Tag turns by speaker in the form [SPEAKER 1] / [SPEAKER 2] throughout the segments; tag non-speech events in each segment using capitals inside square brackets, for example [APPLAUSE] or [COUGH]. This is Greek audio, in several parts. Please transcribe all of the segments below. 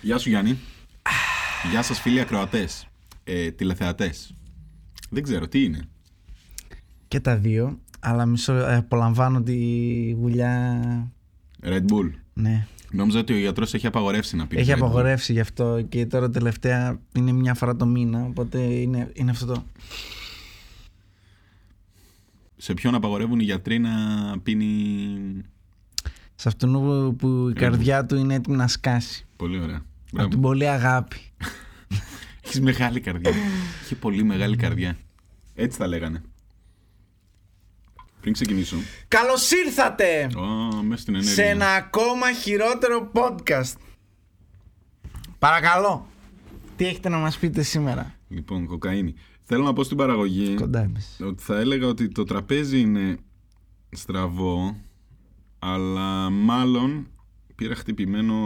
[SPEAKER 1] Γεια σου Γιάννη. Γεια σας φίλοι ακροατές, ε, τηλεθεατές. Δεν ξέρω, τι είναι.
[SPEAKER 2] Και τα δύο, αλλά μισό ε, απολαμβάνω τη γουλιά.
[SPEAKER 1] Red Bull.
[SPEAKER 2] Ναι.
[SPEAKER 1] Νόμιζα ότι ο γιατρός έχει απαγορεύσει να πει.
[SPEAKER 2] Έχει
[SPEAKER 1] Red Bull.
[SPEAKER 2] απαγορεύσει γι' αυτό και τώρα τελευταία είναι μια φορά το μήνα. Οπότε είναι, είναι αυτό το.
[SPEAKER 1] Σε ποιον απαγορεύουν οι γιατροί να πίνει...
[SPEAKER 2] Σε αυτόν που- που
[SPEAKER 1] Ε,
[SPEAKER 2] η καρδιά του είναι έτοιμη να σκάσει.
[SPEAKER 1] Πολύ ωραία.
[SPEAKER 2] Από την
[SPEAKER 1] Μπράβο.
[SPEAKER 2] πολλή αγάπη.
[SPEAKER 1] [LAUGHS] Έχεις μεγάλη καρδιά. Έχει πολύ μεγάλη καρδιά. Έτσι τα λέγανε. Πριν ξεκινήσω.
[SPEAKER 2] Καλώς ήρθατε
[SPEAKER 1] Ω, μέσα στην ενέργεια.
[SPEAKER 2] σε ένα ακόμα χειρότερο podcast. Παρακαλώ. Τι έχετε να μας πείτε σήμερα.
[SPEAKER 1] Λοιπόν, κοκαίνη. Θέλω να πω στην παραγωγή...
[SPEAKER 2] Κοντά εμείς.
[SPEAKER 1] ότι θα έλεγα ότι το τραπέζι είναι στραβό, αλλά μάλλον πήρα χτυπημένο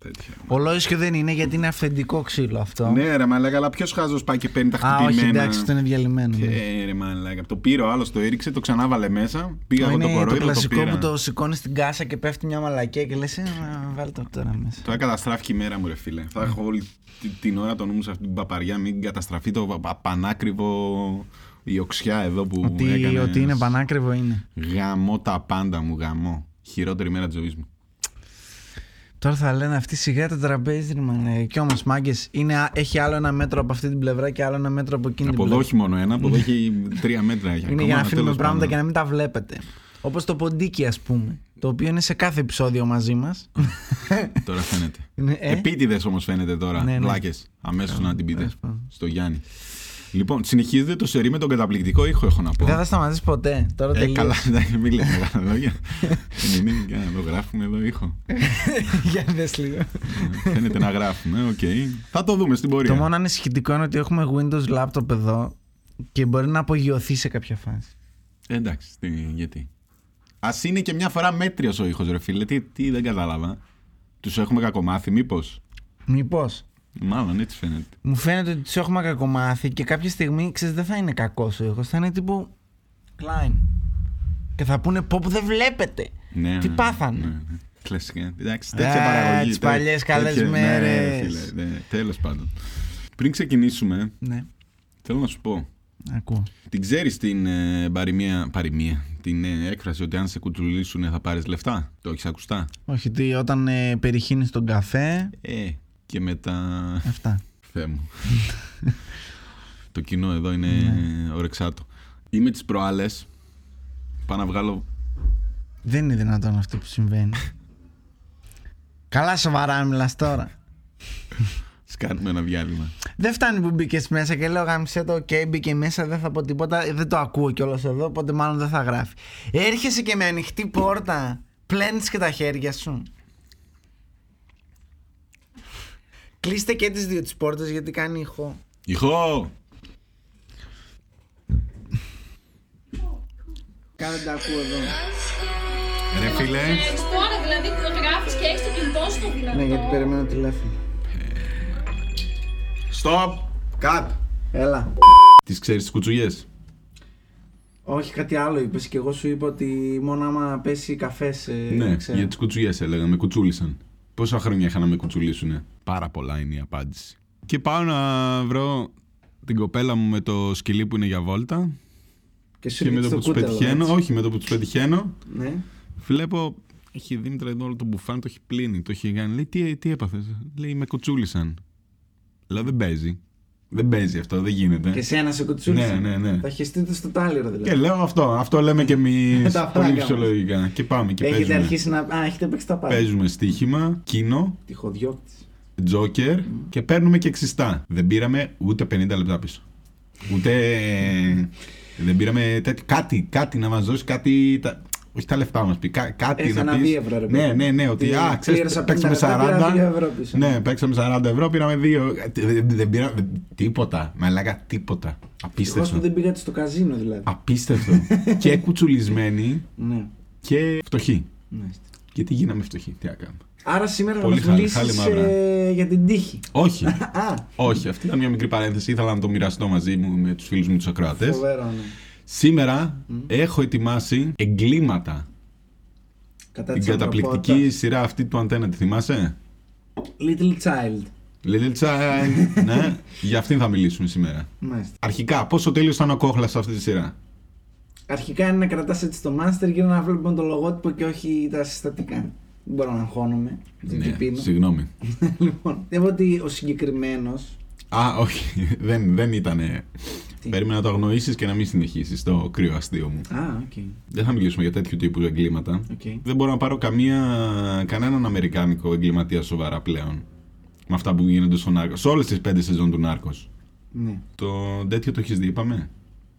[SPEAKER 1] τέτοιο.
[SPEAKER 2] Ολόις και δεν είναι γιατί είναι αυθεντικό ξύλο αυτό.
[SPEAKER 1] Ναι ρε μαλάκα, αλλά ποιος χάζος πάει και παίρνει τα
[SPEAKER 2] Α,
[SPEAKER 1] χτυπημένα.
[SPEAKER 2] όχι, εντάξει, αυτό είναι διαλυμένο. ναι.
[SPEAKER 1] Ε, ρε μαλάκα, το πήρε ο άλλος, το έριξε, το ξανάβαλε μέσα, πήγα εγώ
[SPEAKER 2] είναι
[SPEAKER 1] το κορόιδο,
[SPEAKER 2] ναι, το
[SPEAKER 1] το,
[SPEAKER 2] κλασικό
[SPEAKER 1] πήρα.
[SPEAKER 2] που το σηκώνεις στην κάσα και πέφτει μια μαλακία και λες «Ε, να βάλει το τώρα μέσα.
[SPEAKER 1] Τώρα καταστράφηκε η μέρα μου ρε φίλε. Θα έχω όλη τη- την ώρα το νου μου σε αυτή την παπαριά, μην καταστραφεί το πα- πα- πανάκριβο η οξιά εδώ που
[SPEAKER 2] Ότι,
[SPEAKER 1] έκανες.
[SPEAKER 2] ότι είναι πανάκριβο είναι.
[SPEAKER 1] Γαμώ τα πάντα μου, γαμώ. Χειρότερη μέρα της ζωής μου.
[SPEAKER 2] Τώρα θα λένε αυτή σιγά το τραπέζι, ρε μαλάκα. Κι όμως, μάγκες, έχει άλλο ένα μέτρο από αυτή την πλευρά και άλλο ένα μέτρο από εκείνη
[SPEAKER 1] Από
[SPEAKER 2] την
[SPEAKER 1] εδώ
[SPEAKER 2] πλευρά.
[SPEAKER 1] όχι μόνο ένα, από εδώ
[SPEAKER 2] [LAUGHS]
[SPEAKER 1] έχει τρία μέτρα. έχει
[SPEAKER 2] Είναι
[SPEAKER 1] ακόμα,
[SPEAKER 2] για να αφήνουμε
[SPEAKER 1] τέλος
[SPEAKER 2] πράγματα
[SPEAKER 1] πάντων.
[SPEAKER 2] και να μην τα βλέπετε. Όπως το ποντίκι, ας πούμε. Το οποίο είναι σε κάθε επεισόδιο μαζί μας.
[SPEAKER 1] [LAUGHS] Τώρα φαίνεται.
[SPEAKER 2] Είναι, ε,
[SPEAKER 1] Επίτηδες όμως φαίνεται τώρα.
[SPEAKER 2] Ναι, ναι.
[SPEAKER 1] Πλάκε. Αμέσω να την πείτε.
[SPEAKER 2] τέλος πάντων.
[SPEAKER 1] Στο Γιάννη. Λοιπόν, συνεχίζεται το σερί με τον καταπληκτικό ήχο, έχω να πω.
[SPEAKER 2] Δεν θα σταματήσει ποτέ. Τώρα
[SPEAKER 1] Ε,
[SPEAKER 2] τελείωσε.
[SPEAKER 1] καλά, εντάξει, μην λέτε μεγάλα λόγια. Μην και να το γράφουμε εδώ ήχο.
[SPEAKER 2] [LAUGHS] Για δες λίγο.
[SPEAKER 1] Ε, Φαίνεται να γράφουμε, οκ. Θα το δούμε στην
[SPEAKER 2] Το
[SPEAKER 1] πορεία.
[SPEAKER 2] μόνο ανησυχητικό είναι ότι έχουμε Windows laptop εδώ και μπορεί να απογειωθεί σε κάποια φάση.
[SPEAKER 1] Ε, Εντάξει, τι- γιατί. Ας είναι και μια φορά μέτριος ο ήχος, ρε φίλε. Τι, τι δεν κατάλαβα. Τους έχουμε κακομάθει, μήπως.
[SPEAKER 2] Μήπως.
[SPEAKER 1] Μάλλον έτσι φαίνεται.
[SPEAKER 2] Μου φαίνεται ότι τους έχουμε κακομάθει και κάποια στιγμή ξέρεις δεν θα είναι κακός ο ήχος. Θα είναι τύπου. Klein. Και θα πούνε πω που δεν βλέπετε.
[SPEAKER 1] Ναι,
[SPEAKER 2] Τι
[SPEAKER 1] ναι,
[SPEAKER 2] πάθανε.
[SPEAKER 1] ναι, ναι. Κλασικά. Εντάξει, τέτοια
[SPEAKER 2] Α,
[SPEAKER 1] παραγωγή.
[SPEAKER 2] τις
[SPEAKER 1] τέ-
[SPEAKER 2] παλιές καλές
[SPEAKER 1] τέτοια- Ναι,
[SPEAKER 2] μέρες.
[SPEAKER 1] ρε, φίλε, ναι, τέλος πάντων. Πριν ξεκινήσουμε,
[SPEAKER 2] Ναι,
[SPEAKER 1] θέλω να σου πω.
[SPEAKER 2] ακούω.
[SPEAKER 1] Την ξέρεις την ε, παροιμία, παροιμία, την ε, έκφραση ότι αν σε κουτσουλήσουν θα πάρεις λεφτά. Το έχεις ακουστά.
[SPEAKER 2] Όχι, τι, όταν ε, περιχύνεις τον καφέ.
[SPEAKER 1] Ε, και μετά...
[SPEAKER 2] Αυτά.
[SPEAKER 1] Θεέ
[SPEAKER 2] [LAUGHS]
[SPEAKER 1] μου. το κοινό εδώ είναι
[SPEAKER 2] Ναι.
[SPEAKER 1] ορεξάτο. Είμαι τις προάλλες. Πάω να βγάλω...
[SPEAKER 2] Δεν είναι δυνατόν αυτό που [LAUGHS] συμβαίνει. Καλά, σοβαρά μιλάς τώρα.
[SPEAKER 1] Σκάνουμε ένα διάλειμμα.
[SPEAKER 2] Δεν φτάνει που μπήκες μέσα και λέω γάμισε το, οκ, μπήκε μέσα, δεν θα πω τίποτα, ε, δεν το ακούω κιόλας εδώ, οπότε μάλλον δεν θα γράφει. Έρχεσαι και με ανοιχτή πόρτα, πλένεις και τα χέρια σου. Κλείστε και τις δύο τις πόρτες γιατί κάνει ηχό.
[SPEAKER 1] Ηχό!
[SPEAKER 2] Κάνε τα ακούω εδώ.
[SPEAKER 1] Ρε φίλε.
[SPEAKER 3] Τώρα δηλαδή που το γράφει και έχεις το κινητό σου το δυνατό.
[SPEAKER 2] Ναι, γιατί περιμένω τηλέφωνο.
[SPEAKER 1] Stop! Cut!
[SPEAKER 2] Έλα.
[SPEAKER 1] Τις ξέρεις τις κουτσουγιές.
[SPEAKER 2] Όχι, κάτι άλλο είπες και εγώ σου είπα ότι μόνο άμα πέσει ε, καφέ.
[SPEAKER 1] Ναι, για τις κουτσουλιέ έλεγα, με κουτσούλησαν. Πόσα χρόνια είχα να με κουτσουλήσουνε. Πάρα πολλά είναι η απάντηση. Και πάω να βρω την κοπέλα μου με το σκυλί που είναι για βόλτα.
[SPEAKER 2] Και
[SPEAKER 1] Και με το που του πετυχαίνω, όχι με το που τους πετυχαίνω,
[SPEAKER 2] Ναι.
[SPEAKER 1] βλέπω. Έχει η Δήμητρα εδώ όλο το μπουφάν, το έχει πλύνει, το έχει κάνει. Λέει τι, τι έπαθες. Λέει με κουτσούλησαν. Λέω δεν παίζει. Δεν παίζει αυτό, δεν γίνεται.
[SPEAKER 2] Και σένα σε
[SPEAKER 1] ναι,
[SPEAKER 2] κουτσούλησε.
[SPEAKER 1] ναι, ναι.
[SPEAKER 2] Τα χεστείτε στο τάλιρο δηλαδή.
[SPEAKER 1] Και λέω αυτό, αυτό λέμε κι εμείς
[SPEAKER 2] [LAUGHS] Τα φράγκα
[SPEAKER 1] πολύ
[SPEAKER 2] μας.
[SPEAKER 1] φυσιολογικά. Και πάμε και
[SPEAKER 2] έχετε
[SPEAKER 1] παίζουμε.
[SPEAKER 2] αρχίσει να. Α, έχετε παίξει τα πάντα.
[SPEAKER 1] Παίζουμε στοίχημα, κοινό
[SPEAKER 2] Τυχοδιώκτης.
[SPEAKER 1] Τζόκερ και παίρνουμε και ξυστά. Δεν πήραμε ούτε 50 λεπτά πίσω. Ούτε. ε, δεν πήραμε τέτοιο. Κάτι, κάτι να μας δώσει, κάτι. Τα... Όχι τα λεφτά μας πει. Κά, κάτι
[SPEAKER 2] Έχεις
[SPEAKER 1] να
[SPEAKER 2] ένα
[SPEAKER 1] πεις.
[SPEAKER 2] δύο ευρώ, ρε παιδί.
[SPEAKER 1] Ναι, ναι, ναι. Ότι
[SPEAKER 2] Τι,
[SPEAKER 1] α, ξέρεις,
[SPEAKER 2] πλήρωσα
[SPEAKER 1] παίξαμε
[SPEAKER 2] 50 λεπτά, πήρα
[SPEAKER 1] 40.
[SPEAKER 2] δύο ευρώ πίσω.
[SPEAKER 1] Ναι, παίξαμε 40 ευρώ, πήραμε 2. Δεν, δεν πήραμε τίποτα. Μαλάκα, τίποτα.
[SPEAKER 2] Εγώ
[SPEAKER 1] Απίστευτο.
[SPEAKER 2] που δεν πήγατε στο καζίνο δηλαδή. [LAUGHS]
[SPEAKER 1] Απίστευτο. και κουτσουλισμένοι
[SPEAKER 2] Ναι.
[SPEAKER 1] και φτωχοί.
[SPEAKER 2] ναι.
[SPEAKER 1] Γιατί γίναμε φτωχοί, τι να κάνουμε.
[SPEAKER 2] Άρα σήμερα θα
[SPEAKER 1] Πολύ
[SPEAKER 2] μας
[SPEAKER 1] χάλι,
[SPEAKER 2] μιλήσεις
[SPEAKER 1] χάλι μαύρα.
[SPEAKER 2] ε, για την τύχη.
[SPEAKER 1] Όχι.
[SPEAKER 2] Α,
[SPEAKER 1] Όχι, αυτή ήταν μια μικρή παρένθεση. Ήθελα να το μοιραστώ μαζί μου με τους φίλους μου τους ακροατές.
[SPEAKER 2] φοβερό ναι.
[SPEAKER 1] Σήμερα έχω ετοιμάσει εγκλήματα.
[SPEAKER 2] Κατά
[SPEAKER 1] Την
[SPEAKER 2] της ανθρωπότητας.
[SPEAKER 1] καταπληκτική σειρά αυτή του Αντένα, τη θυμάσαι?
[SPEAKER 2] Little Child.
[SPEAKER 1] Little Child, ναι. Για αυτήν θα μιλήσουμε σήμερα.
[SPEAKER 2] Μάλιστα.
[SPEAKER 1] Αρχικά, πόσο τέλειος ήταν ο Κόχλας σε αυτή τη σειρά.
[SPEAKER 2] Αρχικά είναι να κρατάς έτσι το master και να βλέπουμε το λογότυπο και όχι τα συστατικά. Δεν μπορώ να αγχώνομαι. Δεν
[SPEAKER 1] Ναι,
[SPEAKER 2] ναι, πίνω.
[SPEAKER 1] συγγνώμη.
[SPEAKER 2] [LAUGHS] λοιπόν, δεν είπα ότι ο συγκεκριμένος.
[SPEAKER 1] Α, όχι, [LAUGHS] δεν, δεν ήταν.
[SPEAKER 2] Τι?
[SPEAKER 1] Περίμενα να το αγνοήσεις και να μην συνεχίσεις το κρύο αστείο μου.
[SPEAKER 2] Α, οκ.
[SPEAKER 1] Δεν θα μιλήσουμε για τέτοιου τύπου εγκλήματα.
[SPEAKER 2] οκ.
[SPEAKER 1] Δεν μπορώ να πάρω καμία, κανέναν Αμερικάνικο εγκληματία σοβαρά πλέον. Με αυτά που γίνονται στο Νάρκο. Σε όλες τις πέντε σεζόν του Νάρκος.
[SPEAKER 2] Ναι.
[SPEAKER 1] Το τέτοιο το έχεις δει, είπαμε.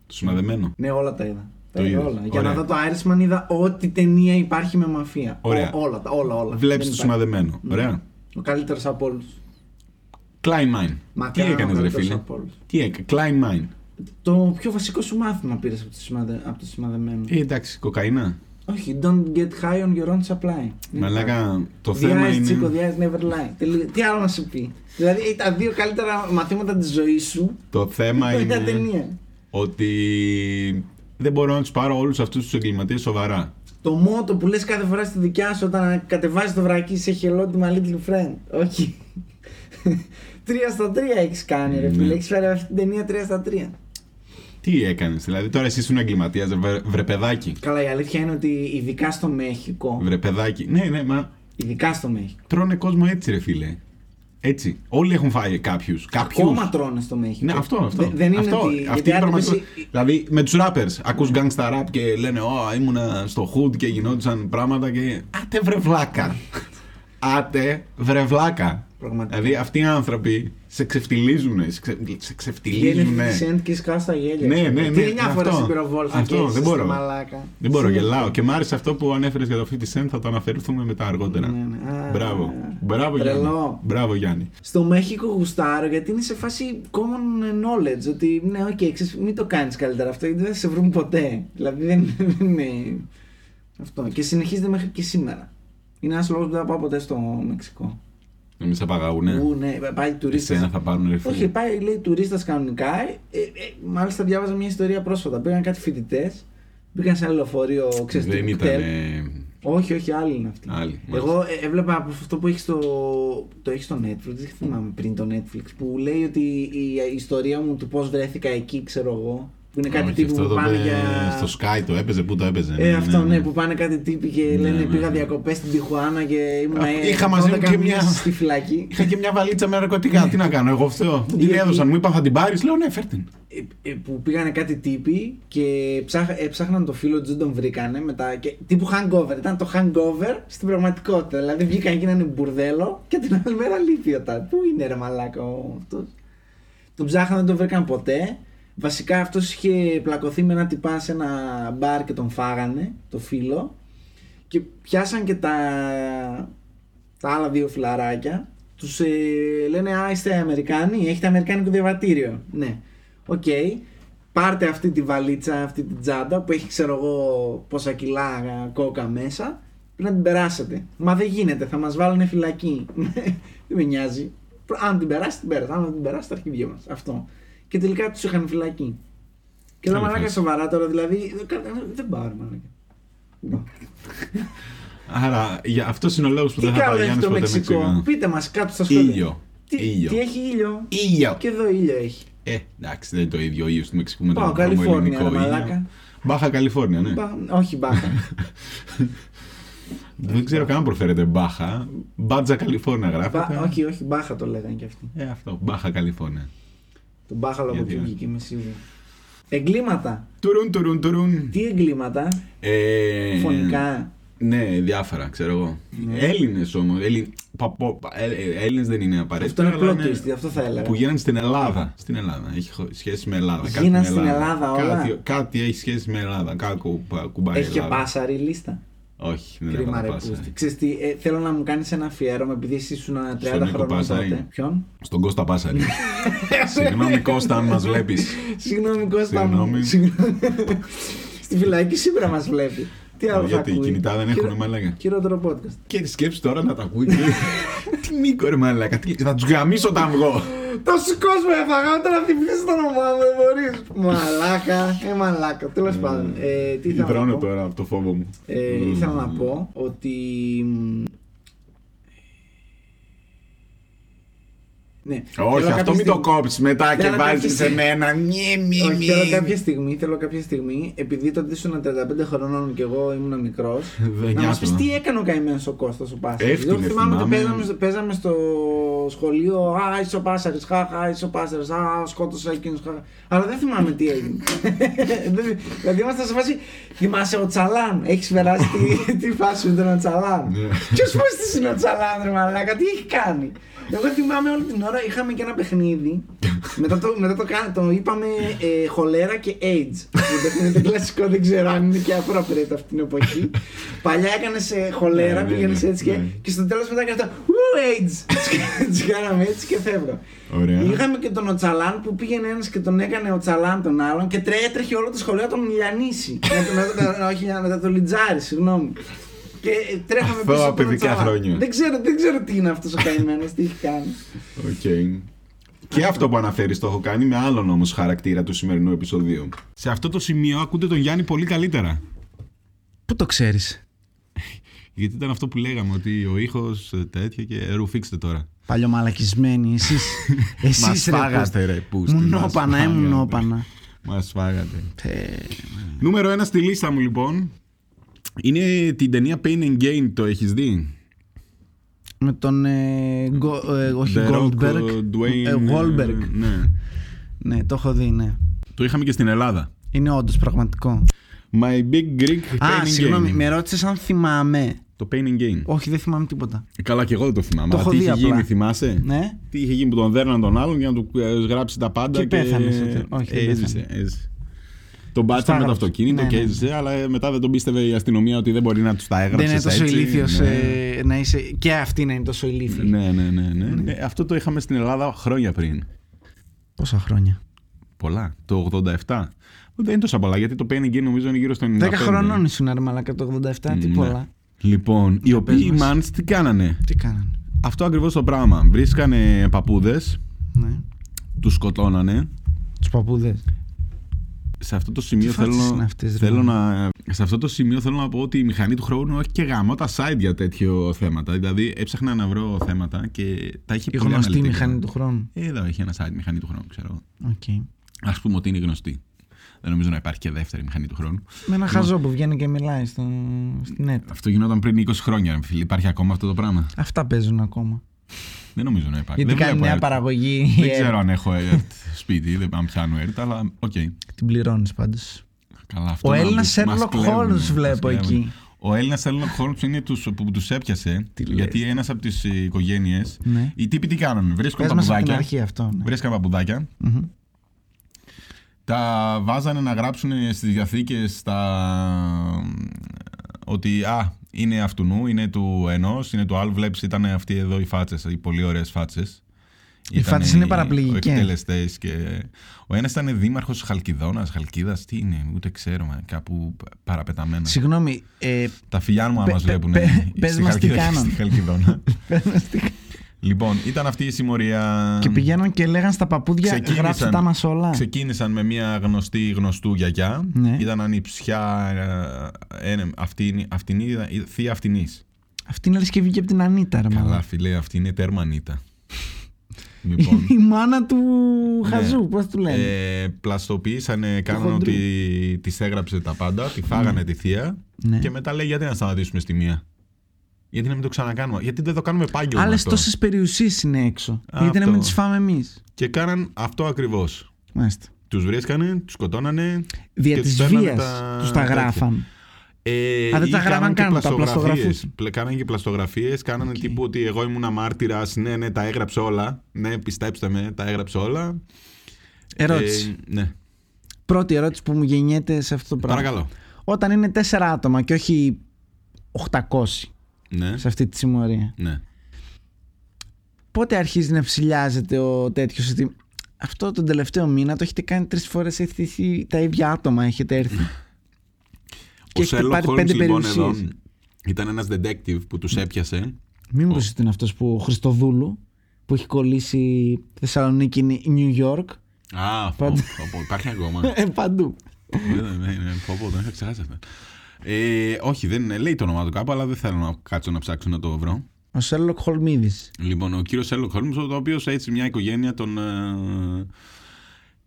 [SPEAKER 1] Το σημαδεμένο.
[SPEAKER 2] ναι, όλα τα είδα.
[SPEAKER 1] Το
[SPEAKER 2] τα είδα
[SPEAKER 1] είδες.
[SPEAKER 2] όλα. Για
[SPEAKER 1] Ωραία.
[SPEAKER 2] να δω το Irishman είδα ό,τι ταινία υπάρχει με μαφία.
[SPEAKER 1] Ωραία.
[SPEAKER 2] Ό, όλα, τα- όλα, όλα.
[SPEAKER 1] Βλέπεις
[SPEAKER 2] Δεν
[SPEAKER 1] το
[SPEAKER 2] υπάρχει.
[SPEAKER 1] σημαδεμένο.
[SPEAKER 2] Ναι.
[SPEAKER 1] Ωραία.
[SPEAKER 2] Ο καλύτερος από όλους.
[SPEAKER 1] Klein Mine. Τι έκανε, ρε φίλε. Τι έκανε. Klein Mine.
[SPEAKER 2] Το πιο βασικό σου μάθημα πήρες από το, σημαδε... από το σημαδεμένο.
[SPEAKER 1] Ε, εντάξει, κοκαίνα.
[SPEAKER 2] Όχι, don't get high on your own supply.
[SPEAKER 1] Μαλάκα, το
[SPEAKER 2] The
[SPEAKER 1] θέμα
[SPEAKER 2] eyes, Ναι. Τσίκο,
[SPEAKER 1] είναι.
[SPEAKER 2] the eyes never lie. Τελείω. Τι άλλο να σου πει. Δηλαδή, τα δύο καλύτερα μαθήματα της ζωής σου
[SPEAKER 1] Το θέμα
[SPEAKER 2] ήταν [LAUGHS] μια
[SPEAKER 1] είναι
[SPEAKER 2] ταινία.
[SPEAKER 1] ότι δεν μπορώ να τους πάρω όλους αυτούς τους εγκληματίες σοβαρά.
[SPEAKER 2] Το μότο που λες κάθε φορά στη δικιά σου όταν κατεβάζεις το βρακί σε hello to my little friend. Όχι. [LAUGHS] τρία στα τρία έχεις κάνει, ρε
[SPEAKER 1] Ναι.
[SPEAKER 2] φίλε. Έχεις φέρει αυτή την ταινία τρία στα τρία.
[SPEAKER 1] Τι έκανες, δηλαδή τώρα εσύ ήσουν εγκληματίας, βρε παιδάκι.
[SPEAKER 2] Καλά, η αλήθεια είναι ότι ειδικά στο Μέχικο.
[SPEAKER 1] Βρε παιδάκι. Ναι, ναι, μα
[SPEAKER 2] Ειδικά στο Μέχικο.
[SPEAKER 1] τρώνε κόσμο έτσι, ρε φίλε. Έτσι. Όλοι έχουν φάει κάποιους. Κάποιους.
[SPEAKER 2] Ακόμα τρώνε στο Μέχικο.
[SPEAKER 1] Ναι, αυτό, αυτό.
[SPEAKER 2] Δε- δεν είναι
[SPEAKER 1] αυτό,
[SPEAKER 2] ότι.
[SPEAKER 1] Αυτή είναι
[SPEAKER 2] γιατί
[SPEAKER 1] η
[SPEAKER 2] άντε πες
[SPEAKER 1] πραγματικότητα.
[SPEAKER 2] εσύ-
[SPEAKER 1] Δηλαδή, με τους rappers ακούς gangsta rap και λένε Ω, ήμουνα στο hood και γινόντουσαν πράγματα και. Άτε βρε βλάκα. Άτε βρε βλάκα.
[SPEAKER 2] Πραγματικά.
[SPEAKER 1] Δηλαδή, αυτοί οι άνθρωποι σε ξεφτιλίζουν. Σε, ξε... σε ξεφτιλίζουν.
[SPEAKER 2] Βγαίνει 50 Cent και σκά στα γέλια.
[SPEAKER 1] Ναι,
[SPEAKER 2] ξέρω.
[SPEAKER 1] ναι,
[SPEAKER 2] Τι
[SPEAKER 1] ναι,
[SPEAKER 2] εννιά φορέ
[SPEAKER 1] αυτό.
[SPEAKER 2] την πυροβόληση.
[SPEAKER 1] Αυτό,
[SPEAKER 2] και
[SPEAKER 1] δεν
[SPEAKER 2] είσαι
[SPEAKER 1] μπορώ.
[SPEAKER 2] στη Μαλάκα.
[SPEAKER 1] Δεν μπορώ,
[SPEAKER 2] Συνέχεια.
[SPEAKER 1] γελάω. Και μ' άρεσε αυτό που ανέφερε για το 50 Cent, θα το αναφερθούμε μετά αργότερα.
[SPEAKER 2] Ναι, ναι. Α,
[SPEAKER 1] Μπράβο. Μπράβο, Γιάννη.
[SPEAKER 2] τρελό.
[SPEAKER 1] Μπράβο, Γιάννη.
[SPEAKER 2] Στο Μέχικο γουστάρω γιατί είναι σε φάση common knowledge. Ότι ναι, οκ, ξέρεις, μην το κάνεις καλύτερα αυτό γιατί δεν θα σε βρουν ποτέ. Δηλαδή δεν, δεν είναι. Αυτό. Και συνεχίζεται μέχρι και σήμερα. Είναι ένας λόγος που δεν θα πάω ποτέ στο Μεξικό.
[SPEAKER 1] Να μην σε απαγαγούνε.
[SPEAKER 2] Ου, ναι, πάει τουρίστα.
[SPEAKER 1] Εσένα θα πάρουν ρε
[SPEAKER 2] Όχι,
[SPEAKER 1] φίλε.
[SPEAKER 2] πάει λέει τουρίστας κανονικά. Ε, ε, μάλιστα, διάβαζα μια ιστορία πρόσφατα. Πήγαν κάτι φοιτητές, πήγαν σε ένα λεωφορείο, ξέρεις
[SPEAKER 1] Δεν ήταν. ε,
[SPEAKER 2] Όχι, όχι, άλλη είναι αυτή.
[SPEAKER 1] Άλλη, μάλιστα.
[SPEAKER 2] Εγώ ε, έβλεπα από αυτό που έχει στο. Το έχει στο Netflix, δεν θυμάμαι πριν το Netflix, που λέει ότι η, η ιστορία μου του πώς βρέθηκα εκεί, ξέρω εγώ. Που είναι κάτι
[SPEAKER 1] Όχι,
[SPEAKER 2] τύπου
[SPEAKER 1] αυτό
[SPEAKER 2] που
[SPEAKER 1] το
[SPEAKER 2] πάνε
[SPEAKER 1] πέ-
[SPEAKER 2] για.
[SPEAKER 1] Στο Sky το έπαιζε, πού το έπαιζε.
[SPEAKER 2] Ε, αυτό ναι, που πάνε κάτι τύποι και λένε
[SPEAKER 1] ναι,
[SPEAKER 2] πήγα
[SPEAKER 1] ναι.
[SPEAKER 2] διακοπές στην Τιχουάνα και ήμουν.
[SPEAKER 1] Α,
[SPEAKER 2] ε,
[SPEAKER 1] είχα μαζί μου
[SPEAKER 2] 12
[SPEAKER 1] και
[SPEAKER 2] μήνες
[SPEAKER 1] μια-
[SPEAKER 2] Στη φυλακή.
[SPEAKER 1] [LAUGHS] Είχα και μια βαλίτσα με ναρκωτικά.
[SPEAKER 2] Ναι.
[SPEAKER 1] Τι να κάνω, εγώ φταίω. Μου την
[SPEAKER 2] Γιατί-
[SPEAKER 1] έδωσαν, μου είπαν θα την πάρεις. Λέω ναι, φέρ την.
[SPEAKER 2] ε, ε, που πήγανε κάτι τύποι και ψάχ, ε, ψάχναν το φίλο τους, δεν τον βρήκανε μετά. Και, τύπου hangover. Ήταν το hangover στην πραγματικότητα. Δηλαδή βγήκαν, γίνανε μπουρδέλο και την άλλη μέρα λείπει ο Τάτ. Πού είναι ρε μαλάκα ο αυτός. Τον ψάχναν, δεν τον βρήκαν ποτέ. Βασικά αυτός είχε πλακωθεί με ένα τυπά σε ένα μπαρ και τον φάγανε, το φίλο. Και πιάσαν και τα, τα άλλα δύο φιλαράκια. Τους ε, λένε Α, είστε Αμερικάνοι, έχετε Αμερικάνικο διαβατήριο. Ναι. Οκ. Πάρτε αυτή τη βαλίτσα, αυτή την τσάντα που έχει ξέρω εγώ πόσα κιλά ε, κόκα μέσα. Πρέπει να την περάσετε. Μα δεν γίνεται, θα μας βάλουν φυλακή. [LAUGHS] δεν με νοιάζει. Αν την περάσει, την πέρασε. Αν δεν την περάσει, τα αρχίδια μας. Αυτό. Και τελικά τους είχαν φυλακή. Και λέω
[SPEAKER 1] Καλή
[SPEAKER 2] μαλάκα
[SPEAKER 1] φάση.
[SPEAKER 2] σοβαρά τώρα, δηλαδή. δεν κα- Δεν πάω, ρε μαλάκα. Λοιπόν. Δεν πάω.
[SPEAKER 1] Άρα για- αυτός είναι ο λόγος που
[SPEAKER 2] Τι
[SPEAKER 1] δεν θα
[SPEAKER 2] καλό
[SPEAKER 1] πάει
[SPEAKER 2] έχει
[SPEAKER 1] Γιάννης ποτέ
[SPEAKER 2] το Μεξικό.
[SPEAKER 1] Μεξικό.
[SPEAKER 2] Πείτε μας κάτω στα σχόλια.
[SPEAKER 1] Ήλιο.
[SPEAKER 2] Τι,
[SPEAKER 1] Ήλιο.
[SPEAKER 2] τι έχει ήλιο.
[SPEAKER 1] Ήλιο.
[SPEAKER 2] Και εδώ ήλιο έχει.
[SPEAKER 1] Ε, εντάξει, δεν είναι το ίδιο ήλιο του Μεξικού με
[SPEAKER 2] Πάω
[SPEAKER 1] τον χρώμο
[SPEAKER 2] Καλιφόρνια,
[SPEAKER 1] ελληνικό
[SPEAKER 2] ρε
[SPEAKER 1] ήλιο. Ναι.
[SPEAKER 2] μαλάκα.
[SPEAKER 1] Μπάχα Καλιφόρνια, ναι.
[SPEAKER 2] Μπα, όχι μπάχα.
[SPEAKER 1] Δεν ξέρω καν αν προφέρεται μπάχα. Μπάτζα Καλιφόρνια
[SPEAKER 2] Μπα-
[SPEAKER 1] γράφεται.
[SPEAKER 2] όχι, όχι, μπάχα το λέγανε κι αυτοί.
[SPEAKER 1] Ε, αυτό. Μπάχα Καλιφόρνια.
[SPEAKER 2] Το μπάχαλο από
[SPEAKER 1] Γιατί,
[SPEAKER 2] εκεί
[SPEAKER 1] ε?
[SPEAKER 2] βγήκε, είμαι σίγουρο. Εγκλήματα.
[SPEAKER 1] Τουρούν, τουρούν, τουρούν.
[SPEAKER 2] Τι εγκλήματα,
[SPEAKER 1] Ε,
[SPEAKER 2] φωνικά. Ναι.
[SPEAKER 1] Ναι, διάφορα, ξέρω εγώ. Έλληνες όμως. Έλληνε ε, δεν είναι απαραίτητο.
[SPEAKER 2] Αυτό είναι
[SPEAKER 1] αλλά ναι.
[SPEAKER 2] plot twist, αυτό θα έλεγα.
[SPEAKER 1] Που γίνανε στην Ελλάδα. Στην Ελλάδα. Έχει χω- σχέση με Ελλάδα. κάτι
[SPEAKER 2] Γίναν
[SPEAKER 1] με
[SPEAKER 2] στην Ελλάδα όλα.
[SPEAKER 1] Κάτι, κάτι έχει σχέση με Ελλάδα. Κάτι κουμπα- κουμπάει η
[SPEAKER 2] Έχει και
[SPEAKER 1] Ελλάδα.
[SPEAKER 2] πάσαρη λίστα.
[SPEAKER 1] Όχι, δεν
[SPEAKER 2] Κρίμα
[SPEAKER 1] έβαλα
[SPEAKER 2] ρε
[SPEAKER 1] πάσα.
[SPEAKER 2] πούστη. Ξέρεις τι, ε, θέλω να μου κάνεις ένα αφιέρωμα επειδή εσύ ήσουν 30
[SPEAKER 1] Νίκο
[SPEAKER 2] χρόνια
[SPEAKER 1] Πάσαρη.
[SPEAKER 2] τότε. Ποιον?
[SPEAKER 1] Στον Κώστα
[SPEAKER 2] [LAUGHS]
[SPEAKER 1] Πάσαρη. Συγγνώμη Κώστα, αν μας βλέπεις.
[SPEAKER 2] Συγγνώμη Κώστα μου.
[SPEAKER 1] Συγγνώμη.
[SPEAKER 2] Συγγνώμη. Στη φυλακή σήμερα μας βλέπει. Τι άλλο θα
[SPEAKER 1] Γιατί
[SPEAKER 2] ακούει.
[SPEAKER 1] οι κινητά δεν
[SPEAKER 2] Χειρο-
[SPEAKER 1] έχουν μαλάκα.
[SPEAKER 2] Χειρότερο podcast.
[SPEAKER 1] Και σκέψει τώρα να τα ακούει. και-
[SPEAKER 2] [LAUGHS]
[SPEAKER 1] Τι μήκο ρε μαλάκα. τι- Θα τους γαμίσω όταν βγω.
[SPEAKER 2] Τόσοι κόσμο έφαγα τώρα θυμηθείς το όνομά μου, δεν μπορείς. Μαλάκα, ε μαλάκα, τέλος πάντων. Ε, τι ήθελα να
[SPEAKER 1] Υδρώνω
[SPEAKER 2] πω.
[SPEAKER 1] τώρα Mm. από το φόβο μου.
[SPEAKER 4] Ε,
[SPEAKER 2] Ε, ήθελα να πω ότι μ,
[SPEAKER 4] Ναι. Θέλω
[SPEAKER 1] Όχι, αυτό
[SPEAKER 4] κάποια
[SPEAKER 1] μην το
[SPEAKER 4] στιγμή-
[SPEAKER 1] κόψεις μετά και
[SPEAKER 4] Θέλω
[SPEAKER 1] βάζει
[SPEAKER 4] κάποια
[SPEAKER 1] σε
[SPEAKER 4] στιγμή-
[SPEAKER 1] μένα. Μη, μη,
[SPEAKER 4] Όχι,
[SPEAKER 1] μη.
[SPEAKER 4] θέλω κάποια στιγμή, θέλω κάποια στιγμή, επειδή τότε ήσουν 35 χρονών και εγώ ήμουν
[SPEAKER 1] [LAUGHS]
[SPEAKER 4] μικρός.
[SPEAKER 1] Δεν
[SPEAKER 4] να μας πεις
[SPEAKER 1] νοιάζομαι.
[SPEAKER 4] τι έκανε ο καημένος ο Κώστας ο Πάσαρη.
[SPEAKER 1] Έφτιανε,
[SPEAKER 4] Εγώ θυμάμαι ότι
[SPEAKER 1] θυμάμαι.
[SPEAKER 4] παίζαμε, στο- παίζαμε στο σχολείο. Α, είσαι ο Πάσαρης, χαχά, είσαι ο Πάσαρης. Α, σκότωσα εκείνος. Αλλά δεν θυμάμαι τι έγινε.
[SPEAKER 1] [LAUGHS]
[SPEAKER 4] Δεν- δηλαδή είμαστε σε φάση. Θυμάσαι ο Τσαλάν. Έχεις περάσει τη, τη φάση με τον Τσαλάν.
[SPEAKER 1] Ναι.
[SPEAKER 4] Ποιος πώ τη είναι ο Τσαλάν, ρε Μαλάκα, τι έχει κάνει. Εγώ θυμάμαι όλη την ώρα είχαμε και ένα παιχνίδι. μετά το, μετά το, κα- το είπαμε ε, χολέρα και AIDS. το παιχνίδι το κλασικό, δεν ξέρω αν είναι και appropriate αυτή την εποχή. Παλιά έκανες χολέρα,
[SPEAKER 1] Ναι, ναι,
[SPEAKER 4] πήγαινες
[SPEAKER 1] ναι,
[SPEAKER 4] έτσι και,
[SPEAKER 1] ναι.
[SPEAKER 4] και στο τέλος μετά έκανες το «Ου, AIDS. [LAUGHS] Τι κάναμε έτσι και φεύγω.
[SPEAKER 1] Ωραία.
[SPEAKER 4] Είχαμε και τον Οτσαλάν που πήγαινε ένας και τον έκανε Οτσαλάν τον άλλον και τρέτρεχε όλο το σχολείο να τον
[SPEAKER 1] [LAUGHS]
[SPEAKER 4] λιανίσει. μετά, μετά, όχι, μετά τον λιτζάρι, συγγνώμη. Και ε, τρέχαμε
[SPEAKER 1] Αθώα
[SPEAKER 4] πίσω από τον
[SPEAKER 1] παιδικά
[SPEAKER 4] Οτσαλάν.
[SPEAKER 1] χρόνια.
[SPEAKER 4] Δεν ξέρω, δεν ξέρω τι είναι
[SPEAKER 1] [LAUGHS]
[SPEAKER 4] αυτός ο καημένος, τι έχει κάνει.
[SPEAKER 1] Οκ. Και αυτό που αναφέρεις το έχω κάνει με άλλον όμως χαρακτήρα του σημερινού επεισοδίου. Σε αυτό το σημείο ακούτε τον Γιάννη πολύ καλύτερα.
[SPEAKER 2] Πού το ξέρεις.
[SPEAKER 1] Γιατί ήταν αυτό που λέγαμε, ότι ο ήχος τέτοιο και ρου, φίξτε τώρα.
[SPEAKER 2] Παλιομαλακισμένοι, εσείς. [LAUGHS]
[SPEAKER 1] Μας
[SPEAKER 2] Εσεί
[SPEAKER 1] φάγατε, ρε, πούστη, μας
[SPEAKER 2] Μουνόπανα, ε,
[SPEAKER 1] φάγατε.
[SPEAKER 2] μουνόπανα.
[SPEAKER 1] Μας φάγατε.
[SPEAKER 2] Ε,
[SPEAKER 1] Νούμερο ένα στη λίστα μου λοιπόν είναι την ταινία Pain and Gain. Το έχεις δει.
[SPEAKER 2] με τον. ε, Γκο- ε, όχι,
[SPEAKER 1] The Rock,
[SPEAKER 2] Goldberg.
[SPEAKER 1] Dwayne,
[SPEAKER 2] Ε, Goldberg.
[SPEAKER 1] ε, ναι.
[SPEAKER 2] Ναι, το έχω δει, ναι.
[SPEAKER 1] Το είχαμε και στην Ελλάδα.
[SPEAKER 2] Είναι όντως πραγματικό.
[SPEAKER 1] My Big Greek Pain
[SPEAKER 2] Α,
[SPEAKER 1] and
[SPEAKER 2] συγγνώμη,
[SPEAKER 1] Gain.
[SPEAKER 2] με ρώτησες αν θυμάμαι.
[SPEAKER 1] Το Pain and Gain.
[SPEAKER 2] Όχι, δεν θυμάμαι τίποτα.
[SPEAKER 1] Ε, Καλά, και εγώ δεν το θυμάμαι.
[SPEAKER 2] Το
[SPEAKER 1] Αλλά
[SPEAKER 2] έχω
[SPEAKER 1] τι
[SPEAKER 2] δει
[SPEAKER 1] είχε
[SPEAKER 2] απλά.
[SPEAKER 1] γίνει, θυμάσαι.
[SPEAKER 2] Ναι.
[SPEAKER 1] Τι είχε γίνει που τον δέρναν τον άλλον για να του ε, γράψει τα πάντα.
[SPEAKER 2] Και πέθανε στο τέλος. Όχι, δεν
[SPEAKER 1] έζησε. έζησε. Τον πάτησαν με το
[SPEAKER 2] άγραψε.
[SPEAKER 1] αυτοκίνητο
[SPEAKER 2] Ναι,
[SPEAKER 1] και
[SPEAKER 2] ναι, ναι.
[SPEAKER 1] έζησε, αλλά ε, μετά δεν τον πίστευε η αστυνομία ότι δεν μπορεί να τους τα έγραψες.
[SPEAKER 2] Δεν είναι τόσο ε.
[SPEAKER 1] έτσι.
[SPEAKER 2] ηλίθιος
[SPEAKER 1] Ναι.
[SPEAKER 2] να είσαι. και αυτή να είναι τόσο ηλίθια.
[SPEAKER 1] Ναι, ναι, ναι, ναι, ναι. Αυτό το είχαμε στην Ελλάδα χρόνια πριν.
[SPEAKER 2] Πόσα χρόνια.
[SPEAKER 1] Πολλά. Το 87. Δεν είναι τόσα πολλά, γιατί το Pain and Gain νομίζω είναι γύρω στο 95.
[SPEAKER 2] 10 χρονών ήσουν ρε μαλακά το 87, τι
[SPEAKER 1] Ναι.
[SPEAKER 2] πολλά.
[SPEAKER 1] Λοιπόν, οι
[SPEAKER 2] πες
[SPEAKER 1] οποίοι
[SPEAKER 2] μας.
[SPEAKER 1] Mans τι κάνανε.
[SPEAKER 2] Τι κάνανε.
[SPEAKER 1] Αυτό ακριβώς το πράγμα. Βρίσκανε παππούδες,
[SPEAKER 2] Ναι.
[SPEAKER 1] τους σκοτώνανε,
[SPEAKER 2] Τους παππούδες.
[SPEAKER 1] σε αυτό το σημείο
[SPEAKER 2] Τι φάτσες
[SPEAKER 1] θέλω,
[SPEAKER 2] είναι αυτές, ρε
[SPEAKER 1] θέλω
[SPEAKER 2] μάνα.
[SPEAKER 1] να, σε αυτό το σημείο θέλω να πω ότι η μηχανή του χρόνου έχει και γάμο τα site για τέτοιο θέματα. Δηλαδή έψαχνα να βρω θέματα και τα είχε
[SPEAKER 2] Η
[SPEAKER 1] πολύ
[SPEAKER 2] γνωστή
[SPEAKER 1] αναλυτικά.
[SPEAKER 2] μηχανή του χρόνου.
[SPEAKER 1] Ε, Εδώ έχει ένα site μηχανή του χρόνου, ξέρω. εγώ.
[SPEAKER 2] Οκ.
[SPEAKER 1] Ας πούμε ότι είναι γνωστή. Δεν νομίζω να υπάρχει και δεύτερη μηχανή του χρόνου.
[SPEAKER 2] Με ένα χαζό που βγαίνει και μιλάει στο... στην ΕΤ.
[SPEAKER 1] Αυτό γινόταν πριν 20 χρόνια, ρε φίλε. Υπάρχει ακόμα αυτό το πράγμα.
[SPEAKER 2] Αυτά παίζουν ακόμα.
[SPEAKER 1] Δεν νομίζω να υπάρχει.
[SPEAKER 2] Γιατί
[SPEAKER 1] δεν
[SPEAKER 2] κάνει
[SPEAKER 1] βλέπω
[SPEAKER 2] νέα
[SPEAKER 1] ERT.
[SPEAKER 2] παραγωγή. η
[SPEAKER 1] Δεν
[SPEAKER 2] ΕΡΤ.
[SPEAKER 1] ξέρω αν έχω ΕΡΤ [LAUGHS] σπίτι, δεν αν πιάνω ΕΡΤ, αλλά οκ.
[SPEAKER 2] ε, Την πληρώνεις πάντως.
[SPEAKER 1] Καλά, αυτό
[SPEAKER 2] Ο
[SPEAKER 1] να
[SPEAKER 2] Έλληνας
[SPEAKER 1] δεις, μας
[SPEAKER 2] Sherlock
[SPEAKER 1] κλέβουνε,
[SPEAKER 2] Holmes
[SPEAKER 1] μας
[SPEAKER 2] βλέπω
[SPEAKER 1] κλέβουνε.
[SPEAKER 2] εκεί.
[SPEAKER 1] Ο Έλληνας Sherlock Holmes είναι τους, που τους έπιασε.
[SPEAKER 2] Τι λες.
[SPEAKER 1] γιατί ένας από τις οικογένειες.
[SPEAKER 2] Ναι.
[SPEAKER 1] Οι τύποι τι κάνανε. Βρίσκουν
[SPEAKER 2] Πες μας από την
[SPEAKER 1] παπουδάκια.
[SPEAKER 2] αρχή αυτό. Ναι.
[SPEAKER 1] Βρίσκαν παπουδάκια.
[SPEAKER 2] Μμμ.
[SPEAKER 1] Τα βάζανε να γράψουν στις διαθήκες τα. Ότι α, είναι αυτουνού, είναι του ενός, είναι του άλλου. Βλέπεις, ήταν αυτοί εδώ οι φάτσες, οι πολύ ωραίες φάτσες.
[SPEAKER 2] Οι φάτσες είναι παραπληγικές.
[SPEAKER 1] Οι εκτελεστές. Και... Ο ένας ήταν δήμαρχος Χαλκιδόνας, Χαλκίδας, τι είναι, ούτε ξέρω, μα, κάπου παραπεταμένα.
[SPEAKER 2] Συγγνώμη. Ε,
[SPEAKER 1] Τα φιλιά μου μα
[SPEAKER 2] Πε- πε-
[SPEAKER 1] βλέπουν.
[SPEAKER 2] πε-
[SPEAKER 1] ε,
[SPEAKER 2] πες
[SPEAKER 1] στη
[SPEAKER 2] μας τι
[SPEAKER 1] Χαλκίδα και
[SPEAKER 2] κάνανε.
[SPEAKER 1] στη
[SPEAKER 2] [LAUGHS]
[SPEAKER 1] Χαλκιδόνα.
[SPEAKER 2] πες μας τι-
[SPEAKER 1] λοιπόν, ήταν αυτή η συμμορία.
[SPEAKER 2] και πηγαίναν και λέγαν στα παππούδια
[SPEAKER 1] Ξεκίνησαν.
[SPEAKER 2] γράψτε τα μας όλα.
[SPEAKER 1] Ξεκίνησαν με μια γνωστή γνωστού γιαγιά.
[SPEAKER 2] Ναι.
[SPEAKER 1] Ήταν ανιψιά. Ε, ε, αυτή, είναι- αυτή είναι η- η θεία αυτινής.
[SPEAKER 2] Αυτή είναι λες και βγήκε από την Ανίτα, ρε
[SPEAKER 1] Καλά,
[SPEAKER 2] μάλλον.
[SPEAKER 1] φίλε, αυτή είναι τερμανίτα. [LAUGHS] λοιπόν. Ναι.
[SPEAKER 2] Η μάνα του Χαζού, πώς του λένε.
[SPEAKER 1] Ε, πλαστοποιήσανε, κάνανε
[SPEAKER 2] Ναι, χοντρού.
[SPEAKER 1] ότι της έγραψε τα πάντα, τη φάγανε τη θεία
[SPEAKER 2] Ναι.
[SPEAKER 1] και μετά λέει γιατί να σταματήσουμε στη μία. Γιατί να μην το ξανακάνουμε, γιατί δεν το κάνουμε πάγιο.
[SPEAKER 2] Άλλες
[SPEAKER 1] αυτό.
[SPEAKER 2] τόσες περιουσίες είναι έξω. Γιατί να
[SPEAKER 1] αυτό.
[SPEAKER 2] μην τις φάμε εμείς.
[SPEAKER 1] Και κάναν αυτό ακριβώς.
[SPEAKER 2] Μάλιστα.
[SPEAKER 1] Τους βρίσκανε, τους σκοτώνανε.
[SPEAKER 2] Δια
[SPEAKER 1] και
[SPEAKER 2] της
[SPEAKER 1] τους παίρνανε
[SPEAKER 2] βίας
[SPEAKER 1] τα-
[SPEAKER 2] τους τα
[SPEAKER 1] τέτοια.
[SPEAKER 2] γράφαν.
[SPEAKER 1] Ε,
[SPEAKER 2] Α, δεν
[SPEAKER 1] ή
[SPEAKER 2] τα γράμμαν
[SPEAKER 1] κάναν
[SPEAKER 2] καν,
[SPEAKER 1] και
[SPEAKER 2] τα
[SPEAKER 1] πλαστογραφίες.
[SPEAKER 2] πλαστογραφούσαν.
[SPEAKER 1] Πλε- Κάναν και πλαστογραφίες, κάνανε τύπου ότι εγώ ήμουν μάρτυρα. Ναι, ναι, τα έγραψε όλα. Ναι, πιστέψτε με, τα έγραψε όλα.
[SPEAKER 2] Ερώτηση.
[SPEAKER 1] Ε, ναι,
[SPEAKER 2] Πρώτη ερώτηση που μου γεννιέται σε αυτό το πράγμα.
[SPEAKER 1] παρακαλώ.
[SPEAKER 2] Όταν είναι τέσσερα άτομα και όχι 800
[SPEAKER 1] Ναι,
[SPEAKER 2] σε αυτή τη συμμορία,
[SPEAKER 1] ναι.
[SPEAKER 2] πότε αρχίζει να ψηλιάζεται ο τέτοιος ότι αυτό τον τελευταίο μήνα το έχετε κάνει τρεις φορές τα ίδια άτομα έχετε έρθει.
[SPEAKER 1] Ο
[SPEAKER 2] Και έχετε
[SPEAKER 1] Σέρλοκ
[SPEAKER 2] πάρει
[SPEAKER 1] Χόλμς
[SPEAKER 2] πέντε
[SPEAKER 1] λοιπόν εδώ
[SPEAKER 2] περιουσίες.
[SPEAKER 1] ήταν ένας detective που τους έπιασε.
[SPEAKER 2] Μήπω ήταν αυτός που ο Χριστοδούλου που έχει κολλήσει Θεσσαλονίκη, Νιου York.
[SPEAKER 1] Α, πω,
[SPEAKER 2] Πάντα.
[SPEAKER 1] πω, πω, υπάρχει
[SPEAKER 2] [LAUGHS]
[SPEAKER 1] ακόμα.
[SPEAKER 2] Ε, παντού.
[SPEAKER 1] Ναι, ναι, ναι, ναι, πω, πω, τον είχα ξεχάσει αυτό. Ε, όχι, δεν λέει το όνομά του κάπου, αλλά δεν θέλω να κάτσω να ψάξω να το βρω.
[SPEAKER 2] Ο Σέρλοκ Χολμίδη.
[SPEAKER 1] Λοιπόν, ο κύριος Σέρλοκ Χόλμς, ο οποίος έτσι μια οικογένεια τον. ε,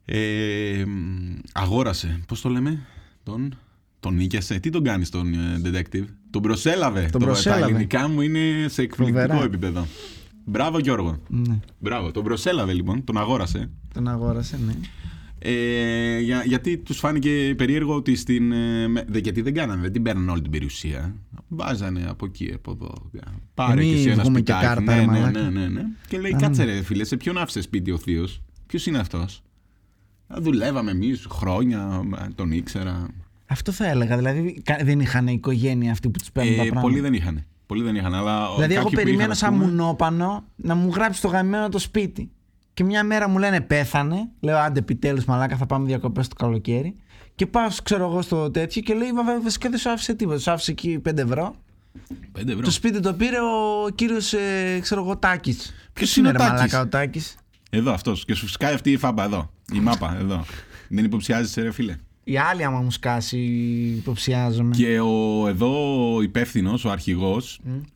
[SPEAKER 1] ε, μ, αγόρασε. Πώς το λέμε, τον. Τον νίκιασε. Τι τον κάνεις τον ε, detective. Τον προσέλαβε. Το- Τα
[SPEAKER 2] προσέλαβε.
[SPEAKER 1] ελληνικά μου είναι σε εκπληκτικό
[SPEAKER 2] Φοβερά.
[SPEAKER 1] επίπεδο. Μπράβο Γιώργο.
[SPEAKER 2] Ναι.
[SPEAKER 1] Μπράβο. Τον προσέλαβε λοιπόν, τον αγόρασε.
[SPEAKER 2] Τον αγόρασε, ναι.
[SPEAKER 1] Ε, για, γιατί τους φάνηκε περίεργο ότι στην. ε, με- δε- γιατί δεν κάνανε, δεν την παίρνανε όλη την περιουσία. Βάζανε από εκεί, από εδώ. Πάρε
[SPEAKER 2] Εμείς
[SPEAKER 1] και εσύ ένα
[SPEAKER 2] βγούμε
[SPEAKER 1] σπιτάκι.
[SPEAKER 2] και κάρτα,
[SPEAKER 1] ναι,
[SPEAKER 2] ρε
[SPEAKER 1] ναι,
[SPEAKER 2] μαλάκα.
[SPEAKER 1] ναι, ναι, ναι. Και λέει, κάτσε ρε φίλε, σε ποιον άφησες σπίτι ο Θείος. Ποιος είναι αυτός. Δουλεύαμε εμείς χρόνια, ε, τον ήξερα.
[SPEAKER 2] Αυτό θα έλεγα. Δηλαδή κα- δεν είχαν οικογένεια αυτοί που τους παίρνουν τα
[SPEAKER 1] Ε,
[SPEAKER 2] πράγματα.
[SPEAKER 1] πολλοί δεν είχαν. Πολλοί δεν είχαν, αλλά ο-
[SPEAKER 2] Δηλαδή, εγώ
[SPEAKER 1] κάποιοι που
[SPEAKER 2] περιμένω
[SPEAKER 1] είχαν,
[SPEAKER 2] σαν
[SPEAKER 1] ας πούμε,
[SPEAKER 2] μουνόπανο να μου γράψει το γαμμένο το σπίτι. Και μια μέρα μου λένε πέθανε. Λέω, άντε, επιτέλους μαλάκα, θα πάμε διακοπές το καλοκαίρι. Και πάω, ξέρω εγώ, στο τέτοιο και λέει, βαβά, βασικά δεν σου άφησε τίποτα. Σου άφησε εκεί 5 ευρώ.
[SPEAKER 1] πέντε ευρώ.
[SPEAKER 2] Το σπίτι το πήρε ο κύριος, ε, ξέρω εγώ, Τάκης.
[SPEAKER 1] Ποιος είναι ο Τάκης?
[SPEAKER 2] μαλάκα ο Τάκης.
[SPEAKER 1] Εδώ αυτός. Και σου σκάει αυτή η φάμπα εδώ. Η μάπα
[SPEAKER 2] [LAUGHS]
[SPEAKER 1] εδώ. δεν υποψιάζεσαι, ρε φίλε.
[SPEAKER 2] Η άλλη, άμα μου σκάσει, υποψιάζομαι.
[SPEAKER 1] Και ο, εδώ ο υπεύθυνος, ο αρχηγός,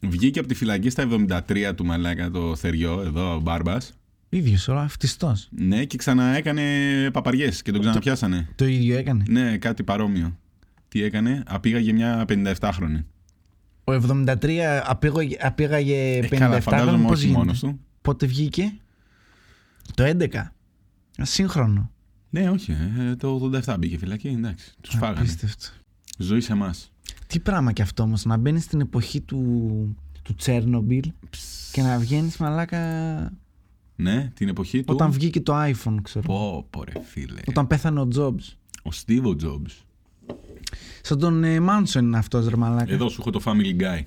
[SPEAKER 1] βγήκε από τη φυλακή στα 73 του Μαλάκα το Θεριό, εδώ ο Μπάρμπας.
[SPEAKER 2] ίδιος, ο αυτιστός.
[SPEAKER 1] Ναι, και ξαναέκανε παπαριές και τον ξαναπιάσανε.
[SPEAKER 2] Το ίδιο έκανε.
[SPEAKER 1] Ναι, κάτι παρόμοιο. Τι έκανε, απήγαγε μια 57χρονη.
[SPEAKER 2] Ε, Ο 73 απήγαγε, απήγαγε 57
[SPEAKER 1] Ε, καλά, φαντάζομαι
[SPEAKER 2] πώς
[SPEAKER 1] όχι
[SPEAKER 2] γίνεται?
[SPEAKER 1] μόνος του.
[SPEAKER 2] Πότε βγήκε? Το 11. Ασύγχρονο.
[SPEAKER 1] Ναι, όχι, ε, το 87 μπήκε φυλακή, εντάξει. Τους φάγανε.
[SPEAKER 2] Απίστευτο.
[SPEAKER 1] Ζωή σε εμάς.
[SPEAKER 2] Τι πράγμα κι αυτό όμως, να μπαίνεις στην εποχή του, του Τσέρνομπιλ και να βγαίνεις μαλάκα
[SPEAKER 1] Ναι, την εποχή του.
[SPEAKER 2] όταν βγήκε το iPhone, ξέρω.
[SPEAKER 1] Πω, πω, ρε φίλε.
[SPEAKER 2] Όταν πέθανε ο Τζόμπς.
[SPEAKER 1] Ο Στίβο Τζόμπ.
[SPEAKER 2] Σαν τον ε, Μάνσον είναι αυτός ρε μαλάκα.
[SPEAKER 1] Εδώ σου έχω το Family Guy.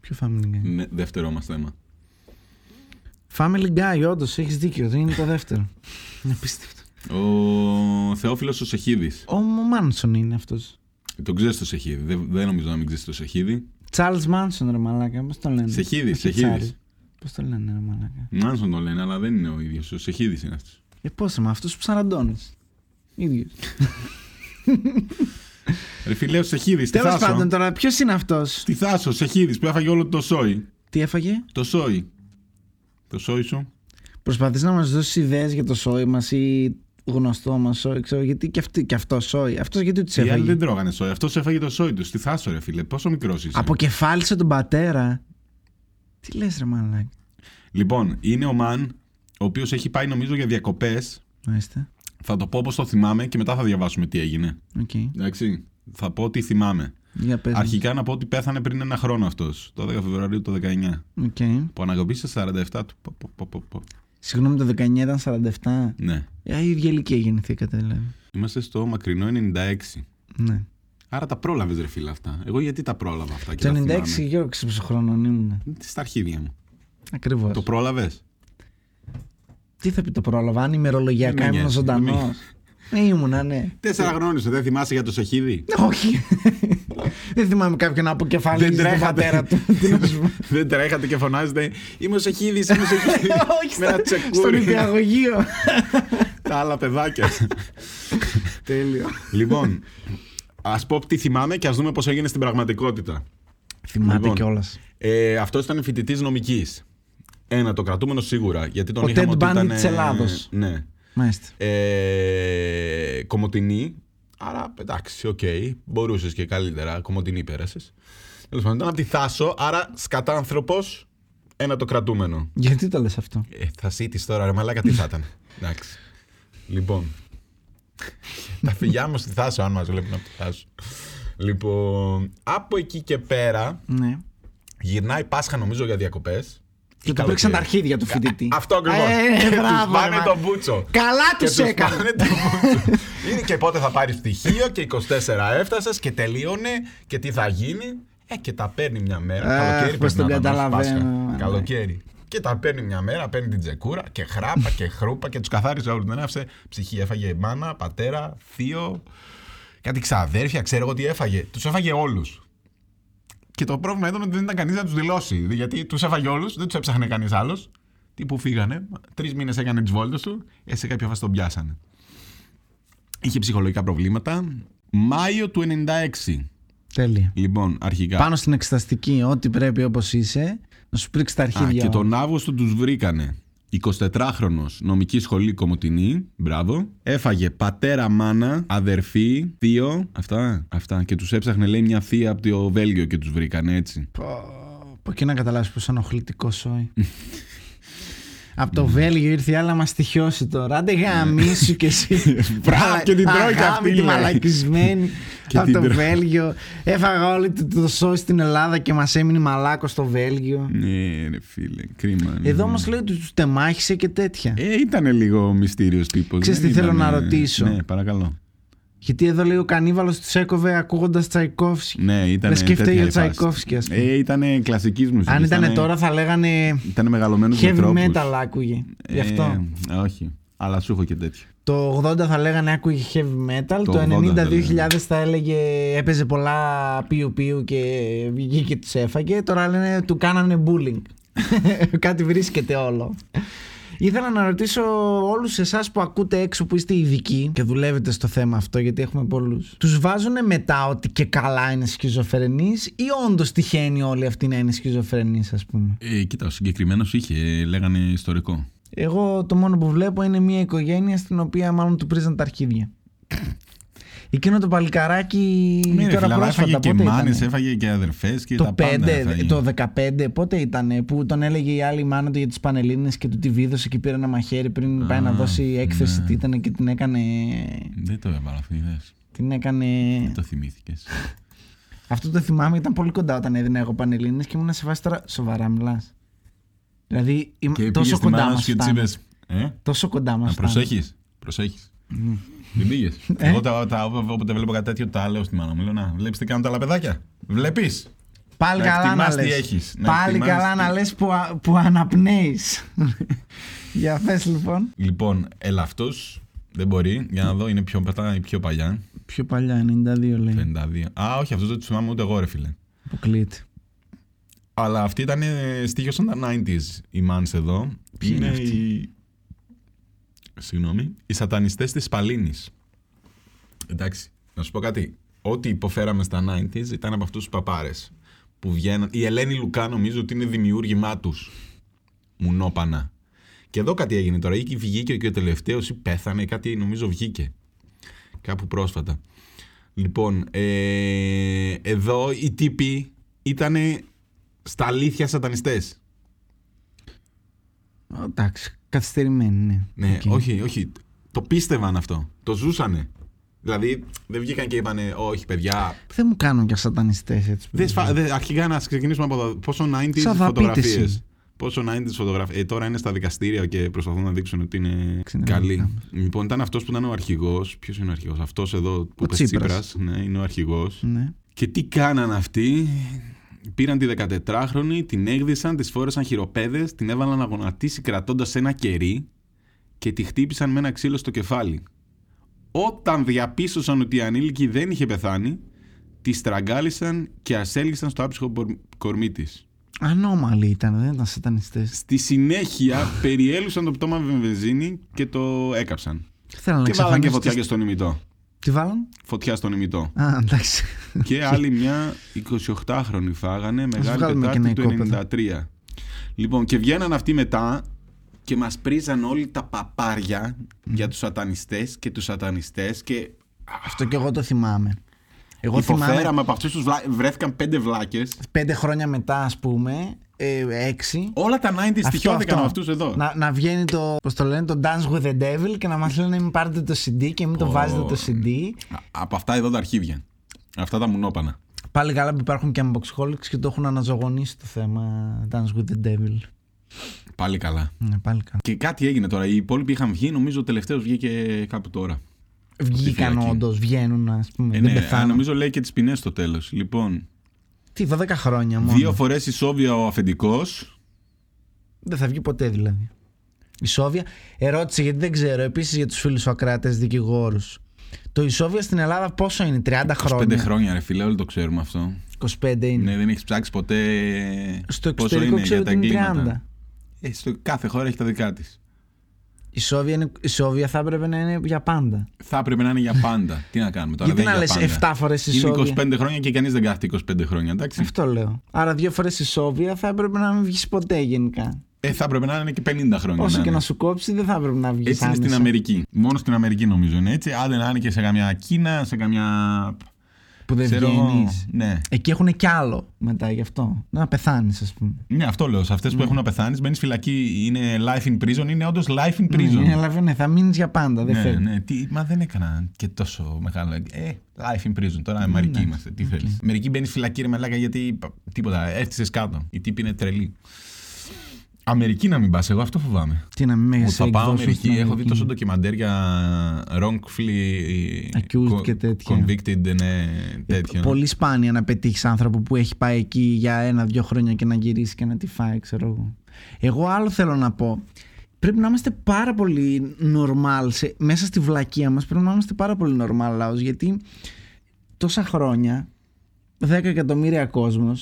[SPEAKER 2] Ποιο Family Guy.
[SPEAKER 1] Ναι, δεύτερό μας θέμα.
[SPEAKER 2] Family Guy, όντως, έχεις δίκιο, δεν είναι το
[SPEAKER 1] [LAUGHS]
[SPEAKER 2] δεύτερο. είναι απίστευτο.
[SPEAKER 1] Ο Θεόφιλος ο Σεχίδης.
[SPEAKER 2] Ο Μάνσον είναι αυτός.
[SPEAKER 1] Το ξέρεις το Σεχίδη. Δεν, δεν νομίζω να μην ξέρεις το Σεχίδη.
[SPEAKER 2] Τσάρλ Μάνσον, ρε μαλάκα, πώς το λένε.
[SPEAKER 1] Σεχίδης,
[SPEAKER 2] Όχι
[SPEAKER 1] Σεχίδης.
[SPEAKER 2] Τσάρλς. Πώς το λένε, ρε μαλάκα.
[SPEAKER 1] Μάνσον το λένε, αλλά δεν είναι ο ίδιος. Ο Σεχίδης είναι αυτός.
[SPEAKER 2] Ε, πώς είμαι, αυτός που ψαραντώνεις. Ίδιος.
[SPEAKER 1] Ρε φιλέ, ο Σεχίδης. Στη
[SPEAKER 2] Τέλος
[SPEAKER 1] Θάσο.
[SPEAKER 2] πάντων τώρα, ποιος είναι αυτός.
[SPEAKER 1] Στη Θάσο, ο Σεχίδης που έφαγε όλο το σόι.
[SPEAKER 2] Τι έφαγε.
[SPEAKER 1] Το σόι. Το σόι σου.
[SPEAKER 2] Προσπαθείς να μας δώσεις ιδέες για το σόι μας ή γνωστό μας σόι, ξέρω, γιατί και, αυτή, και αυτός σόι. Αυτός γιατί τους
[SPEAKER 1] Οι άλλοι
[SPEAKER 2] έφαγε.
[SPEAKER 1] δεν τρώγανε σόι. Αυτός έφαγε το σόι τους. Στη Θάσο, ρε φιλέ. Πόσο μικρός είσαι.
[SPEAKER 2] Αποκεφάλισε τον πατέρα. Τι λες ρε μαλάκα.
[SPEAKER 1] Λοιπόν, είναι ο Μαν, ο οποίος έχει πάει νομίζω για διακοπές.
[SPEAKER 2] Μάλιστα.
[SPEAKER 1] Θα το πω όπως το θυμάμαι και μετά θα διαβάσουμε τι έγινε.
[SPEAKER 2] Οκ.
[SPEAKER 1] Εντάξει. Θα πω τι θυμάμαι.
[SPEAKER 2] Για πες. μας.
[SPEAKER 1] Αρχικά να πω ότι πέθανε πριν ένα χρόνο αυτός, το 10 Φεβρουαρίου του 19.
[SPEAKER 2] Οκ.
[SPEAKER 1] Που ανακοπήσε στα 47 του. Πω, πω, πω, πω, πω.
[SPEAKER 2] Συγγνώμη, το 19 ήταν 47.
[SPEAKER 1] Ναι.
[SPEAKER 2] Ε, η ίδια ηλικία γεννηθήκατε δηλαδή.
[SPEAKER 1] Είμαστε στο μακρινό 96.
[SPEAKER 2] Ναι.
[SPEAKER 1] Άρα τα πρόλαβες, ρε φίλε αυτά. Εγώ γιατί τα πρόλαβα αυτά. Και
[SPEAKER 2] Το
[SPEAKER 1] τα
[SPEAKER 2] 96
[SPEAKER 1] θυμάμαι?
[SPEAKER 2] Γιώργο ξύπνησε χρονών ήμουν.
[SPEAKER 1] Στα αρχίδια μου.
[SPEAKER 2] Ακριβώς.
[SPEAKER 1] Το πρόλαβες.
[SPEAKER 2] Τι θα πει το πρόλαβα, αν ημερολογιακά
[SPEAKER 1] Δεν με
[SPEAKER 2] ήμουν
[SPEAKER 1] νοιάζει, δεν με
[SPEAKER 2] ζωντανό. Ναι, ήμουνα, ναι.
[SPEAKER 1] Τέσσερα χρόνια σου, δεν θυμάσαι για το Σεχίδι.
[SPEAKER 2] Όχι. Δεν θυμάμαι κάποιον από κεφάλι
[SPEAKER 1] Δεν
[SPEAKER 2] τον πατέρα
[SPEAKER 1] τρέχατε.
[SPEAKER 2] του. Τι να σου πω.
[SPEAKER 1] δεν τρέχατε και φωνάζετε. Είμαι ο Σεχίδη, είμαι ο
[SPEAKER 2] [LAUGHS]
[SPEAKER 1] Σεχίδη.
[SPEAKER 2] Όχι,
[SPEAKER 1] [LAUGHS] με ένα
[SPEAKER 2] στο- στον
[SPEAKER 1] τσεκούρι.
[SPEAKER 2] υπηαγωγείο.
[SPEAKER 1] Τα άλλα παιδάκια.
[SPEAKER 2] [LAUGHS] Τέλειο.
[SPEAKER 1] λοιπόν, ας πω τι θυμάμαι και ας δούμε πώς έγινε στην πραγματικότητα.
[SPEAKER 2] Θυμάται
[SPEAKER 1] Λοιπόν.
[SPEAKER 2] κιόλας.
[SPEAKER 1] Ε, αυτός ήταν φοιτητής νομικής. Ένα, το κρατούμενο σίγουρα. Γιατί τον
[SPEAKER 2] Ο
[SPEAKER 1] είχαμε
[SPEAKER 2] Ted
[SPEAKER 1] ότι
[SPEAKER 2] Bundy
[SPEAKER 1] ήταν.
[SPEAKER 2] της Ελλάδος.
[SPEAKER 1] Ναι.
[SPEAKER 2] Μάλιστα.
[SPEAKER 1] Ε, κομωτινή. Άρα εντάξει, οκ. Μπορούσες και καλύτερα. Κομωτινή πέρασες. Τέλος πάντων, ήταν από τη Θάσο. Άρα σκατάνθρωπος. Ένα το κρατούμενο.
[SPEAKER 2] Γιατί το λες αυτό.
[SPEAKER 1] Ε, θα σήτης τώρα, ρε μαλάκα, τι θα
[SPEAKER 2] [LAUGHS]
[SPEAKER 1] ήταν. εντάξει. Λοιπόν. τα φιλιά μου στη Θάσο, αν μας βλέπουν από τη Θάσο. Λοιπόν, από εκεί και πέρα,
[SPEAKER 2] Ναι.
[SPEAKER 1] Γυρνάει Πάσχα νομίζω για διακοπές.
[SPEAKER 2] Και του πήρξαν τα αρχίδια του φοιτητή.
[SPEAKER 1] Αυτό ακριβώς.
[SPEAKER 2] Ε,
[SPEAKER 1] Και
[SPEAKER 2] μπράβο,
[SPEAKER 1] τους πάνε
[SPEAKER 2] ρε,
[SPEAKER 1] τον
[SPEAKER 2] μα.
[SPEAKER 1] μπούτσο.
[SPEAKER 2] Καλά
[SPEAKER 1] Και
[SPEAKER 2] τους
[SPEAKER 1] τους
[SPEAKER 2] έκανε.
[SPEAKER 1] πάνε τον μπούτσο. Είναι και πότε θα πάρει πτυχίο και 24 έφτασες και τελείωνε και τι θα γίνει. Ε, και τα παίρνει μια μέρα.
[SPEAKER 2] Αχ,
[SPEAKER 1] καλοκαίρι
[SPEAKER 2] πώς
[SPEAKER 1] πρέπει να ήταν,
[SPEAKER 2] τον
[SPEAKER 1] όχι
[SPEAKER 2] καταλαβαίνω,
[SPEAKER 1] Πάσχα.
[SPEAKER 2] ναι.
[SPEAKER 1] Καλοκαίρι. Και τα παίρνει μια μέρα, παίρνει την τσεκούρα και χράπα και χρούπα και τους καθάρισε όλους. Δεν άφησε ψυχή. Έφαγε μάνα, πατέρα, θείο, κάτι ξαδέρφια, ξέρω εγώ τι έφαγε. Τους έφαγε όλους. Και το πρόβλημα ήταν ότι δεν ήταν κανείς να τους δηλώσει. Γιατί τους έφαγε όλους, δεν τους έψαχνε κανείς άλλος. Τι που φύγανε, τρεις μήνες έκανε τις βόλτες του, ε, σε κάποια φάση τον πιάσανε. Είχε ψυχολογικά προβλήματα. Μάιο του 96.
[SPEAKER 2] Τέλεια.
[SPEAKER 1] Λοιπόν, αρχικά.
[SPEAKER 2] Πάνω στην εξεταστική, ό,τι πρέπει όπως είσαι. Να σου πρίξει τα
[SPEAKER 1] Α,
[SPEAKER 2] αρχίδια.
[SPEAKER 1] και τον Αύγουστο τους βρήκανε. 24χρονο νομική σχολή Κομωτινή, μπράβο. Έφαγε πατέρα, μάνα, αδερφή, θείο. Αυτά, αυτά. Και τους έψαχνε, λέει, μια θεία από το Βέλγιο και τους βρήκανε έτσι.
[SPEAKER 2] Πω, πω, και να καταλάβεις πόσο
[SPEAKER 1] [LAUGHS]
[SPEAKER 2] ενοχλητικός σόι. Από
[SPEAKER 1] Ναι.
[SPEAKER 2] το Βέλγιο ήρθε η άλλη να μας τυχιώσει τώρα. Άντε γαμίσου κι εσύ.
[SPEAKER 1] [LAUGHS] Μπράβο, και την τρώει
[SPEAKER 2] Αγάπη,
[SPEAKER 1] και αυτή,
[SPEAKER 2] τη
[SPEAKER 1] λέει.
[SPEAKER 2] μαλακισμένη.
[SPEAKER 1] [LAUGHS] Και
[SPEAKER 2] Από
[SPEAKER 1] την
[SPEAKER 2] το
[SPEAKER 1] τρώει.
[SPEAKER 2] Βέλγιο. Έφαγα όλη το, το σόι στην Ελλάδα και μας έμεινε μαλάκος στο Βέλγιο.
[SPEAKER 1] Ναι, ρε φίλε, κρίμα. ναι.
[SPEAKER 2] Εδώ όμω λέει τους τεμάχησε και τέτοια.
[SPEAKER 1] Ε, ήταν λίγο μυστήριος τύπος.
[SPEAKER 2] Ξέρεις τι θέλω να ρωτήσω.
[SPEAKER 1] Ναι, παρακαλώ.
[SPEAKER 2] Γιατί εδώ λέει ο κανίβαλος του έκοβε ακούγοντας Τσαϊκόφσκι.
[SPEAKER 1] Ναι, ήταν.
[SPEAKER 2] Λες και φταίει ο Τσαϊκόφσκι, ας πούμε.
[SPEAKER 1] Ε, ήταν κλασική μουσική.
[SPEAKER 2] Αν ήταν τώρα θα λέγανε
[SPEAKER 1] Ήταν μεγαλωμένος με
[SPEAKER 2] heavy
[SPEAKER 1] τρόπους.
[SPEAKER 2] metal άκουγε. Γι' αυτό.
[SPEAKER 1] Ε, όχι. Αλλά σου έχω και τέτοιο.
[SPEAKER 2] Το 80 θα λέγανε άκουγε heavy metal,
[SPEAKER 1] Το
[SPEAKER 2] το,
[SPEAKER 1] 80 θα
[SPEAKER 2] 92.000 θα έλεγε έπαιζε πολλά πιου πιου και βγήκε και τους έφαγε. Τώρα λένε του κάνανε bullying. [LAUGHS] Κάτι βρίσκεται όλο. Ήθελα να ρωτήσω όλους εσάς που ακούτε έξω που είστε ειδικοί και δουλεύετε στο θέμα αυτό γιατί έχουμε πολλούς. Τους βάζουνε μετά ότι και καλά είναι σχιζοφρενείς ή όντως τυχαίνει όλοι αυτοί να είναι σχιζοφρενείς ας πούμε.
[SPEAKER 1] Ε, κοίτα, ο συγκεκριμένος είχε, ε, λέγανε ιστορικό.
[SPEAKER 2] Εγώ το μόνο που βλέπω είναι μια οικογένεια στην οποία μάλλον του πρίζαν τα αρχίδια. Εκείνο το παλικαράκι
[SPEAKER 1] Ναι, ρε,
[SPEAKER 2] Ε, τώρα
[SPEAKER 1] φίλε, αλλά
[SPEAKER 2] πρόσφατα
[SPEAKER 1] έφαγε και
[SPEAKER 2] πότε
[SPEAKER 1] μάνες,
[SPEAKER 2] ήτανε?
[SPEAKER 1] έφαγε και αδερφές και
[SPEAKER 2] Το
[SPEAKER 1] τα πάντα.
[SPEAKER 2] 5,
[SPEAKER 1] έφαγε.
[SPEAKER 2] το 15, πότε ήταν που τον έλεγε η άλλη μάνα του για τις Πανελλήνες και του τη βίδωσε και πήρε ένα μαχαίρι πριν πάει να δώσει
[SPEAKER 1] ναι.
[SPEAKER 2] έκθεση τι ήταν και την έκανε,
[SPEAKER 1] Δεν το έβαλα αυτή, δες.
[SPEAKER 2] την έκανε...
[SPEAKER 1] Δεν το θυμήθηκες.
[SPEAKER 2] Αυτό το θυμάμαι ήταν πολύ κοντά όταν έδινα εγώ Πανελλήνες και ήμουν σε βάση τώρα σοβαρά μιλάς. Δηλαδή είμαι-
[SPEAKER 1] και πήγες
[SPEAKER 2] τόσο
[SPEAKER 1] στη
[SPEAKER 2] κοντά
[SPEAKER 1] μάνα
[SPEAKER 2] μας
[SPEAKER 1] σου και της
[SPEAKER 2] φτάνει.
[SPEAKER 1] είπες. Ε,
[SPEAKER 2] Τόσο κοντά μας
[SPEAKER 1] να
[SPEAKER 2] φτάνει.
[SPEAKER 1] προσέχεις. Προσέχεις. Δεν πήγες.
[SPEAKER 2] Ε.
[SPEAKER 1] Εγώ τα, τα, όποτε βλέπω κάτι τέτοιο, τα λέω στη μάνα μου. Λέω να βλέπεις τι κάνουν τα άλλα παιδάκια. Βλέπεις.
[SPEAKER 2] Πάλι
[SPEAKER 1] Να
[SPEAKER 2] καλά να
[SPEAKER 1] εκτιμάς τι
[SPEAKER 2] λες.
[SPEAKER 1] έχεις. Να
[SPEAKER 2] Πάλι
[SPEAKER 1] εκτιμάς
[SPEAKER 2] καλά
[SPEAKER 1] τι-
[SPEAKER 2] να λες που, α- που αναπνέεις. [LAUGHS] Για πες λοιπόν.
[SPEAKER 1] Λοιπόν, έλα αυτός. Δεν μπορεί. Για να δω, είναι πιο, πατά, πιο παλιά.
[SPEAKER 2] Πιο παλιά, 92 λέει.
[SPEAKER 1] 52. Α, όχι, αυτό δεν τους θυμάμαι ούτε εγώ, ρε φίλε.
[SPEAKER 2] Αποκλείεται.
[SPEAKER 1] Αλλά αυτή ήταν στίχο των 90s η Μάνς εδώ.
[SPEAKER 2] Ποιοι είναι αυτοί?
[SPEAKER 1] οι... Συγγνώμη. Οι σατανιστές της Παλίνης. Εντάξει, να σου πω κάτι. Ό,τι υποφέραμε στα 90s ήταν από αυτούς τους παπάρες. Που βγαίναν... Η Ελένη Λουκά νομίζω ότι είναι δημιούργημά τους. Μουνόπανα. Και εδώ κάτι έγινε τώρα. Ή βγήκε και ο τελευταίος ή πέθανε. Κάτι νομίζω βγήκε. Κάπου πρόσφατα. Λοιπόν, ε, εδώ οι τύποι ήταν στα αλήθεια σατανιστές.
[SPEAKER 2] Ω, Εντάξει, καθυστερημένη, ναι.
[SPEAKER 1] Ναι,
[SPEAKER 2] Οκ.
[SPEAKER 1] όχι, όχι. Το πίστευαν αυτό. Το ζούσανε. Δηλαδή, δεν βγήκαν και είπανε, όχι παιδιά. Ναι.
[SPEAKER 2] Δεν μου κάνουν για σατανιστές έτσι.
[SPEAKER 1] Δε σφα- δε- αρχικά να ξεκινήσουμε από εδώ. Πόσο 90s
[SPEAKER 2] Σαν δαπίτες
[SPEAKER 1] φωτογραφίες.
[SPEAKER 2] είναι.
[SPEAKER 1] Πόσο 90s φωτογραφίες. Ε, τώρα είναι στα δικαστήρια και προσπαθούν να δείξουν ότι είναι
[SPEAKER 2] Ξενερικά.
[SPEAKER 1] καλοί. Λοιπόν, ήταν αυτός που ήταν ο αρχηγός. Ποιος είναι ο αρχηγός. Αυτός εδώ που είπες,
[SPEAKER 2] Τσίπρας.
[SPEAKER 1] Τσίπρας. Ναι, είναι ο αρχηγός.
[SPEAKER 2] Ναι.
[SPEAKER 1] Και τι κάναν αυτοί. Πήραν τη 14χρονη, την έκδησαν, τη φόρεσαν χειροπέδες, την έβαλαν να γονατίσει κρατώντας ένα κερί και τη χτύπησαν με ένα ξύλο στο κεφάλι. Όταν διαπίστωσαν ότι η ανήλικη δεν είχε πεθάνει, τη στραγγάλισαν και ασέλγησαν στο άψυχο μπορ- κορμί της.
[SPEAKER 2] Ανώμαλοι ήταν, δεν ήταν σατανιστές.
[SPEAKER 1] Στη συνέχεια περιέλουσαν το πτώμα με βενζίνη και το έκαψαν.
[SPEAKER 2] Θέλαν να
[SPEAKER 1] και βάλαν και
[SPEAKER 2] εξαφανίσουν
[SPEAKER 1] φωτιά
[SPEAKER 2] τις-
[SPEAKER 1] και στον ημιτό.
[SPEAKER 2] Τι βάλαν?
[SPEAKER 1] Φωτιά στον ημιτό.
[SPEAKER 2] Α,
[SPEAKER 1] [LAUGHS]
[SPEAKER 2] εντάξει.
[SPEAKER 1] και άλλη μια 28χρονη φάγανε μεγάλη
[SPEAKER 2] βγάλουμε και
[SPEAKER 1] Τετάρτη
[SPEAKER 2] ένα
[SPEAKER 1] του
[SPEAKER 2] οικόπεδο.
[SPEAKER 1] 93. Λοιπόν, και βγαίναν αυτοί μετά και μας πρίζαν όλοι τα παπάρια για τους σατανιστές και τους σατανιστές και
[SPEAKER 2] Αυτό και εγώ το θυμάμαι. Εγώ
[SPEAKER 1] υποφέραμε
[SPEAKER 2] θυμάμαι
[SPEAKER 1] από αυτούς τους βλα... βρέθηκαν πέντε βλάκες.
[SPEAKER 2] πέντε χρόνια μετά, ας πούμε, ε, έξι,
[SPEAKER 1] Όλα τα 90 στοιχειώθηκαν από αυτούς εδώ.
[SPEAKER 2] Να, να βγαίνει το, πώς το λένε, το Dance with the Devil και να μας λένε μην πάρετε το CD και μην το
[SPEAKER 1] Ω.
[SPEAKER 2] βάζετε το CD.
[SPEAKER 1] Α- Από αυτά εδώ τα αρχίδια. Αυτά τα μουνόπανα.
[SPEAKER 2] Πάλι καλά που υπάρχουν και unboxholics και το έχουν αναζωογονήσει το θέμα Dance with the Devil.
[SPEAKER 1] Πάλι καλά.
[SPEAKER 2] Ναι, πάλι καλά.
[SPEAKER 1] Και κάτι έγινε τώρα. Οι υπόλοιποι είχαν βγει. Νομίζω ο τελευταίος βγήκε κάπου τώρα.
[SPEAKER 2] Βγήκαν
[SPEAKER 1] φυλακή.
[SPEAKER 2] όντως, βγαίνουν, ας πούμε.
[SPEAKER 1] Ε,
[SPEAKER 2] δεν
[SPEAKER 1] ναι,
[SPEAKER 2] πεθάνουν.
[SPEAKER 1] νομίζω λέει και τις ποινές στο τέλος. Λοιπόν,
[SPEAKER 2] Τι, 12 χρόνια μόνο.
[SPEAKER 1] Δύο φορές ισόβια ο αφεντικός.
[SPEAKER 2] Δεν θα βγει ποτέ δηλαδή. Η Σόβια. Ερώτηση γιατί δεν ξέρω επίσης για τους φίλους ακράτε δικηγόρους. Το Ισόβια στην Ελλάδα πόσο είναι, 30
[SPEAKER 1] 25
[SPEAKER 2] χρόνια.
[SPEAKER 1] χρόνια, ρε φίλε, όλοι το ξέρουμε αυτό.
[SPEAKER 2] 25 είναι.
[SPEAKER 1] Ναι, δεν έχεις ψάξει ποτέ.
[SPEAKER 2] Στο
[SPEAKER 1] πόσο
[SPEAKER 2] εξωτερικό
[SPEAKER 1] είναι
[SPEAKER 2] ξέρω
[SPEAKER 1] για τα
[SPEAKER 2] ότι είναι 30.
[SPEAKER 1] εγκλήματα. Ε, στο, κάθε χώρα έχει τα δικά της.
[SPEAKER 2] Η Σόβια, είναι- η Σόβια θα έπρεπε να είναι για πάντα.
[SPEAKER 1] Θα έπρεπε να είναι για πάντα. Τι να κάνουμε τώρα.
[SPEAKER 2] Γιατί
[SPEAKER 1] δεν
[SPEAKER 2] να
[SPEAKER 1] είναι
[SPEAKER 2] λες
[SPEAKER 1] για πάντα.
[SPEAKER 2] 7 φορές η
[SPEAKER 1] Είναι
[SPEAKER 2] Σόβια.
[SPEAKER 1] 25 χρόνια και κανείς δεν κάθεται 25 χρόνια, εντάξει.
[SPEAKER 2] Αυτό λέω. Άρα δύο φορές η Σόβια θα έπρεπε να μην βγεις ποτέ γενικά.
[SPEAKER 5] Ναι,
[SPEAKER 1] Ε, θα έπρεπε να είναι και 50 χρόνια.
[SPEAKER 2] Όσο
[SPEAKER 1] να
[SPEAKER 2] και
[SPEAKER 1] είναι.
[SPEAKER 2] να σου κόψει, δεν θα έπρεπε να βγεις.
[SPEAKER 1] Έτσι είναι στην Αμερική.
[SPEAKER 5] Μόνο στην Αμερική νομίζω είναι έτσι. Άντε να είναι και σε καμιά Κίνα, σε καμιά.
[SPEAKER 2] Που δεν
[SPEAKER 5] ξέρω εγώ,
[SPEAKER 2] βγαίνεις.
[SPEAKER 5] Ναι.
[SPEAKER 2] Εκεί έχουν κι άλλο μετά γι' αυτό. Να πεθάνεις, ας πούμε.
[SPEAKER 5] Ναι, αυτό λέω. Σε αυτές που έχουν να πεθάνεις, μπαίνεις φυλακή. Είναι life in prison, είναι όντως life in prison.
[SPEAKER 2] Ναι, αλλά ναι, θα μείνεις για πάντα. Δεν
[SPEAKER 5] Ναι,
[SPEAKER 2] φεύγει.
[SPEAKER 5] ναι, τι, μα δεν έκανα και τόσο μεγάλο. εγ- Ε, life in prison.
[SPEAKER 2] Ναι,
[SPEAKER 5] Τώρα Αμερική είμαστε. Τι θέλεις. Μερικοί μπαίνεις φυλακή ρε μαλάκα γιατί πα, τίποτα. Έφτιασε κάτω. Η τύπη είναι τρελή. Αμερική να μην πας, εγώ αυτό φοβάμαι.
[SPEAKER 2] Τι να μην
[SPEAKER 5] Που
[SPEAKER 2] έχει
[SPEAKER 5] θα πάω Αμερική. Έχω δει τόσο ντοκιμαντέρ για wrongfully
[SPEAKER 2] Accused
[SPEAKER 5] co-
[SPEAKER 2] και τέτοια. Ε,
[SPEAKER 5] convicted, ναι, τέτοιο.
[SPEAKER 2] Πολύ σπάνια να πετύχεις άνθρωπο που έχει πάει εκεί για ένα-δύο χρόνια και να γυρίσει και να τη φάει, ξέρω εγώ. Εγώ άλλο θέλω να πω. Πρέπει να είμαστε πάρα πολύ normal. Σε, μέσα στη βλακεία μας πρέπει να είμαστε πάρα πολύ normal λαός. Γιατί τόσα χρόνια, 10 εκατομμύρια κόσμος,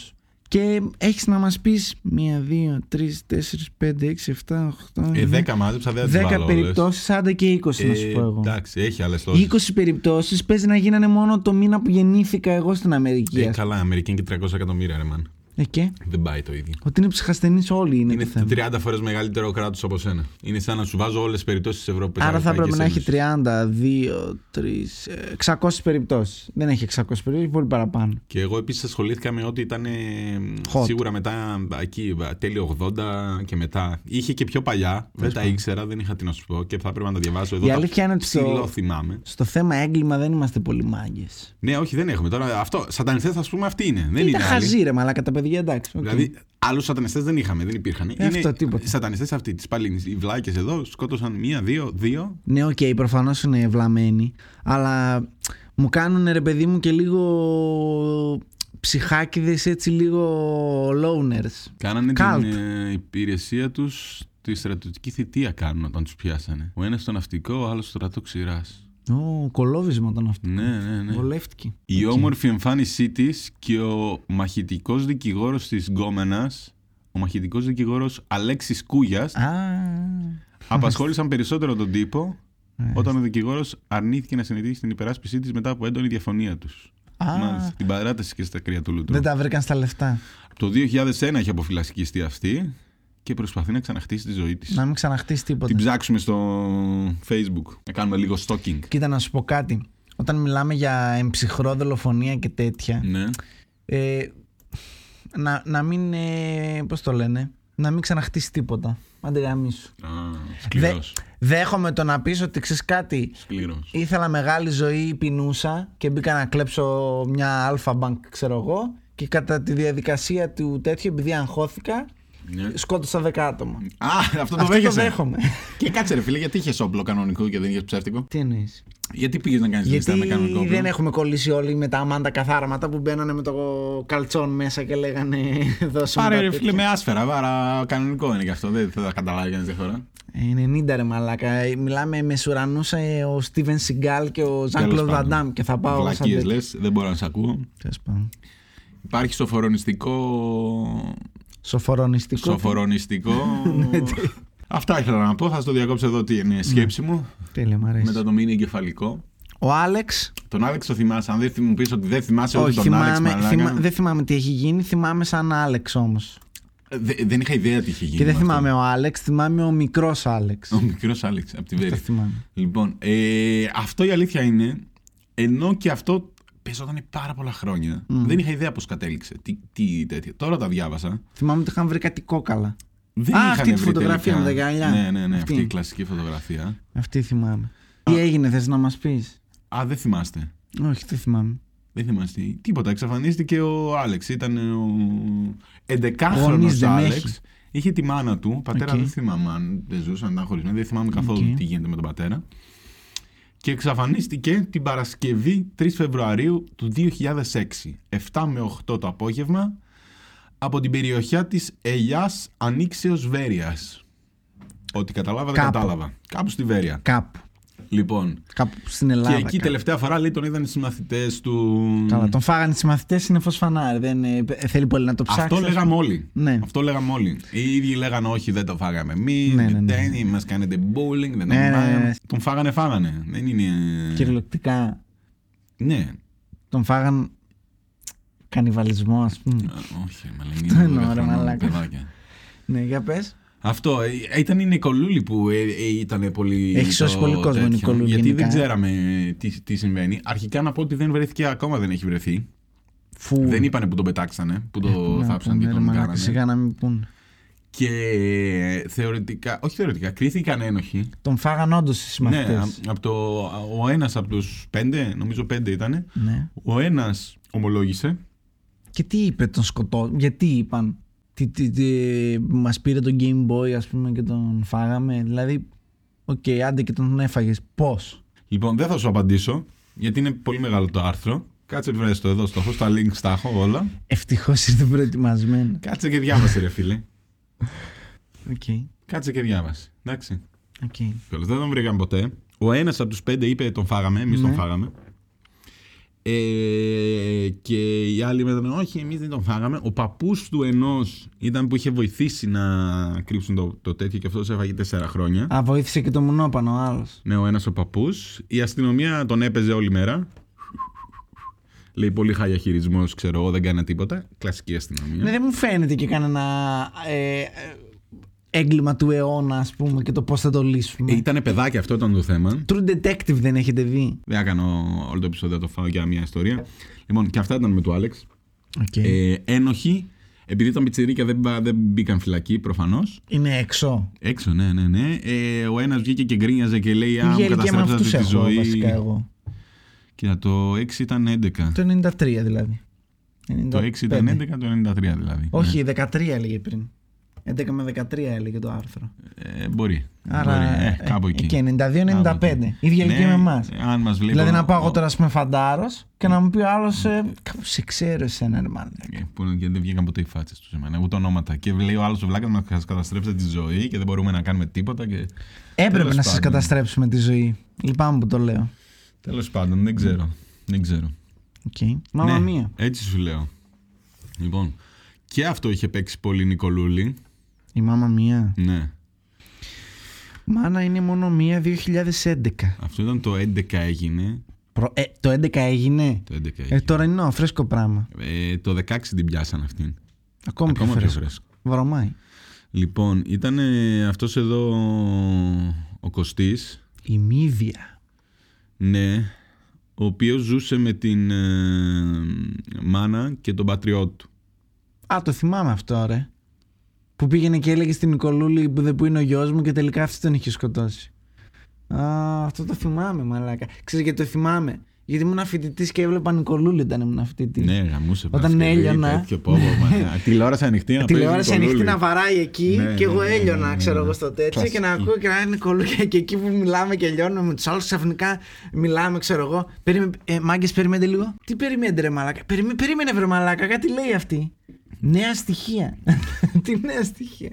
[SPEAKER 2] και έχει να μα πει 1, 2, 3, 4, 5, 6, 7, 8.
[SPEAKER 5] Ε, 10 μάζεψα, δεν θα τις
[SPEAKER 2] 10
[SPEAKER 5] βάλω όλες.
[SPEAKER 2] περιπτώσεις, άντε και 20 Ναι. να σου
[SPEAKER 5] Ε,
[SPEAKER 2] πω εγώ.
[SPEAKER 5] Εντάξει, έχει άλλες τόσες.
[SPEAKER 2] 20 περιπτώσεις παίζει να γίνανε μόνο το μήνα που γεννήθηκα εγώ στην Αμερική.
[SPEAKER 5] Ε,
[SPEAKER 2] ας-
[SPEAKER 5] καλά, Αμερική είναι και 300 εκατομμύρια, ρε man.
[SPEAKER 2] Ε, και.
[SPEAKER 5] Δεν πάει το ίδιο.
[SPEAKER 2] Ότι είναι ψυχασθενείς όλοι είναι, το
[SPEAKER 5] Είναι
[SPEAKER 2] θέμα.
[SPEAKER 5] 30 φορές μεγαλύτερο κράτος από σένα. Είναι σαν να σου βάζω όλες τις περιπτώσεις της Ευρώπης.
[SPEAKER 2] Άρα θα έπρεπε να έχει 30, 2, 3, 600 περιπτώσει. ε, Δεν έχει 600 περιπτώσει, πολύ παραπάνω.
[SPEAKER 5] Και εγώ επίσης ασχολήθηκα με ό,τι ήταν ε,
[SPEAKER 2] Hot.
[SPEAKER 5] σίγουρα μετά εκεί, ε, τέλειο 80 και μετά. Είχε και πιο παλιά, δεν τα ήξερα, δεν είχα τι να σου πω και θα πρέπει να τα διαβάσω εδώ.
[SPEAKER 2] Η
[SPEAKER 5] τα
[SPEAKER 2] αλήθεια είναι ότι στο-
[SPEAKER 5] ψηλό θυμάμαι.
[SPEAKER 2] Στο θέμα έγκλημα δεν είμαστε πολύ μάγκες.
[SPEAKER 5] Ναι, όχι, δεν έχουμε τώρα. Αυτό, σατανιστές, ας πούμε, αυτοί είναι. Δεν
[SPEAKER 2] Είναι
[SPEAKER 5] είναι
[SPEAKER 2] τα
[SPEAKER 5] άλλοι.
[SPEAKER 2] χαζή ρε μαλάκα τα παιδιά, εντάξει. οκ.
[SPEAKER 5] Δηλαδή, άλλους σατανιστές δεν είχαμε, δεν υπήρχαν.
[SPEAKER 2] Ε, αυτό, τίποτα.
[SPEAKER 5] σατανιστές αυτοί. Τις πάλι οι βλάκες εδώ σκότωσαν μία, δύο, δύο.
[SPEAKER 2] Ναι, οκ, okay, προφανώς είναι ευλαμμένοι. Αλλά μου κάνουν ρε παιδί μου και λίγο ψυχάκιδες έτσι λίγο loners.
[SPEAKER 5] Κάνανε
[SPEAKER 2] Cult.
[SPEAKER 5] την ε, υπηρεσία τους τη στρατιωτική θητεία κάνουν όταν τους πιάσανε. Ο ένας στο ναυτικό, ο άλλος στο στρατό ξηράς.
[SPEAKER 2] Ω, κολόβισμα τον αυτό.
[SPEAKER 5] Ναι, ναι, ναι.
[SPEAKER 2] Βολεύτηκε.
[SPEAKER 5] Η όμορφη εμφάνισή της και ο μαχητικός δικηγόρος της Γκόμενας, ο μαχητικός δικηγόρος Αλέξης Κούγιας,
[SPEAKER 2] Α,
[SPEAKER 5] απασχόλησαν περισσότερο τον τύπο όταν ο δικηγόρος αρνήθηκε να συνεχίσει την υπεράσπιση της μετά από έντονη διαφωνία τους.
[SPEAKER 2] Α.
[SPEAKER 5] Μάλιστα, την παράταση και στα κρύα του Λούτρου.
[SPEAKER 2] δεν τα βρήκαν στα λεφτά.
[SPEAKER 5] Το 2001 έχει αποφυλακιστεί αυτή και προσπαθεί να ξαναχτίσει τη ζωή της.
[SPEAKER 2] Να μην ξαναχτίσει τίποτα.
[SPEAKER 5] Την ψάξουμε στο facebook Να κάνουμε λίγο stalking
[SPEAKER 2] Κοίτα να σου πω κάτι. Όταν μιλάμε για εμψυχρό δολοφονία και τέτοια,
[SPEAKER 5] Ναι
[SPEAKER 2] ε, να, να μην. Ε, Πώς το λένε, να μην ξαναχτίσει τίποτα. Άντε γαμίσου.
[SPEAKER 5] Α, σκληρός
[SPEAKER 2] Δέχομαι το να πεις ότι ξέρεις κάτι.
[SPEAKER 5] Σκληρός
[SPEAKER 2] Ήθελα μεγάλη ζωή, πεινούσα και μπήκα να κλέψω μια αλφα μπανκ, ξέρω εγώ. Και κατά τη διαδικασία του τέτοιου, επειδή αγχώθηκα,
[SPEAKER 5] Ναι.
[SPEAKER 2] σκότωσα 10 άτομα.
[SPEAKER 1] Α, αυτό το
[SPEAKER 2] Αυτό το
[SPEAKER 1] δέχεσαι.
[SPEAKER 2] δέχομαι.
[SPEAKER 1] Και κάτσε ρε φίλε, γιατί είχες όπλο κανονικό και δεν είχες ψεύτικο.
[SPEAKER 2] Τι εννοείς.
[SPEAKER 1] Γιατί πήγες να κάνεις λίστα
[SPEAKER 2] Γιατί
[SPEAKER 1] με κανονικό όπλο.
[SPEAKER 2] δεν έχουμε κολλήσει όλοι με τα αμάντα καθάραματα που μπαίνανε με το καλτσόν μέσα και λέγανε δώσε μου
[SPEAKER 1] Πάρε
[SPEAKER 2] τα
[SPEAKER 1] ρε
[SPEAKER 2] τέτοια».
[SPEAKER 1] φίλε με άσφαιρα, βάρα κανονικό είναι και αυτό. Δεν θα τα καταλάβει κανείς διαφορά.
[SPEAKER 2] Ε, 90 ρε μαλάκα. Ε, Μιλάμε με σουρανούς ε, ο Στίβεν Σιγκάλ και ο Ζαν Κλοντ Βαντάμ και θα πάω σαν
[SPEAKER 1] Βλακίες
[SPEAKER 2] τέτοιο.
[SPEAKER 1] λες, δεν μπορώ να σε ακούω.
[SPEAKER 2] Τέλος πάντων.
[SPEAKER 1] Υπάρχει σοφορονιστικό.
[SPEAKER 2] Σοφορονιστικό.
[SPEAKER 1] Σοφορονιστικό. [LAUGHS] Ναι, Αυτά ήθελα να πω. Θα στο διακόψω εδώ τι είναι η σκέψη μου.
[SPEAKER 2] Τέλεια, μ' αρέσει.
[SPEAKER 1] Μετά το μήνυ εγκεφαλικό.
[SPEAKER 2] Ο Άλεξ.
[SPEAKER 1] Τον Άλεξ το θυμάσαι. Αν δεν θυ- μου πεις ότι δεν θυμάσαι ούτε
[SPEAKER 2] Όχι,
[SPEAKER 1] τον Άλεξ
[SPEAKER 2] θυμάμαι,
[SPEAKER 1] μαλάκα.
[SPEAKER 2] θυμά- δεν θυμάμαι τι έχει γίνει, θυμάμαι σαν Άλεξ όμως.
[SPEAKER 1] ε, Δε- Δεν είχα ιδέα τι είχε γίνει.
[SPEAKER 2] Και δεν
[SPEAKER 1] με αυτό.
[SPEAKER 2] θυμάμαι ο Άλεξ, θυμάμαι ο μικρός Άλεξ.
[SPEAKER 1] Ο μικρός Άλεξ από τη
[SPEAKER 2] Το
[SPEAKER 1] Βέρη.
[SPEAKER 2] θυμάμαι.
[SPEAKER 1] Λοιπόν, ε, αυτό η αλήθεια είναι, ενώ και αυτό παίζονταν πάρα πολλά χρόνια, δεν είχα ιδέα πώς κατέληξε. Τι, τι τέτοια. Τώρα τα διάβασα.
[SPEAKER 2] Θυμάμαι ότι είχαν βρει κάτι κόκαλα.
[SPEAKER 1] Δεν
[SPEAKER 2] Α,
[SPEAKER 1] είχαν
[SPEAKER 2] αυτή τη
[SPEAKER 1] βρει
[SPEAKER 2] φωτογραφία
[SPEAKER 1] τελικά.
[SPEAKER 2] με τα γυαλιά.
[SPEAKER 1] Ναι, ναι, ναι, αυτή.
[SPEAKER 2] Αυτή.
[SPEAKER 1] η κλασική φωτογραφία.
[SPEAKER 2] Αυτή θυμάμαι. Τι έγινε, θες να μας πεις.
[SPEAKER 1] Α, δεν θυμάστε.
[SPEAKER 2] Όχι, δεν θυμάμαι.
[SPEAKER 1] Δεν θυμάστε. Τίποτα. Εξαφανίστηκε ο Άλεξ. Ήταν ο
[SPEAKER 2] Γονείς
[SPEAKER 1] 11χρονο
[SPEAKER 2] δεν
[SPEAKER 1] Άλεξ.
[SPEAKER 2] έχει.
[SPEAKER 1] Είχε τη μάνα του. Πατέρα
[SPEAKER 2] Οκ.
[SPEAKER 1] δεν θυμάμαι αν δεν ζούσαν, ήταν χωρισμένοι. Δεν θυμάμαι καθόλου
[SPEAKER 2] Οκ.
[SPEAKER 1] τι γίνεται με τον πατέρα. Και εξαφανίστηκε την Παρασκευή 3 Φεβρουαρίου του 2006. 7 με 8 το απόγευμα από την περιοχή της Ελιάς Ανήξεως Βέρειας. Ό,τι καταλάβατε,
[SPEAKER 2] Κάπου.
[SPEAKER 1] κατάλαβα. Κάπου στη Βέρεια.
[SPEAKER 2] Κάπου.
[SPEAKER 1] Λοιπόν.
[SPEAKER 2] Κάπου στην
[SPEAKER 1] Και
[SPEAKER 2] Ελλάδα.
[SPEAKER 1] εκεί
[SPEAKER 2] κάπου.
[SPEAKER 1] τελευταία φορά λέει τον είδαν οι μαθητέ του.
[SPEAKER 2] Καλά, τον φάγανε οι μαθητέ, είναι φως φανάρι. Δεν, ε, ε, θέλει πολύ να το ψάξει.
[SPEAKER 1] Αυτό λέγαμε όλοι.
[SPEAKER 2] Ναι.
[SPEAKER 1] Αυτό λέγαμε όλοι. Οι ίδιοι λέγανε όχι, δεν το φάγαμε εμείς.
[SPEAKER 2] Ναι, ναι, ναι.
[SPEAKER 1] Μας κάνετε bowling, δεν
[SPEAKER 2] Ναι, ναι,
[SPEAKER 1] αμάει».
[SPEAKER 2] ναι, ναι.
[SPEAKER 1] Τον φάγανε, φάγανε. Δεν είναι.
[SPEAKER 2] Κυριολεκτικά
[SPEAKER 1] Ναι.
[SPEAKER 2] τον φάγαν κανιβαλισμό, ας πούμε.
[SPEAKER 1] Ε, Όχι, μα
[SPEAKER 2] Αυτό
[SPEAKER 1] λένε
[SPEAKER 2] εννοώ,
[SPEAKER 1] είναι
[SPEAKER 2] ρε Ναι, μαλάκα.
[SPEAKER 1] παιδάκια.
[SPEAKER 2] ναι, για πες.
[SPEAKER 1] Αυτό. ε, Ήταν η Νικολούλη που ε, ε, ήταν πολύ.
[SPEAKER 2] Έχεις σώσει
[SPEAKER 1] το
[SPEAKER 2] πολύ κόσμο η
[SPEAKER 1] τέτοιο,
[SPEAKER 2] Νικολούλη
[SPEAKER 1] Γιατί
[SPEAKER 2] γενικά.
[SPEAKER 1] δεν ξέραμε τι, τι συμβαίνει. Αρχικά να πω ότι δεν βρέθηκε ακόμα, δεν έχει βρεθεί.
[SPEAKER 2] Φου.
[SPEAKER 1] Δεν είπανε που τον πετάξανε, που
[SPEAKER 2] Ε,
[SPEAKER 1] το
[SPEAKER 2] να
[SPEAKER 1] θάψαν
[SPEAKER 2] πούνε,
[SPEAKER 1] και
[SPEAKER 2] ρε
[SPEAKER 1] τον
[SPEAKER 2] μαλάκα,
[SPEAKER 1] κάνανε.
[SPEAKER 2] Σιγά να μην πούν.
[SPEAKER 1] Και θεωρητικά, όχι θεωρητικά, κρίθηκαν ένοχοι.
[SPEAKER 2] Τον φάγαν όντως οι μαθητέ.
[SPEAKER 1] Ναι, α- απ' το, ο ένας από τους πέντε, νομίζω πέντε ήτανε,
[SPEAKER 2] ναι.
[SPEAKER 1] ο ένας ομολόγησε.
[SPEAKER 2] Και τι είπε, τον σκοτώ. Γιατί είπαν. Τι, τι, τι, μας πήρε τον Game Boy ας πούμε και τον φάγαμε Δηλαδή Οκ άντε και τον έφαγες Πώς
[SPEAKER 1] Λοιπόν, δεν θα σου απαντήσω, γιατί είναι πολύ μεγάλο το άρθρο. Κάτσε βρες το εδώ, στο έχω στα links, τα έχω όλα.
[SPEAKER 2] Ευτυχώς ήρθε προετοιμασμένο
[SPEAKER 1] Κάτσε και διάβασε ρε φίλε.
[SPEAKER 2] Οκ
[SPEAKER 1] Κάτσε και διάβασε, εντάξει.
[SPEAKER 2] Οκ
[SPEAKER 1] Κιόλας δεν τον βρήκαν ποτέ. Ο ένας από τους πέντε είπε τον φάγαμε, εμείς τον
[SPEAKER 2] Ναι.
[SPEAKER 1] φάγαμε. Ε, και οι άλλοι μετά λένε, όχι, εμείς δεν τον φάγαμε. Ο παππούς του ενός ήταν που είχε βοηθήσει να κρύψουν το, το τέτοιο και αυτό έφαγε τέσσερα χρόνια.
[SPEAKER 2] Α βοήθησε και το μουνόπανο ο άλλος
[SPEAKER 1] Ναι, ο ένας ο παππούς. Η αστυνομία τον έπαιζε όλη μέρα. Λέει πολύ χάλια χειρισμός, ξέρω εγώ, δεν κάνα τίποτα. Κλασική αστυνομία.
[SPEAKER 2] Ναι, δεν μου φαίνεται και κανένα ε, ε, έγκλημα του αιώνα, ας πούμε, και το πώς θα το λύσουμε.
[SPEAKER 1] Ε, Ήτανε παιδάκι αυτό ήταν το θέμα.
[SPEAKER 2] True Detective δεν έχετε δει.
[SPEAKER 1] Δεν θα κάνω όλο το επεισόδιο, θα το φάω για μια ιστορία. Λοιπόν, και αυτά ήταν με του Άλεξ.
[SPEAKER 2] Okay.
[SPEAKER 1] Ε, ένοχοι, επειδή ήταν πιτσιρίκια δεν, πα- δεν μπήκαν φυλακή προφανώς.
[SPEAKER 2] Είναι έξω.
[SPEAKER 1] Έξω, ναι, ναι, ναι. Ε, ο ένας βγήκε και γκρίνιαζε και λέει: Α,
[SPEAKER 2] Η
[SPEAKER 1] μου
[SPEAKER 2] ηλικία με
[SPEAKER 1] καταστρέψατε
[SPEAKER 2] αυτού
[SPEAKER 1] τη
[SPEAKER 2] έχω
[SPEAKER 1] ζωή.
[SPEAKER 2] βασικά εγώ.
[SPEAKER 1] Κοίτα, το 6 ήταν 11.
[SPEAKER 2] Το 93 δηλαδή.
[SPEAKER 1] Το 6 ήταν ναι.
[SPEAKER 2] 95.
[SPEAKER 1] 11, το 93 δηλαδή.
[SPEAKER 2] Όχι, 13 έλεγε πριν. 11 με 13 έλεγε το άρθρο.
[SPEAKER 1] Ε, μπορεί.
[SPEAKER 2] Άρα.
[SPEAKER 1] μπορεί. Ε, κάπου
[SPEAKER 2] ε,
[SPEAKER 1] εκεί.
[SPEAKER 2] Και
[SPEAKER 1] Κάπου
[SPEAKER 2] 92-95.
[SPEAKER 1] εκεί.
[SPEAKER 2] Ίδια ηλικία με
[SPEAKER 1] Ναι, λοιπόν,
[SPEAKER 2] εμάς.
[SPEAKER 1] Αν μας βλέπει.
[SPEAKER 2] Δηλαδή
[SPEAKER 1] ο-
[SPEAKER 2] να πάω εγώ
[SPEAKER 1] ο-
[SPEAKER 2] τώρα, ας πούμε, φαντάρος και να μου πει ο άλλος. Κάπου σε ξέρω εσένα, ρε μάλλον.
[SPEAKER 1] Ε, Που γιατί δεν βγήκαν ποτέ οι φάτσες τους σε μένα, ούτε ονόματα. Και λέει ο άλλος ο βλάκα μα καταστρέψετε τη ζωή και δεν μπορούμε να κάνουμε τίποτα. Και...
[SPEAKER 2] Έπρεπε
[SPEAKER 1] Τέλος
[SPEAKER 2] να σας
[SPEAKER 1] πάντων.
[SPEAKER 2] καταστρέψουμε τη ζωή. Λυπάμαι που το λέω.
[SPEAKER 1] Τέλος πάντων, δεν ξέρω. Δεν ξέρω.
[SPEAKER 2] Okay. Μαμά
[SPEAKER 1] Ναι,
[SPEAKER 2] μία.
[SPEAKER 1] Έτσι σου λέω. Λοιπόν, και αυτό είχε παίξει πολύ η Νικολούλη.
[SPEAKER 2] Η μάμα μία.
[SPEAKER 1] Ναι.
[SPEAKER 2] Μάνα είναι μόνο μία 2011.
[SPEAKER 1] Αυτό ήταν το 11 έγινε.
[SPEAKER 2] Προ... Ε, το 11 έγινε.
[SPEAKER 1] Το 11 έγινε.
[SPEAKER 2] Ε, τώρα είναι φρέσκο πράγμα.
[SPEAKER 1] Ε, το 16 την πιάσαν αυτήν.
[SPEAKER 2] Ακόμα,
[SPEAKER 1] Ακόμα
[SPEAKER 2] πιο
[SPEAKER 1] πιο
[SPEAKER 2] φρέσκο.
[SPEAKER 1] φρέσκο.
[SPEAKER 2] Βρωμάει.
[SPEAKER 1] Λοιπόν, ήταν αυτός εδώ ο Κωστής.
[SPEAKER 2] Η μύδια.
[SPEAKER 1] Ναι. Ο οποίος ζούσε με την ε, μάνα και τον πατριό του.
[SPEAKER 2] Α, το θυμάμαι αυτό, ρε. Που πήγαινε και έλεγε στην Νικολούλη που δεν που είναι ο γιος μου και τελικά αυτή τον είχε σκοτώσει. Α, αυτό το θυμάμαι, μαλάκα. Ξέρεις γιατί το θυμάμαι. Γιατί ήμουν φοιτητής και έβλεπα Νικολούλη όταν ήμουν φοιτητής.
[SPEAKER 1] Ναι, γαμούσε.
[SPEAKER 2] Όταν
[SPEAKER 1] Παρασκευή,
[SPEAKER 2] έλειωνα.
[SPEAKER 1] Τέτοιο πόβο,
[SPEAKER 2] [LAUGHS]
[SPEAKER 1] μάνα. ναι. Τηλεόραση ανοιχτή να παίζει
[SPEAKER 2] Τηλεόραση
[SPEAKER 1] Νικολούλη.
[SPEAKER 2] ανοιχτή να βαράει εκεί
[SPEAKER 1] Ναι,
[SPEAKER 2] και εγώ
[SPEAKER 1] ναι, ναι,
[SPEAKER 2] έλειωνα,
[SPEAKER 1] ναι, ναι,
[SPEAKER 2] ξέρω
[SPEAKER 1] ναι.
[SPEAKER 2] εγώ στο τέτοιο και να
[SPEAKER 1] Κλασική.
[SPEAKER 2] ακούω και να είναι κολούκια και εκεί που μιλάμε και λιώνουμε με τους άλλους ξαφνικά μιλάμε, ξέρω εγώ. Περίμε... Ε, Μάγκες, περιμένετε λίγο. Τι περιμένετε, ρε Μαλάκα. Περιμέ... Περίμενε, βρε Μαλάκα, κάτι λέει αυτή. Νέα στοιχεία. [LAUGHS] Τι νέα στοιχεία.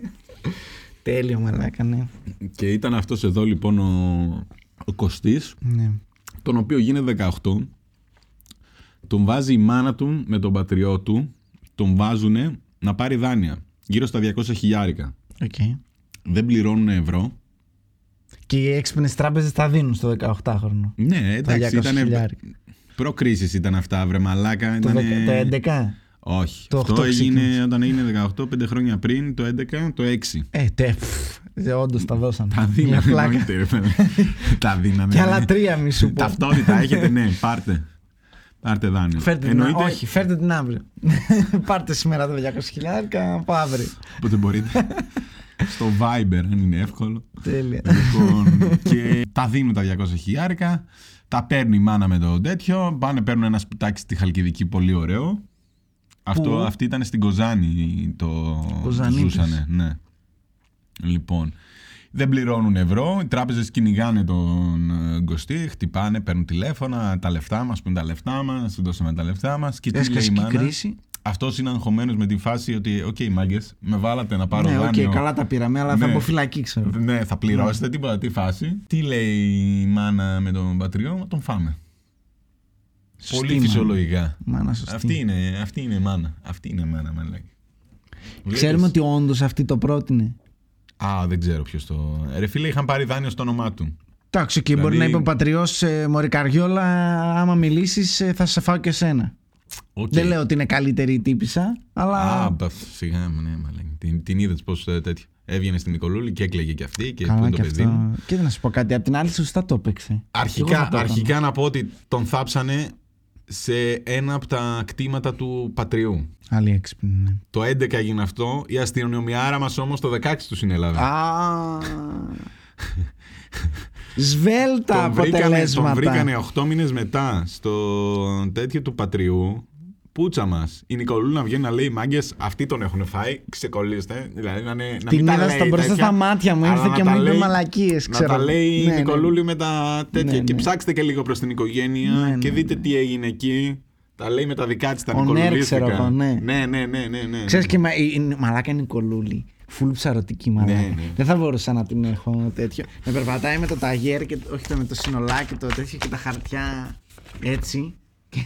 [SPEAKER 2] Τέλειο, Μαλάκα, ναι.
[SPEAKER 1] Και ήταν αυτός εδώ λοιπόν ο, ο Κωστής.
[SPEAKER 2] ναι.
[SPEAKER 1] τον οποίο γίνεται 18. Τον βάζει η μάνα του με τον πατριό του, τον βάζουνε να πάρει δάνεια. Γύρω στα 200 χιλιάρικα.
[SPEAKER 2] Okay.
[SPEAKER 1] Δεν πληρώνουν ευρώ.
[SPEAKER 2] Και οι έξυπνες τράπεζες τα δίνουν στο 18χρονο.
[SPEAKER 1] Ναι, εντάξει,
[SPEAKER 2] 200
[SPEAKER 1] ήταν.
[SPEAKER 2] χιλιάρικα.
[SPEAKER 1] Προκρίσεις ήταν αυτά, βρε μαλάκα.
[SPEAKER 2] Το,
[SPEAKER 1] ήτανε-
[SPEAKER 2] δεκα- το 11.
[SPEAKER 1] Όχι.
[SPEAKER 2] Το
[SPEAKER 1] Αυτό
[SPEAKER 2] 8
[SPEAKER 1] έγινε
[SPEAKER 2] ξεκίνησε.
[SPEAKER 1] όταν έγινε 18, 5 χρόνια πριν, το 11, το 6.
[SPEAKER 2] Ε, τε, πφ, ε, όντως τα δώσαν.
[SPEAKER 1] Τα
[SPEAKER 2] Μια
[SPEAKER 1] δίνανε. ναι.
[SPEAKER 2] πλάκα.
[SPEAKER 1] εννοείται, ρε
[SPEAKER 2] [LAUGHS]
[SPEAKER 1] παιδί. Τα δίνανε.
[SPEAKER 2] Και
[SPEAKER 1] ναι.
[SPEAKER 2] άλλα τρία μη σου πω. [LAUGHS]
[SPEAKER 1] Ταυτότητα έχετε, ναι, πάρτε. Πάρτε δάνειο.
[SPEAKER 2] Φέρτε την,
[SPEAKER 1] Εννοείται-
[SPEAKER 2] όχι, φέρτε την αύριο. [LAUGHS] Πάρτε σήμερα τα 200 χιλιάρικα, από αύριο.
[SPEAKER 1] Οπότε
[SPEAKER 2] [LAUGHS]
[SPEAKER 1] μπορείτε. στο Viber, αν είναι εύκολο.
[SPEAKER 2] Τέλεια. [LAUGHS]
[SPEAKER 1] Λοιπόν, και τα δίνουν τα 200 χιλιάρικα. Τα παίρνει η μάνα με το τέτοιο. Πάνε, παίρνουν ένα σπιτάκι στη Χαλκιδική, πολύ ωραίο. Αυτό, αυτή ήταν στην Κοζάνη το
[SPEAKER 2] Κοζανίτης.
[SPEAKER 1] ζούσανε. Ναι. Λοιπόν, δεν πληρώνουν ευρώ. Οι τράπεζες κυνηγάνε τον ε, Γκοστή, χτυπάνε, παίρνουν τηλέφωνα. Τα λεφτά μας, που είναι τα λεφτά μας, δώσαμε τα λεφτά μας. Και τι λέει η
[SPEAKER 2] Έσκασε και η
[SPEAKER 1] μάνα.
[SPEAKER 2] κρίση.
[SPEAKER 1] Αυτός είναι αγχωμένος με τη φάση ότι, οκ, okay, μάγκες, με βάλατε να πάρω
[SPEAKER 2] Ναι, οκ,
[SPEAKER 1] δάνειο.
[SPEAKER 2] καλά τα πήραμε, αλλά θα
[SPEAKER 1] Ναι.
[SPEAKER 2] μπω φυλακή, ξέρω.
[SPEAKER 1] Ναι, θα πληρώσετε τίποτα, τι φάση. Τι λέει η μάνα με τον πατριό, να τον φάμε.
[SPEAKER 2] Σωστή
[SPEAKER 1] Πολύ
[SPEAKER 2] μάνα.
[SPEAKER 1] φυσιολογικά.
[SPEAKER 2] Μάνα, σωστή.
[SPEAKER 1] Αυτή είναι, αυτή είναι η μάνα. Αυτή είναι η μάνα, μαλάκα.
[SPEAKER 2] Ξέρουμε
[SPEAKER 1] Βλέπεις.
[SPEAKER 2] ότι όντως αυτή το πρότεινε.
[SPEAKER 1] Α, δεν ξέρω ποιος το. Ρε φίλε, είχαν πάρει δάνειο στο όνομά του.
[SPEAKER 2] Εντάξει, και μπορεί να
[SPEAKER 1] Δηλαδή-
[SPEAKER 2] είπε ο πατριός ε, Μωρικαριόλα, άμα μιλήσεις, θα σε φάω και σένα.
[SPEAKER 1] Οκ.
[SPEAKER 2] Δεν λέω ότι είναι καλύτερη η τύπησα, αλλά.
[SPEAKER 1] Α, μπα, σιγά, ναι, μαλάκα. Την, την είδες πώς τέτοιο. Έβγαινε στη Μικολούλη και έκλαιγε και αυτή και πού
[SPEAKER 2] καλά
[SPEAKER 1] είναι το
[SPEAKER 2] και
[SPEAKER 1] παιδί. μου.
[SPEAKER 2] αυτό. Και να σου πω κάτι, απ' την άλλη σωστά το έπαιξε. Εγώ θα
[SPEAKER 1] Αρχικά,
[SPEAKER 2] το έκανα.
[SPEAKER 1] αρχικά να πω ότι τον θάψανε σε ένα από τα κτήματα του πατριού.
[SPEAKER 2] Άλλη έξυπνη, ναι.
[SPEAKER 1] Το 11 έγινε αυτό, η αστυνομιάρα μας όμως το 16 του συνέλαβε.
[SPEAKER 2] Α. Σβέλτα αποτελέσματα.
[SPEAKER 1] τον βρήκανε 8 μήνες μετά στο τέτοιο του πατριού. Πούτσα μας. Η Νικολούλα να βγαίνει να λέει: Μάγκες, αυτοί τον έχουν φάει. Ξεκολλήστε. Δηλαδή να, είναι, να
[SPEAKER 2] Την
[SPEAKER 1] μην τα
[SPEAKER 2] είδα
[SPEAKER 1] λέει
[SPEAKER 2] στα μπροστά
[SPEAKER 1] τέτοια,
[SPEAKER 2] στα μάτια μου,
[SPEAKER 1] αλλά
[SPEAKER 2] ήρθε
[SPEAKER 1] να
[SPEAKER 2] και
[SPEAKER 1] τα
[SPEAKER 2] μου είπε
[SPEAKER 1] λέει-
[SPEAKER 2] μαλακίες,
[SPEAKER 1] Να
[SPEAKER 2] ξέρω.
[SPEAKER 1] τα λέει
[SPEAKER 2] Ναι,
[SPEAKER 1] η
[SPEAKER 2] ναι.
[SPEAKER 1] Νικολούλη με τα τέτοια.
[SPEAKER 2] Ναι,
[SPEAKER 1] και
[SPEAKER 2] ναι.
[SPEAKER 1] ψάξτε και λίγο προς την οικογένεια
[SPEAKER 2] Ναι,
[SPEAKER 1] και
[SPEAKER 2] ναι,
[SPEAKER 1] δείτε τι έγινε εκεί. Τα λέει με τα δικά της τα
[SPEAKER 2] Ο Νέρ,
[SPEAKER 1] Νικολουλίστηκα.
[SPEAKER 2] ξέρω εγώ, ναι.
[SPEAKER 1] ναι, ναι, ναι. ναι, ναι.
[SPEAKER 2] Ξέρεις και μα, η, η, μαλάκα είναι η κολούλη. Φουλ ψαρωτική μαλάκα.
[SPEAKER 1] Ναι, ναι.
[SPEAKER 2] Δεν θα μπορούσα να την έχω τέτοιο. Με περπατάει με το ταγέρ και όχι το, με το συνολάκι το τέτοιο και τα χαρτιά έτσι. Και,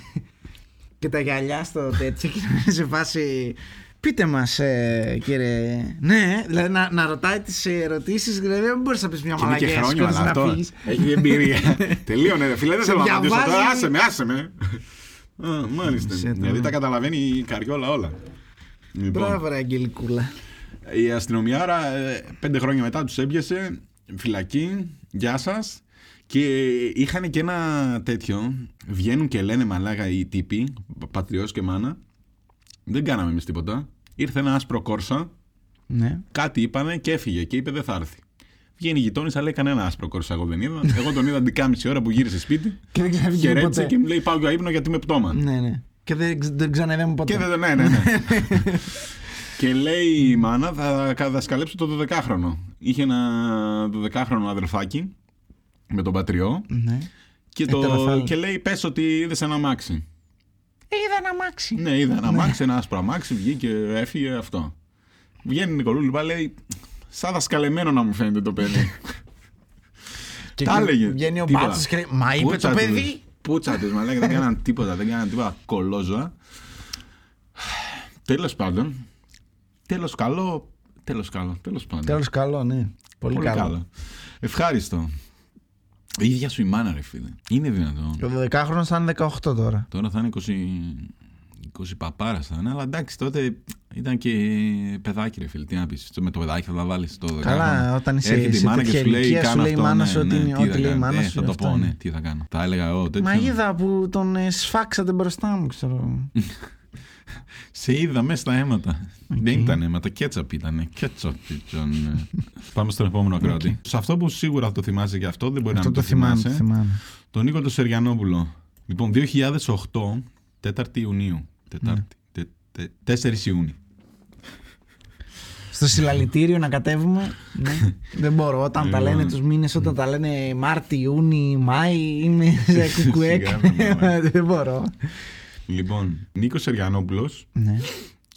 [SPEAKER 2] και τα γυαλιά στο τέτοιο και να είναι σε φάση. Πείτε μας, ε, κύριε. Ναι, δηλαδή να, να ρωτάει τις ερωτήσεις. Δηλαδή δεν μπορείς να πεις μια
[SPEAKER 1] Και είναι
[SPEAKER 2] μαλακία.
[SPEAKER 1] και χρόνια
[SPEAKER 2] σηκώνεις
[SPEAKER 1] αλλά
[SPEAKER 2] να
[SPEAKER 1] αυτό.
[SPEAKER 2] φύγεις.
[SPEAKER 1] Έχει [LAUGHS] εμπειρία. Τελείωνε, ρε φίλε. Δεν
[SPEAKER 2] Σε
[SPEAKER 1] θέλω να απαντήσω
[SPEAKER 2] διαβάζει.
[SPEAKER 1] τώρα. Άσε με, άσε με. Α, Μάλιστα.
[SPEAKER 2] Σε το,
[SPEAKER 1] Δηλαδή
[SPEAKER 2] ναι.
[SPEAKER 1] τα καταλαβαίνει η καριόλα όλα. Λοιπόν,
[SPEAKER 2] [LAUGHS] Μπράβο, ρε Αγγελικούλα.
[SPEAKER 1] η αστυνομιάρα ε, πέντε χρόνια μετά τους έπιασε φυλακή, γεια σας και είχαν και ένα τέτοιο, βγαίνουν και λένε μαλάγα οι τύποι, πα- πατριός και μάνα, δεν κάναμε εμείς τίποτα, ήρθε ένα άσπρο κόρσα,
[SPEAKER 2] Ναι.
[SPEAKER 1] Κάτι είπανε και έφυγε και είπε δεν θα έρθει. Βγαίνει η γειτόνισσα, λέει κανένα άσπρο κόρσα. Εγώ δεν είδα. Εγώ τον είδα αντικάμιση ώρα που γύρισε σπίτι.
[SPEAKER 2] Και δεν ξαναβγήκε
[SPEAKER 1] Χαιρέτησε
[SPEAKER 2] ποτέ.
[SPEAKER 1] και μου λέει πάω για ύπνο γιατί με πτώμα.
[SPEAKER 2] Ναι, ναι. Και δεν, ξ- δεν ξανεβαίνουμε ποτέ.
[SPEAKER 1] Και δεν, ναι, ναι, ναι. και λέει η μάνα θα κατασκαλέψω το 12χρονο. Είχε ένα 12χρονο αδερφάκι με τον πατριό
[SPEAKER 2] Ναι.
[SPEAKER 1] και,
[SPEAKER 2] τώρα
[SPEAKER 1] το,
[SPEAKER 2] θα-
[SPEAKER 1] και λέει πες ότι είδες ένα αμάξι.
[SPEAKER 2] Είδα ένα μάξι.
[SPEAKER 1] Ναι, είδα ένα αμάξι, ένα άσπρο αμάξι, βγήκε, έφυγε αυτό. Βγαίνει η Νικολούλη, πάλι λέει, σαν δασκαλεμένο να μου φαίνεται το παιδί.
[SPEAKER 2] Και
[SPEAKER 1] Τα έλεγε.
[SPEAKER 2] Βγαίνει ο
[SPEAKER 1] Τίποτα.
[SPEAKER 2] μπάτσος και λέει Μα είπε
[SPEAKER 1] Πούτσα
[SPEAKER 2] το
[SPEAKER 1] τους.
[SPEAKER 2] παιδί.
[SPEAKER 1] Πούτσα του, μα λέγανε δεν κάναν τίποτα, δεν κάναν τίποτα. Κολόζωα. Τέλος πάντων. Τέλος καλό. Τέλος καλό. Τέλος πάντων.
[SPEAKER 2] Τέλος καλό, ναι. Πολύ,
[SPEAKER 1] Πολύ
[SPEAKER 2] καλό.
[SPEAKER 1] καλό. Ευχάριστο. Η ίδια σου η μάνα, ρε φίλε. Είναι δυνατόν.
[SPEAKER 2] Και Ο 12χρονο θα είναι 18 τώρα.
[SPEAKER 1] Τώρα θα είναι 20, 20 παπάρας θα είναι, αλλά εντάξει, τότε ήταν και παιδάκι, ρε φίλε. Τι να πεις, με το παιδάκι θα τα βάλεις στο δεκάχρονο.
[SPEAKER 2] Καλά, όταν είσαι
[SPEAKER 1] Έρχεται η
[SPEAKER 2] σε
[SPEAKER 1] μάνα και
[SPEAKER 2] τέτοια
[SPEAKER 1] σου λέει,
[SPEAKER 2] ηλικία, σου
[SPEAKER 1] «Κάνε
[SPEAKER 2] λέει η
[SPEAKER 1] αυτό,
[SPEAKER 2] μάνα
[SPEAKER 1] ναι,
[SPEAKER 2] σου ότι
[SPEAKER 1] ναι,
[SPEAKER 2] είναι
[SPEAKER 1] τι
[SPEAKER 2] ό,τι
[SPEAKER 1] θα
[SPEAKER 2] λέει η
[SPEAKER 1] κάνω».
[SPEAKER 2] μάνα
[SPEAKER 1] Ε,
[SPEAKER 2] σου,
[SPEAKER 1] Θα το
[SPEAKER 2] αυτό
[SPEAKER 1] πω,
[SPEAKER 2] είναι.
[SPEAKER 1] ναι, τι θα κάνω. Θα έλεγα εγώ τέτοιο.
[SPEAKER 2] Μα είδα που τον ε, σφάξατε μπροστά μου, ξέρω.
[SPEAKER 1] Σε είδα μέσα στα αίματα. Δεν ήταν αίματα, κέτσαπ ήταν. Κέτσαπ ήταν. ε. Πάμε στον επόμενο ακροατή. Σε αυτό που σίγουρα θα το θυμάσαι και αυτό, δεν μπορεί
[SPEAKER 2] Αυτό
[SPEAKER 1] να μην
[SPEAKER 2] το
[SPEAKER 1] το
[SPEAKER 2] θυμάμαι. Το
[SPEAKER 1] θυμάσαι.
[SPEAKER 2] θυμάμαι.
[SPEAKER 1] Τον Νίκο τον Σεριανόπουλο. Λοιπόν, 2008, 4η Ιουνίου. Τετάρτη.
[SPEAKER 2] Ναι.
[SPEAKER 1] Τε- τε- 4 Ιούνιου.
[SPEAKER 2] Στο συλλαλητήριο να κατέβουμε. ναι. [LAUGHS] Δεν μπορώ. Όταν τα λένε τους μήνες, όταν τα λένε Μάρτι, Ιούνι, Μάη, είμαι σε κουκουέκ.
[SPEAKER 1] Σιγά, ρε, μάνα.
[SPEAKER 2] [LAUGHS] Δεν μπορώ.
[SPEAKER 1] Λοιπόν, Νίκος Σεριανόπουλος.
[SPEAKER 2] Ναι.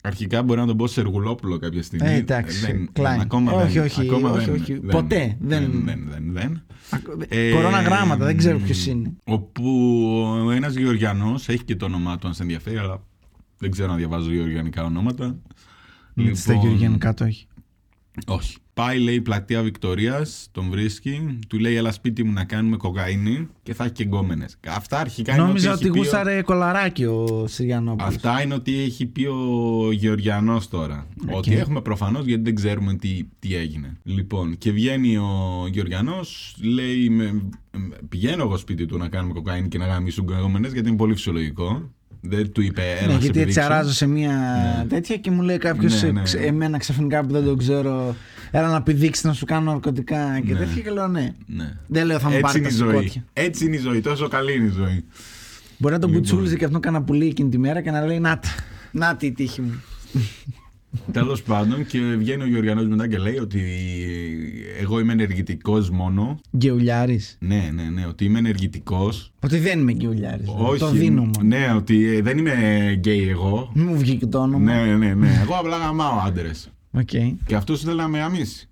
[SPEAKER 1] Αρχικά μπορεί να τον πω Σεργουλόπουλο κάποια στιγμή.
[SPEAKER 2] Ε, εντάξει,
[SPEAKER 1] Δεν-
[SPEAKER 2] κλάιν.
[SPEAKER 1] Ακόμα
[SPEAKER 2] Όχι,
[SPEAKER 1] δεν.
[SPEAKER 2] όχι,
[SPEAKER 1] ακόμα
[SPEAKER 2] όχι,
[SPEAKER 1] δεν-
[SPEAKER 2] όχι.
[SPEAKER 1] δεν-
[SPEAKER 2] Ποτέ δεν-
[SPEAKER 1] Δεν, δεν, δεν, δεν.
[SPEAKER 2] Ε, Κορώνα γράμματα, δεν ξέρω ποιος είναι.
[SPEAKER 1] Όπου ένας Γεωργιανός έχει και το όνομά του, αν σε ενδιαφέρει, αλλά δεν ξέρω να διαβάζω γεωργιανικά ονόματα. λοιπόν,
[SPEAKER 2] Γιατί στα Γεωργιανικά το έχει.
[SPEAKER 1] Όχι. Πάει, λέει, η πλατεία Βικτωρία, τον βρίσκει, του λέει: Έλα σπίτι μου να κάνουμε κοκαίνη και θα έχει και γκόμενες. Αυτά αρχικά είναι
[SPEAKER 2] Νόμιζα
[SPEAKER 1] έχει
[SPEAKER 2] ότι
[SPEAKER 1] πει ο-
[SPEAKER 2] γούσταρε κολαράκι ο Συριανόπουλο.
[SPEAKER 1] Αυτά είναι ότι έχει πει ο Γεωργιανός τώρα. Ότι έχουμε προφανώς γιατί δεν ξέρουμε τι, τι έγινε. Λοιπόν, και βγαίνει ο Γεωργιανός, λέει: με, με- Πηγαίνω εγώ σπίτι του να κάνουμε κοκαίνη και να γαμίσουν γκόμενε, γιατί είναι πολύ φυσιολογικό. Δεν του είπε ένα.
[SPEAKER 2] Ναι, γιατί έτσι αράζω σε μια τέτοια και μου λέει κάποιος
[SPEAKER 1] Ναι, ναι.
[SPEAKER 2] εμένα ξαφνικά που δεν τον ξέρω, έλα να πηδήξεις να σου κάνω ναρκωτικά και τέτοια. Και λέω ναι.
[SPEAKER 1] Ναι.
[SPEAKER 2] Δεν λέω θα μου
[SPEAKER 1] Έτσι
[SPEAKER 2] πάρει
[SPEAKER 1] είναι
[SPEAKER 2] τα
[SPEAKER 1] η ζωή.
[SPEAKER 2] σκότια.
[SPEAKER 1] Έτσι είναι η ζωή. Τόσο καλή είναι η ζωή.
[SPEAKER 2] Μπορεί να τον
[SPEAKER 1] Λοιπόν.
[SPEAKER 2] κουτσούλιζε και αυτό κάνα πουλί εκείνη τη μέρα και να λέει να τη. Να τη η τύχη μου.
[SPEAKER 1] Τέλος πάντων, και βγαίνει ο Γεωργιανός μετά και λέει ότι εγώ είμαι ενεργητικός μόνο.
[SPEAKER 2] Γκεουλιάρη.
[SPEAKER 1] Ναι, ναι, ναι, ότι είμαι ενεργητικός.
[SPEAKER 2] Ότι δεν είμαι γκεουλιάρη.
[SPEAKER 1] Όχι.
[SPEAKER 2] Το δίνω μου.
[SPEAKER 1] Ναι, ότι ε, δεν είμαι γκέι εγώ.
[SPEAKER 2] Μην μου βγήκε το όνομα.
[SPEAKER 1] Ναι, ναι, ναι. Εγώ απλά γαμάω άντρες.
[SPEAKER 2] Οκ.
[SPEAKER 1] Και αυτό ήθελε να με αμύσει.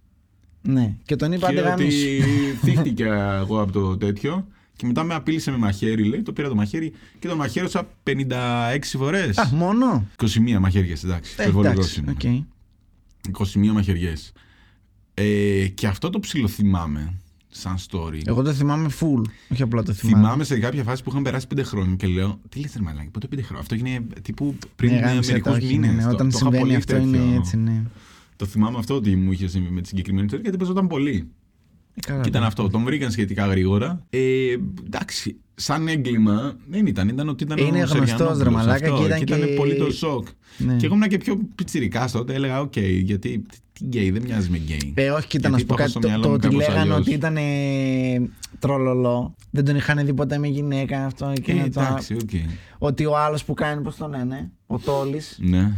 [SPEAKER 2] Ναι. Και τον είπα
[SPEAKER 1] Και
[SPEAKER 2] άντε
[SPEAKER 1] ότι
[SPEAKER 2] γαμίσου.
[SPEAKER 1] [LAUGHS] θύχτηκα εγώ από το τέτοιο. Και μετά με απείλησε με μαχαίρι, λέει. Το πήρα το μαχαίρι και το μαχαίρωσα 56 φορές.
[SPEAKER 2] Α, μόνο.
[SPEAKER 1] 21 μαχαίριε, εντάξει.
[SPEAKER 2] Ε,
[SPEAKER 1] υπερβολικός
[SPEAKER 2] Εντάξει.
[SPEAKER 1] ήμουν.
[SPEAKER 2] Οκ.
[SPEAKER 1] 21 μαχαιριές. Ε, και αυτό το ψιλοθυμάμαι σαν story.
[SPEAKER 2] Εγώ το θυμάμαι full. Όχι απλά το θυμάμαι.
[SPEAKER 1] Θυμάμαι σε κάποια φάση που είχαν περάσει 5 χρόνια και λέω Τι λες ρε μαλάκι, πότε 5 χρόνια. Αυτό έγινε τύπου πριν
[SPEAKER 2] Ναι, γάμισε
[SPEAKER 1] μερικού
[SPEAKER 2] το, όχι,
[SPEAKER 1] μήνες.
[SPEAKER 2] ναι, Όταν συμβαίνει αυτό είναι έτσι, ναι.
[SPEAKER 1] Το θυμάμαι αυτό ότι μου είχε συμβεί με τη συγκεκριμένη ιστορία γιατί παίζονταν πολύ.
[SPEAKER 2] Ε, καλά,
[SPEAKER 1] Και ήταν
[SPEAKER 2] ναι.
[SPEAKER 1] αυτό. Τον βρήκαν σχετικά γρήγορα. Ε, εντάξει, σαν έγκλημα δεν ήταν. Ήταν ότι ήταν
[SPEAKER 2] Είναι
[SPEAKER 1] ο
[SPEAKER 2] γνωστός,
[SPEAKER 1] Σεριανόπουλος
[SPEAKER 2] ρε μαλάκα,
[SPEAKER 1] αυτό.
[SPEAKER 2] και ήταν και-
[SPEAKER 1] πολύ το σοκ.
[SPEAKER 2] Ναι.
[SPEAKER 1] Και εγώ ήμουν και πιο πιτσιρικά τότε. Έλεγα, οκ, γιατί τι- τι γκέι, δεν μοιάζει με γκέι.
[SPEAKER 2] Ε, όχι, κοίτα να
[SPEAKER 1] Γιατί
[SPEAKER 2] σου
[SPEAKER 1] το
[SPEAKER 2] πω
[SPEAKER 1] έχω
[SPEAKER 2] κάτι.
[SPEAKER 1] στο
[SPEAKER 2] Το,
[SPEAKER 1] μυαλό
[SPEAKER 2] το
[SPEAKER 1] μου
[SPEAKER 2] ότι
[SPEAKER 1] κάπως
[SPEAKER 2] λέγανε
[SPEAKER 1] αλλιώς.
[SPEAKER 2] ότι ήταν ε, τρολολό. Δεν τον είχαν δει ποτέ με γυναίκα αυτό και
[SPEAKER 1] Ε,
[SPEAKER 2] να το.
[SPEAKER 1] εντάξει, οκ.
[SPEAKER 2] Ότι ο άλλος που κάνει, πώς τον λένε, ο Τόλης.
[SPEAKER 1] Ναι,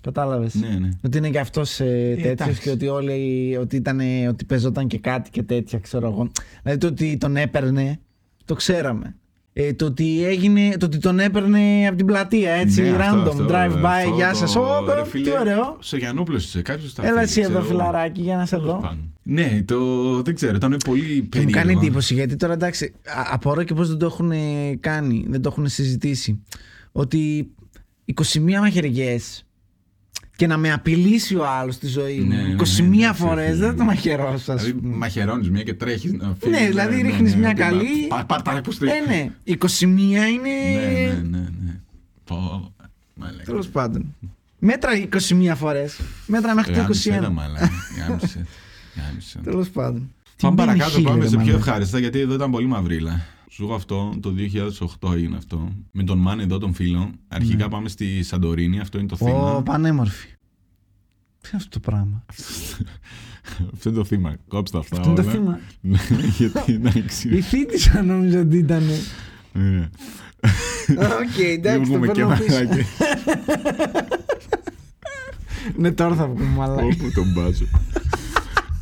[SPEAKER 2] Κατάλαβες.
[SPEAKER 1] ναι, ναι.
[SPEAKER 2] Ότι είναι και αυτός ε, τέτοιος
[SPEAKER 1] εντάξει.
[SPEAKER 2] και ότι όλοι. Ότι, ήταν, ε, ότι παίζονταν και κάτι και τέτοια, ξέρω εγώ. Δηλαδή το ότι τον έπαιρνε, το ξέραμε. Ε, το, ότι έγινε, το ότι τον έπαιρνε από την πλατεία έτσι,
[SPEAKER 1] Ναι, αυτό,
[SPEAKER 2] random,
[SPEAKER 1] αυτό,
[SPEAKER 2] drive-by,
[SPEAKER 1] αυτό
[SPEAKER 2] γεια
[SPEAKER 1] το-
[SPEAKER 2] σας. Ω,
[SPEAKER 1] ρε
[SPEAKER 2] μπρο,
[SPEAKER 1] φίλε,
[SPEAKER 2] τι ωραίο.
[SPEAKER 1] Ο Σεριανόπουλος είσαι, κάποιος τα
[SPEAKER 2] Έλα
[SPEAKER 1] θέλει,
[SPEAKER 2] εσύ εδώ,
[SPEAKER 1] ξέρω εγώ.
[SPEAKER 2] φιλαράκι, για να σε δω.
[SPEAKER 1] Πάνω. Ναι, το δεν ξέρω, ήταν πολύ
[SPEAKER 2] Και μου
[SPEAKER 1] περίεργο.
[SPEAKER 2] κάνει εντύπωση γιατί τώρα εντάξει, α- απορώ και πώς δεν το έχουν ε, κάνει, δεν το έχουν συζητήσει. Ότι 21 μαχαιριές και να με απειλήσει ο άλλος στη ζωή μου.
[SPEAKER 1] Ναι, ναι, ναι,
[SPEAKER 2] 21
[SPEAKER 1] ναι,
[SPEAKER 2] φορές
[SPEAKER 1] ναι.
[SPEAKER 2] δεν θα το μαχαιρώσω, α
[SPEAKER 1] Δηλαδή,
[SPEAKER 2] πούμε.
[SPEAKER 1] μαχαιρώνεις μια και τρέχεις να φύγεις. ε,
[SPEAKER 2] Ναι, δηλαδή ρίχνεις μια καλή.
[SPEAKER 1] Πάρτα να υποστηρίξεις.
[SPEAKER 2] Ε, ναι, 21 είναι.
[SPEAKER 1] Ναι, ναι, ναι, ναι. Πω, μαλάκα. Ε,
[SPEAKER 2] Τέλος πάντων. Μέτρα 21 φορές. Μέτρα μέχρι το
[SPEAKER 1] Γάμισε τα
[SPEAKER 2] 21.
[SPEAKER 1] μαλάκα, γάμισε. Γάμισε.
[SPEAKER 2] Τέλος πάντων.
[SPEAKER 1] Πάμε
[SPEAKER 2] Τι
[SPEAKER 1] παρακάτω,
[SPEAKER 2] μπαίνει
[SPEAKER 1] πάμε
[SPEAKER 2] χίλια,
[SPEAKER 1] σε
[SPEAKER 2] ρε,
[SPEAKER 1] πιο
[SPEAKER 2] μάλλον.
[SPEAKER 1] ευχάριστα γιατί εδώ ήταν πολύ μαυρίλα. Σου έχω αυτό, το 2008 έγινε αυτό. Με τον Μάν εδώ τον φίλο. Αρχικά πάμε στη Σαντορίνη, αυτό είναι το θύμα.
[SPEAKER 2] Ναι. Ω, πανέμορφη. Τι είναι αυτό το πράγμα.
[SPEAKER 1] Αυτό είναι το θύμα. Κόψτε τα αυτά.
[SPEAKER 2] Αυτό είναι το
[SPEAKER 1] όλα.
[SPEAKER 2] θύμα.
[SPEAKER 1] Ναι, Γιατί
[SPEAKER 2] Η
[SPEAKER 1] εντάξει.
[SPEAKER 2] θήτησα νόμιζα ότι ήταν.
[SPEAKER 1] Ναι. [LAUGHS]
[SPEAKER 2] Οκ, εντάξει, το
[SPEAKER 1] Βγούμε και
[SPEAKER 2] παίρνω πίσω.
[SPEAKER 1] μαλάκι.
[SPEAKER 2] Ναι, τώρα θα βγούμε μαλάκα.
[SPEAKER 1] Όπου τον μπάζω.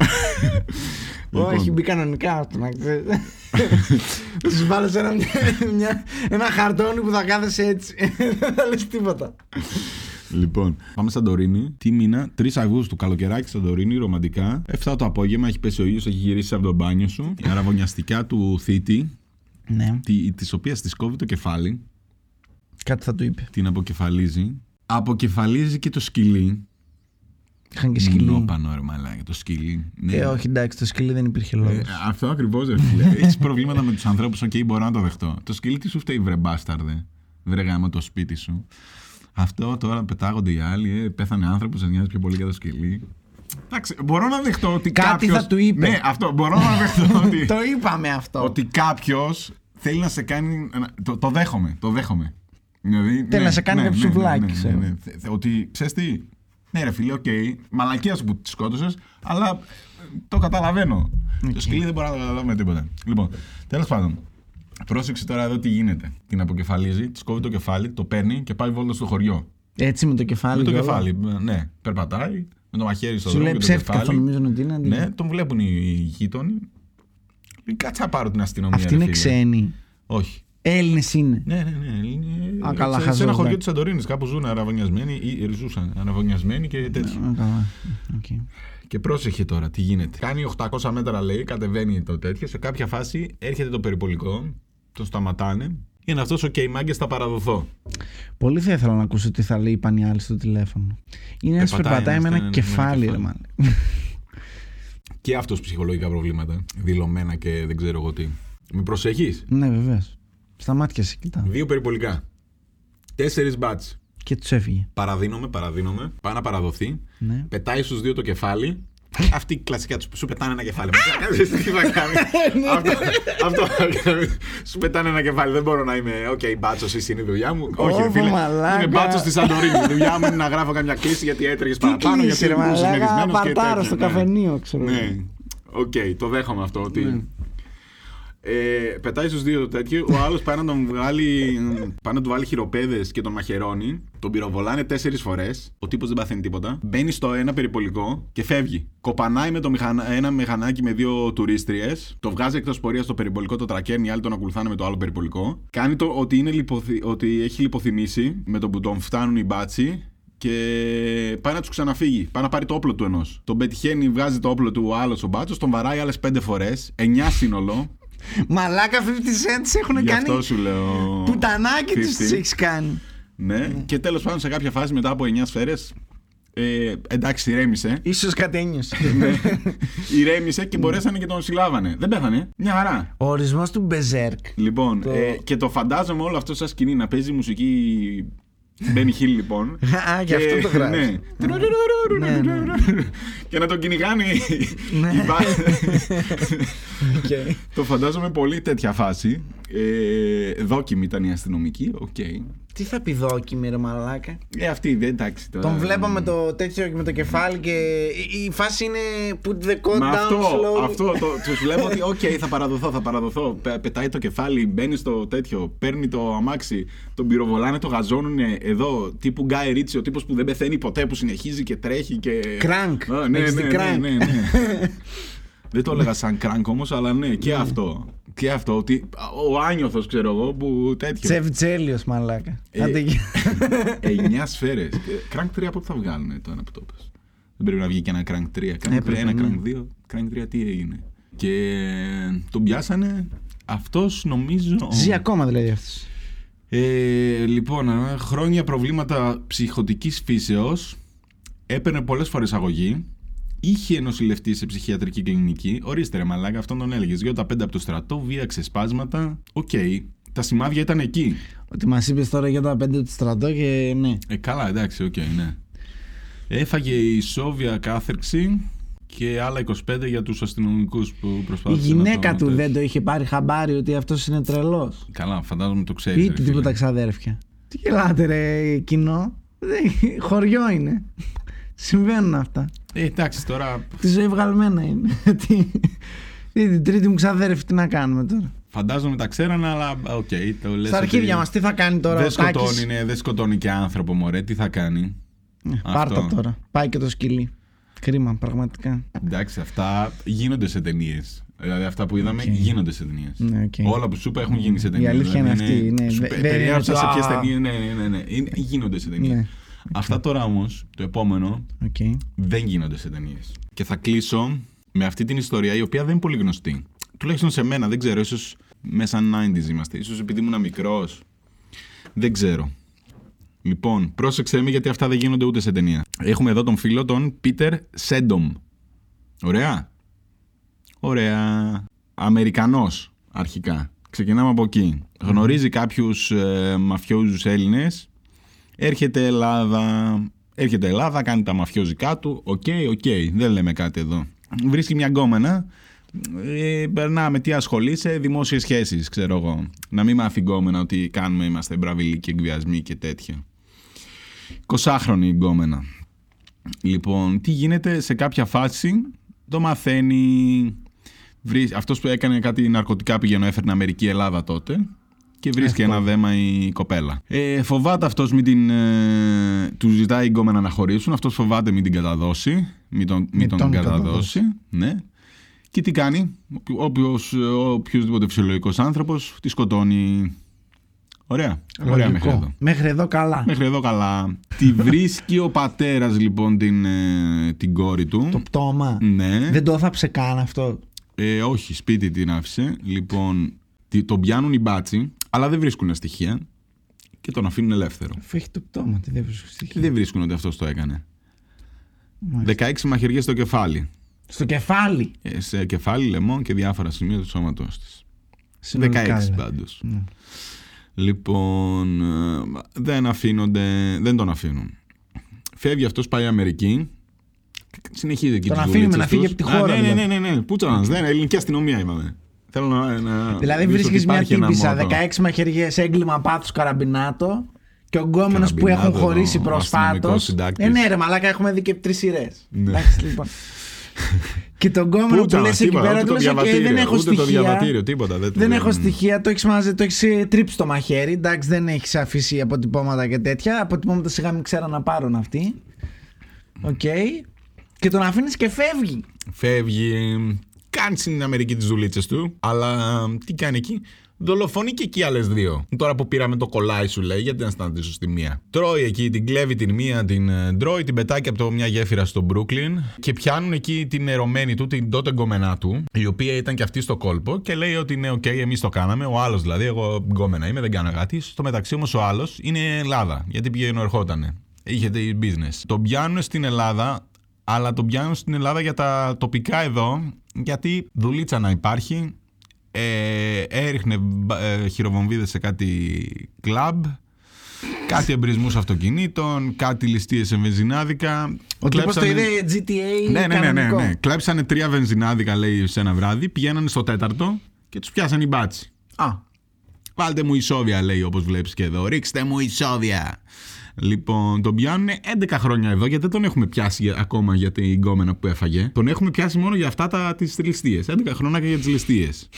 [SPEAKER 2] Ω,
[SPEAKER 1] Λοιπόν.
[SPEAKER 2] Έχει μπει κανονικά αυτό να ξέρεις.
[SPEAKER 1] [LAUGHS]
[SPEAKER 2] Θα σου βάλω σε ένα, μια- ένα χαρτόνι που θα κάθεσαι έτσι. Δεν θα λες τίποτα.
[SPEAKER 1] Λοιπόν, πάμε Σαντορίνη. Τι μήνα, 3 Αυγούστου, καλοκαιράκι Σαντορίνη, ρομαντικά. 7 το απόγευμα, έχει πέσει ο ήλιος, έχει γυρίσει από το μπάνιο σου. Η αραβωνιαστικά του θήτη,
[SPEAKER 2] Ναι,
[SPEAKER 1] τη οποίας της κόβει το κεφάλι,
[SPEAKER 2] κάτι θα του είπε.
[SPEAKER 1] την αποκεφαλίζει. Αποκεφαλίζει και το σκυλί.
[SPEAKER 2] Είχαν και
[SPEAKER 1] Μνόπανο, ρε μαλάκα, το σκυλί. Ναι.
[SPEAKER 2] Ε, όχι, εντάξει, το σκυλί δεν υπήρχε
[SPEAKER 1] Ε,
[SPEAKER 2] λόγος.
[SPEAKER 1] αυτό ακριβώς, ρε φίλε. Έχεις προβλήματα με τους ανθρώπους, οκ, μπορώ να το δεχτώ. Το σκυλί τι σου φταίει, βρε μπάσταρδε. Βρε γάμο το σπίτι σου. Αυτό τώρα πετάγονται οι άλλοι. Ε, πέθανε άνθρωπος, σε νοιάζει πιο πολύ για το σκυλί. Εντάξει, μπορώ να δεχτώ ότι
[SPEAKER 2] Κάτι
[SPEAKER 1] κάποιος-
[SPEAKER 2] θα του είπε.
[SPEAKER 1] Ναι, αυτό μπορώ να δεχτώ ότι,
[SPEAKER 2] [LAUGHS] Το είπαμε αυτό.
[SPEAKER 1] ότι κάποιος θέλει να σε κάνει. να- Το, το δέχομαι, το δέχομαι. Δηλαδή,
[SPEAKER 2] Θέλει να σε κάνει κάποιο σουβλάκι,
[SPEAKER 1] Ναι,
[SPEAKER 2] ξέρω.
[SPEAKER 1] ναι, Θε- θε- Ότι ξέρεις τι. Ναι, ρε φίλε, οκ. Μαλακίας σου που τη σκότωσες, αλλά ε, το καταλαβαίνω. Το σκυλί δεν μπορεί να το καταλάβουμε τίποτα. Λοιπόν, τέλος πάντων. Πρόσεξε τώρα εδώ τι γίνεται. Την αποκεφαλίζει, της κόβει το κεφάλι, το παίρνει και πάει βόλτα στο χωριό.
[SPEAKER 2] Έτσι με το
[SPEAKER 1] Με
[SPEAKER 2] κεφάλι.
[SPEAKER 1] το
[SPEAKER 2] και όλα.
[SPEAKER 1] κεφάλι, ε, ναι. Περπατάει, με το μαχαίρι στο
[SPEAKER 2] Σου
[SPEAKER 1] δρόμο
[SPEAKER 2] λέει
[SPEAKER 1] και το
[SPEAKER 2] ψεύτικα αυτό,
[SPEAKER 1] κεφάλι.
[SPEAKER 2] νομίζω ότι είναι. αντί-
[SPEAKER 1] Ναι, τον βλέπουν οι γείτονοι. Λέει, Κάτσε να πάρω την αστυνομία.
[SPEAKER 2] Αυτοί
[SPEAKER 1] ρε
[SPEAKER 2] είναι
[SPEAKER 1] φίλε».
[SPEAKER 2] ξένοι.
[SPEAKER 1] Όχι.
[SPEAKER 2] Έλληνες είναι.
[SPEAKER 1] Ναι, ναι, ναι. Είναι...
[SPEAKER 2] Α, καλά,
[SPEAKER 1] σε, σε
[SPEAKER 2] χαζό,
[SPEAKER 1] ένα χωριό
[SPEAKER 2] εντάξει.
[SPEAKER 1] τη Σαντορίνη κάπου ζουν αραβωνιασμένοι ή ριζούσαν αραβωνιασμένοι
[SPEAKER 2] Ναι.
[SPEAKER 1] και τέτοιοι.
[SPEAKER 2] Α, καλά. Οκ.
[SPEAKER 1] Και πρόσεχε τώρα τι γίνεται. Κάνει 800 μέτρα, λέει, κατεβαίνει το τέτοιο. Σε κάποια φάση έρχεται το περιπολικό, τον σταματάνε. Είναι αυτός, οκ, okay, μάγκες, θα παραδοθώ.
[SPEAKER 2] Πολύ θα ήθελα να ακούσω τι θα λέει είπαν οι άλλοι στο τηλέφωνο. Είναι ένας που
[SPEAKER 1] Περπατάει
[SPEAKER 2] περπατάει με
[SPEAKER 1] ένας,
[SPEAKER 2] ένα
[SPEAKER 1] ναι, ναι, με ένα
[SPEAKER 2] κεφάλι, ρε
[SPEAKER 1] κεφάλι.
[SPEAKER 2] μάλλον.
[SPEAKER 1] Και αυτός ψυχολογικά προβλήματα. Δηλωμένα και δεν ξέρω εγώ τι. Με προσεχεί.
[SPEAKER 2] Ναι, βεβαίως. Στα μάτια σε κοιτάω.
[SPEAKER 1] Δύο περιπολικά. Τέσσερις μπάτς.
[SPEAKER 2] Και τους έφυγε.
[SPEAKER 1] Παραδίνομαι, παραδίνομαι. Πάει να παραδοθεί.
[SPEAKER 2] Ναι.
[SPEAKER 1] Πετάει στους δύο το κεφάλι. Αυτή η κλασικά τους. Σου πετάνε ένα κεφάλι. Τι θα
[SPEAKER 2] [LAUGHS]
[SPEAKER 1] κάνεις.
[SPEAKER 2] Ναι,
[SPEAKER 1] Αυτό- Αυτό θα κάνεις. Σου πετάνε ένα κεφάλι. Δεν μπορώ να είμαι. Οκ, μπάτσος, εσύ είναι η δουλειά μου. Όχι, ρε
[SPEAKER 2] Ω,
[SPEAKER 1] φίλε.
[SPEAKER 2] μαλάκα.
[SPEAKER 1] Είμαι μπάτσος της Σαντορίνη. Η δουλειά μου είναι να γράφω καμιά κλίση γιατί έτρεγε παραπάνω.
[SPEAKER 2] κλίση,
[SPEAKER 1] Γιατί
[SPEAKER 2] ρε
[SPEAKER 1] ήμουν
[SPEAKER 2] μαλάκα,
[SPEAKER 1] συνηθισμένος και
[SPEAKER 2] παρτάρω
[SPEAKER 1] τέτοιο,
[SPEAKER 2] στο
[SPEAKER 1] ναι.
[SPEAKER 2] καφενείο, ξέρω εγώ.
[SPEAKER 1] Ναι. Οκ, το δέχομαι αυτό. Ότι... Ε, πετάει στους δύο τέτοιου. Ο άλλος πάει να τον βγάλει, πάει να του βάλει χειροπέδες και τον μαχαιρώνει. Τον πυροβολάνε τέσσερις φορές. Ο τύπος δεν παθαίνει τίποτα. Μπαίνει στο ένα περιπολικό και φεύγει. Κοπανάει με το μηχανα... ένα μηχανάκι με δύο τουρίστριες. Το βγάζει εκτός πορείας στο περιπολικό, το τρακέρνει. Οι άλλοι τον ακολουθάνε με το άλλο περιπολικό. Κάνει το ότι, είναι λιποθυ... ότι έχει λιποθυμήσει με τον που τον φτάνουν οι μπάτσι και πάει να τους ξαναφύγει. Πάει να πάρει το όπλο του ενός. Τον πετυχαίνει, βγάζει το όπλο του ο άλλος ο μπάτσος, τον βαράει άλλες πέντε φορές, εννιά σύνολο.
[SPEAKER 2] Μαλάκα 50 cents έχουν
[SPEAKER 1] Γι'
[SPEAKER 2] κάνει.
[SPEAKER 1] αυτό σου λέω.
[SPEAKER 2] Πουτανάκι τους
[SPEAKER 1] 50.
[SPEAKER 2] τι έχεις κάνει.
[SPEAKER 1] Ναι, και τέλος πάντων σε κάποια φάση μετά από 9 σφαίρες. Ε, εντάξει, ηρέμησε.
[SPEAKER 2] Ίσως κάτι ένιωσε. [LAUGHS]
[SPEAKER 1] ηρέμησε
[SPEAKER 2] Ναι.
[SPEAKER 1] και μπορέσανε και τον συλλάβανε. Δεν πέθανε. Μια χαρά.
[SPEAKER 2] Ο ορισμός του Berserk.
[SPEAKER 1] Λοιπόν, ε, και το φαντάζομαι όλο αυτό σαν σκηνή να παίζει μουσική. Μπαίνει χίλ λοιπόν.
[SPEAKER 2] [LAUGHS] Α, γι' αυτό
[SPEAKER 1] Και-
[SPEAKER 2] το γράφεις.
[SPEAKER 1] ναι.
[SPEAKER 2] Ναι, ναι.
[SPEAKER 1] Και να τον κυνηγάνει.
[SPEAKER 2] Ναι. [LAUGHS]
[SPEAKER 1] η μπα-
[SPEAKER 2] Okay.
[SPEAKER 1] Το φαντάζομαι πολύ τέτοια φάση. Ε, δόκιμη ήταν η αστυνομική, οκ.
[SPEAKER 2] Τι θα πει δόκιμη, ρε Μαλάκα.
[SPEAKER 1] Ε, αυτή δεν εντάξει τώρα.
[SPEAKER 2] Τον βλέπω με το τέτοιο και με το κεφάλι και η- η φάση είναι put the code
[SPEAKER 1] Μα
[SPEAKER 2] down
[SPEAKER 1] αυτό,
[SPEAKER 2] slowly.
[SPEAKER 1] αυτό το, τους βλέπω ότι οκ θα παραδοθώ, θα παραδοθώ Πε- Πετάει το κεφάλι, μπαίνει στο τέτοιο, παίρνει το αμάξι Τον πυροβολάνε, το γαζώνουν εδώ Τύπου Γκάι Ρίτσι, ο τύπος που δεν πεθαίνει ποτέ Που συνεχίζει και τρέχει και...
[SPEAKER 2] Crank.
[SPEAKER 1] Α, ναι,
[SPEAKER 2] Έχεις
[SPEAKER 1] ναι,
[SPEAKER 2] δει
[SPEAKER 1] ναι,
[SPEAKER 2] Crank.
[SPEAKER 1] ναι,
[SPEAKER 2] [LAUGHS]
[SPEAKER 1] ναι. Δεν το έλεγα σαν κρανκ όμως, αλλά ναι, και αυτό Και αυτό, ότι ο άνιωθος ξέρω εγώ που τέτοιο
[SPEAKER 2] Τσεβτσέλιος, μαλάκα.
[SPEAKER 1] Ε,
[SPEAKER 2] Άντε, γεια.
[SPEAKER 1] [LAUGHS] 9 σφαίρες Κρανκ 3 από πού θα βγάλουν τώρα που το πες. Δεν πρέπει να βγει και ένα Crank 3. Crank 3,
[SPEAKER 2] Έπρεπε,
[SPEAKER 1] ένα
[SPEAKER 2] ναι.
[SPEAKER 1] Crank 2, Crank 3 τι έγινε. Και ε, τον πιάσανε. Αυτός νομίζω.
[SPEAKER 2] Ζει ακόμα δηλαδή αυτός.
[SPEAKER 1] Ε, λοιπόν, α, χρόνια προβλήματα ψυχοτικής φύσεως. Έπαιρνε πολλές φορές αγωγή. Είχε νοσηλευτεί σε ψυχιατρική κλινική. Ορίστε, ρε Μαλάκα, αυτόν τον έλεγες. 2 τα 5 από το στρατό, βίαξε σπάσματα. Οκ. Τα σημάδια ήταν εκεί.
[SPEAKER 2] Ότι μας είπες τώρα για τα πέντε του στρατό και ναι.
[SPEAKER 1] Ε, καλά, εντάξει, οκ, ναι. Έφαγε η Σόβια κάθερξη και άλλα 25 για τους αστυνομικούς που
[SPEAKER 2] Η
[SPEAKER 1] προσπάθησαν
[SPEAKER 2] γυναίκα
[SPEAKER 1] να το
[SPEAKER 2] του δεν
[SPEAKER 1] νοθέσουν.
[SPEAKER 2] το είχε πάρει χαμπάρι ότι αυτός είναι τρελός.
[SPEAKER 1] Καλά, φαντάζομαι το ξέρεις.
[SPEAKER 2] Ή
[SPEAKER 1] ρε
[SPEAKER 2] του
[SPEAKER 1] φίλε.
[SPEAKER 2] τίποτα ξαδέρφια. Τι γελάτε ρε κοινό. Δεν- Χωριό είναι. Συμβαίνουν αυτά.
[SPEAKER 1] Ε, εντάξει, τώρα
[SPEAKER 2] Τη ζωή βγαλμένα είναι. [LAUGHS] Τι- τι- Την τρίτη μου ξαδέρφη τι να κάνουμε τώρα.
[SPEAKER 1] φαντάζομαι τα ξέρανε, αλλά οκ, το λες
[SPEAKER 2] Στα αρχίδια μας τι θα κάνει τώρα
[SPEAKER 1] δεν
[SPEAKER 2] ο Τάκης.
[SPEAKER 1] σκοτώνει, ναι, δεν σκοτώνει και άνθρωπο, μωρέ, τι θα κάνει.
[SPEAKER 2] Ε,
[SPEAKER 1] Αυτό.
[SPEAKER 2] Πάρτα τώρα. Πάει και το σκυλί. Κρίμα πραγματικά.
[SPEAKER 1] Εντάξει, αυτά γίνονται σε ταινίες. Δηλαδή, αυτά που είδαμε γίνονται σε ταινίες.
[SPEAKER 2] Ναι, οκ.
[SPEAKER 1] Όλα που σου είπα έχουν γίνει σε Δηλαδή, ταινίες.
[SPEAKER 2] αλήθεια είναι αυτή, ναι.
[SPEAKER 1] σου
[SPEAKER 2] Δε-
[SPEAKER 1] πε-
[SPEAKER 2] δεν είναι
[SPEAKER 1] Περιέγραψα
[SPEAKER 2] το,
[SPEAKER 1] σε ποιες
[SPEAKER 2] «Α».
[SPEAKER 1] ταινίες. Ναι, ναι, ναι, ναι. Είναι- γίνονται σε ταινίε.
[SPEAKER 2] Ναι.
[SPEAKER 1] Αυτά τώρα όμως, το επόμενο,
[SPEAKER 2] Οκ.
[SPEAKER 1] δεν γίνονται σε ταινίες. Και θα κλείσω με αυτή την ιστορία η οποία δεν είναι πολύ γνωστή. Τουλάχιστον σε μένα, δεν ξέρω, ίσως μέσα 90s είμαστε. σω επειδή ήμουν μικρός. Δεν ξέρω. Λοιπόν, πρόσεξε με γιατί αυτά δεν γίνονται ούτε σε ταινία. Έχουμε εδώ τον φίλο τον Πίτερ Σέντομ. Ωραία. Ωραία. Αμερικανός αρχικά. Ξεκινάμε από εκεί. Γνωρίζει κάποιους ε, μαφιόζους Έλληνες. Έρχεται Ελλάδα. Έρχεται Ελλάδα, κάνει τα μαφιόζικά του. Οκ, οκ, δεν λέμε κάτι εδώ. Βρίσκει μια γκόμενα. Ε, περνάμε, τι ασχολείσαι, δημόσιες σχέσεις, ξέρω εγώ. Να μην μάθει η γκόμενα ότι κάνουμε, είμαστε μπραβιλοί και εκβιασμοί και τέτοια. 20χρονη η γκόμενα. Λοιπόν, τι γίνεται σε κάποια φάση, το μαθαίνει. Βρί... Αυτός που έκανε κάτι ναρκωτικά πήγαινε, έφερνε Αμερική Ελλάδα τότε. Και βρίσκει ένα δέμα η κοπέλα. Ε, φοβάται αυτός μην την. Ε, του ζητάει η γκόμενα να χωρίσουν. αυτός φοβάται μην την καταδώσει. Μην τον, μην τον,
[SPEAKER 2] τον
[SPEAKER 1] καταδώσει. Ναι. Και τι κάνει. Όποιος, οποιοδήποτε φυσιολογικός άνθρωπος τη σκοτώνει. Ωραία. Ωραία μέχρι εδώ. Ε.
[SPEAKER 2] Μέχρι εδώ καλά.
[SPEAKER 1] Μέχρι εδώ καλά. Τη βρίσκει ο πατέρας λοιπόν την, ε, την κόρη του.
[SPEAKER 2] Το πτώμα.
[SPEAKER 1] Ναι.
[SPEAKER 2] Δεν το έθαψε καν αυτό.
[SPEAKER 1] Ε, όχι, σπίτι την άφησε. Λοιπόν, τη- τον πιάνουν οι μπάτσι, αλλά δεν βρίσκουν στοιχεία και τον αφήνουν ελεύθερο.
[SPEAKER 2] Αφού έχει το πτώμα, τι δεν βρίσκω στοιχεία.
[SPEAKER 1] Δεν βρίσκουν ότι αυτός το έκανε.
[SPEAKER 2] Μάλιστα.
[SPEAKER 1] 16 μαχαιριές στο κεφάλι.
[SPEAKER 2] Στο κεφάλι.
[SPEAKER 1] Ε, σε κεφάλι, λαιμό και διάφορα σημεία του σώματός της.
[SPEAKER 2] Συνολικά,
[SPEAKER 1] 16
[SPEAKER 2] δηλαδή.
[SPEAKER 1] πάντως. Λοιπόν, ε, δεν αφήνονται, δεν τον αφήνουν. Φεύγει αυτός, πάει Αμερική. Συνεχίζει εκεί
[SPEAKER 2] Τον
[SPEAKER 1] τις
[SPEAKER 2] αφήνουμε
[SPEAKER 1] δουλίτσες
[SPEAKER 2] να φύγει
[SPEAKER 1] τους.
[SPEAKER 2] από τη
[SPEAKER 1] Α,
[SPEAKER 2] χώρα,
[SPEAKER 1] Ναι, ναι,
[SPEAKER 2] δηλαδή.
[SPEAKER 1] ναι, ναι, ναι. Πού τσανάς, δεν, ελληνική αστυνομία είπαμε. Θέλω να, να
[SPEAKER 2] Δηλαδή
[SPEAKER 1] δεις ότι
[SPEAKER 2] βρίσκεις μια
[SPEAKER 1] υπάρχει ένα
[SPEAKER 2] τύπησα
[SPEAKER 1] μότο.
[SPEAKER 2] 16 μαχαιριές, έγκλημα πάθου καραμπινάτο και ο γκόμενο που έχουν
[SPEAKER 1] Καραμπινάτο,
[SPEAKER 2] χωρίσει
[SPEAKER 1] ο
[SPEAKER 2] προσφάτως.
[SPEAKER 1] αστυνομικός συντάκτης.
[SPEAKER 2] Ε, ναι, ρε, μαλάκα έχουμε δει και τρεις σειρές.
[SPEAKER 1] Ναι. [LAUGHS]
[SPEAKER 2] Εντάξει, λοιπόν. και τον κόμμα που
[SPEAKER 1] ήταν,
[SPEAKER 2] λες εκεί
[SPEAKER 1] τίποτα,
[SPEAKER 2] πέρα,
[SPEAKER 1] ούτε το
[SPEAKER 2] του λε: OK,
[SPEAKER 1] διαβατήριο,
[SPEAKER 2] δεν έχω
[SPEAKER 1] ούτε το
[SPEAKER 2] στοιχεία.
[SPEAKER 1] διαβατήριο, τίποτα. Δεν, το-
[SPEAKER 2] Δεν έχω στοιχεία, το έχεις μαζί, το έχεις τρίψει το μαχαίρι. Εντάξει, δεν έχεις αφήσει αποτυπώματα και τέτοια. Αποτυπώματα σιγά μην ξέρα να πάρουν αυτοί. Οκ. Και τον αφήνεις και φεύγει.
[SPEAKER 1] Φεύγει. Κάνει στην Αμερική τις δουλίτσες του. Αλλά ε, τι κάνει εκεί. Δολοφονεί και εκεί άλλες δύο. Τώρα που πήραμε το κολάι, σου λέει, γιατί να σταματήσω στη μία. Τρώει εκεί, την κλέβει την μία, την ε, τρώει, την πετάει και από το μια γέφυρα στο Μπρούκλιν. Και πιάνουν εκεί την ερωμένη του, την τότε γκόμενά του, η οποία ήταν και αυτή στο κόλπο. Και λέει ότι ναι, οκ, εμείς το κάναμε. Ο άλλος δηλαδή, εγώ γκόμενα είμαι, δεν κάνω κάτι. Στο μεταξύ όμως ο άλλος είναι Ελλάδα, γιατί πηγαίνω, ερχότανε. Είχε business. Τον πιάνουν στην Ελλάδα, αλλά τον πιάνουν στην Ελλάδα για τα τοπικά εδώ, γιατί δουλίτσα να υπάρχει. Ε, έριχνε μπα- ε, χειροβομβίδες σε κάτι κλαμπ, κάτι εμπρισμούς αυτοκινήτων, κάτι ληστείες σε βενζινάδικα.
[SPEAKER 2] Ο τύπος το
[SPEAKER 1] Κλέψανε-
[SPEAKER 2] είδε GTA.
[SPEAKER 1] ναι, ναι, ναι, ναι,
[SPEAKER 2] κανονικό.
[SPEAKER 1] ναι. Κλέψανε τρία βενζινάδικα, λέει, σε ένα βράδυ, πηγαίνανε στο τέταρτο και τους πιάσανε οι μπάτσι.
[SPEAKER 2] Α,
[SPEAKER 1] Βάλτε μου ισόβια, λέει, όπως βλέπεις και εδώ. Ρίξτε μου ισόβια. Λοιπόν, τον πιάνουν 11 χρόνια εδώ γιατί δεν τον έχουμε πιάσει για- ακόμα για την γκόμενα που έφαγε. Τον έχουμε πιάσει μόνο για αυτά τα, τις ληστείες. 11 χρόνια και για τις ληστείες.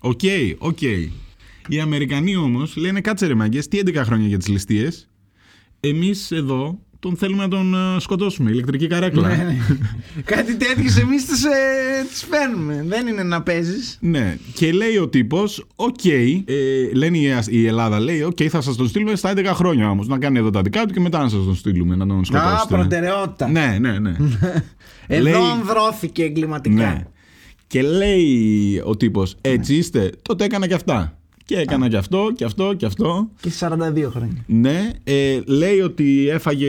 [SPEAKER 1] Οκ, οκ. Οι Αμερικανοί όμως λένε κάτσε ρε μάγκες, τι 11 χρόνια για τις ληστείες. Εμείς εδώ τον θέλουμε να τον ε, σκοτώσουμε, ηλεκτρική καρέκλα.
[SPEAKER 2] Ναι, [LAUGHS] Κάτι τέτοιες εμείς τις ε, τις φέρνουμε. Δεν είναι να παίζεις.
[SPEAKER 1] Ναι, και λέει ο τύπος, οκ, ε, λένε η, η Ελλάδα, λέει, οκ, θα σας τον στείλουμε στα 11 χρόνια όμως. Να κάνει εδώ τα δικά του και μετά να σας τον στείλουμε, να τον
[SPEAKER 2] Α,
[SPEAKER 1] σκοτώσετε.
[SPEAKER 2] προτεραιότητα.
[SPEAKER 1] ναι, ναι, ναι.
[SPEAKER 2] Εδώ
[SPEAKER 1] Λέει-
[SPEAKER 2] ανδρώθηκε εγκληματικά.
[SPEAKER 1] ναι. Και λέει ο τύπος, έτσι είστε, τότε έκανα και αυτά. Και έκανα και αυτό, και αυτό, και αυτό.
[SPEAKER 2] Και 42 χρόνια.
[SPEAKER 1] Ναι, ε, λέει ότι έφαγε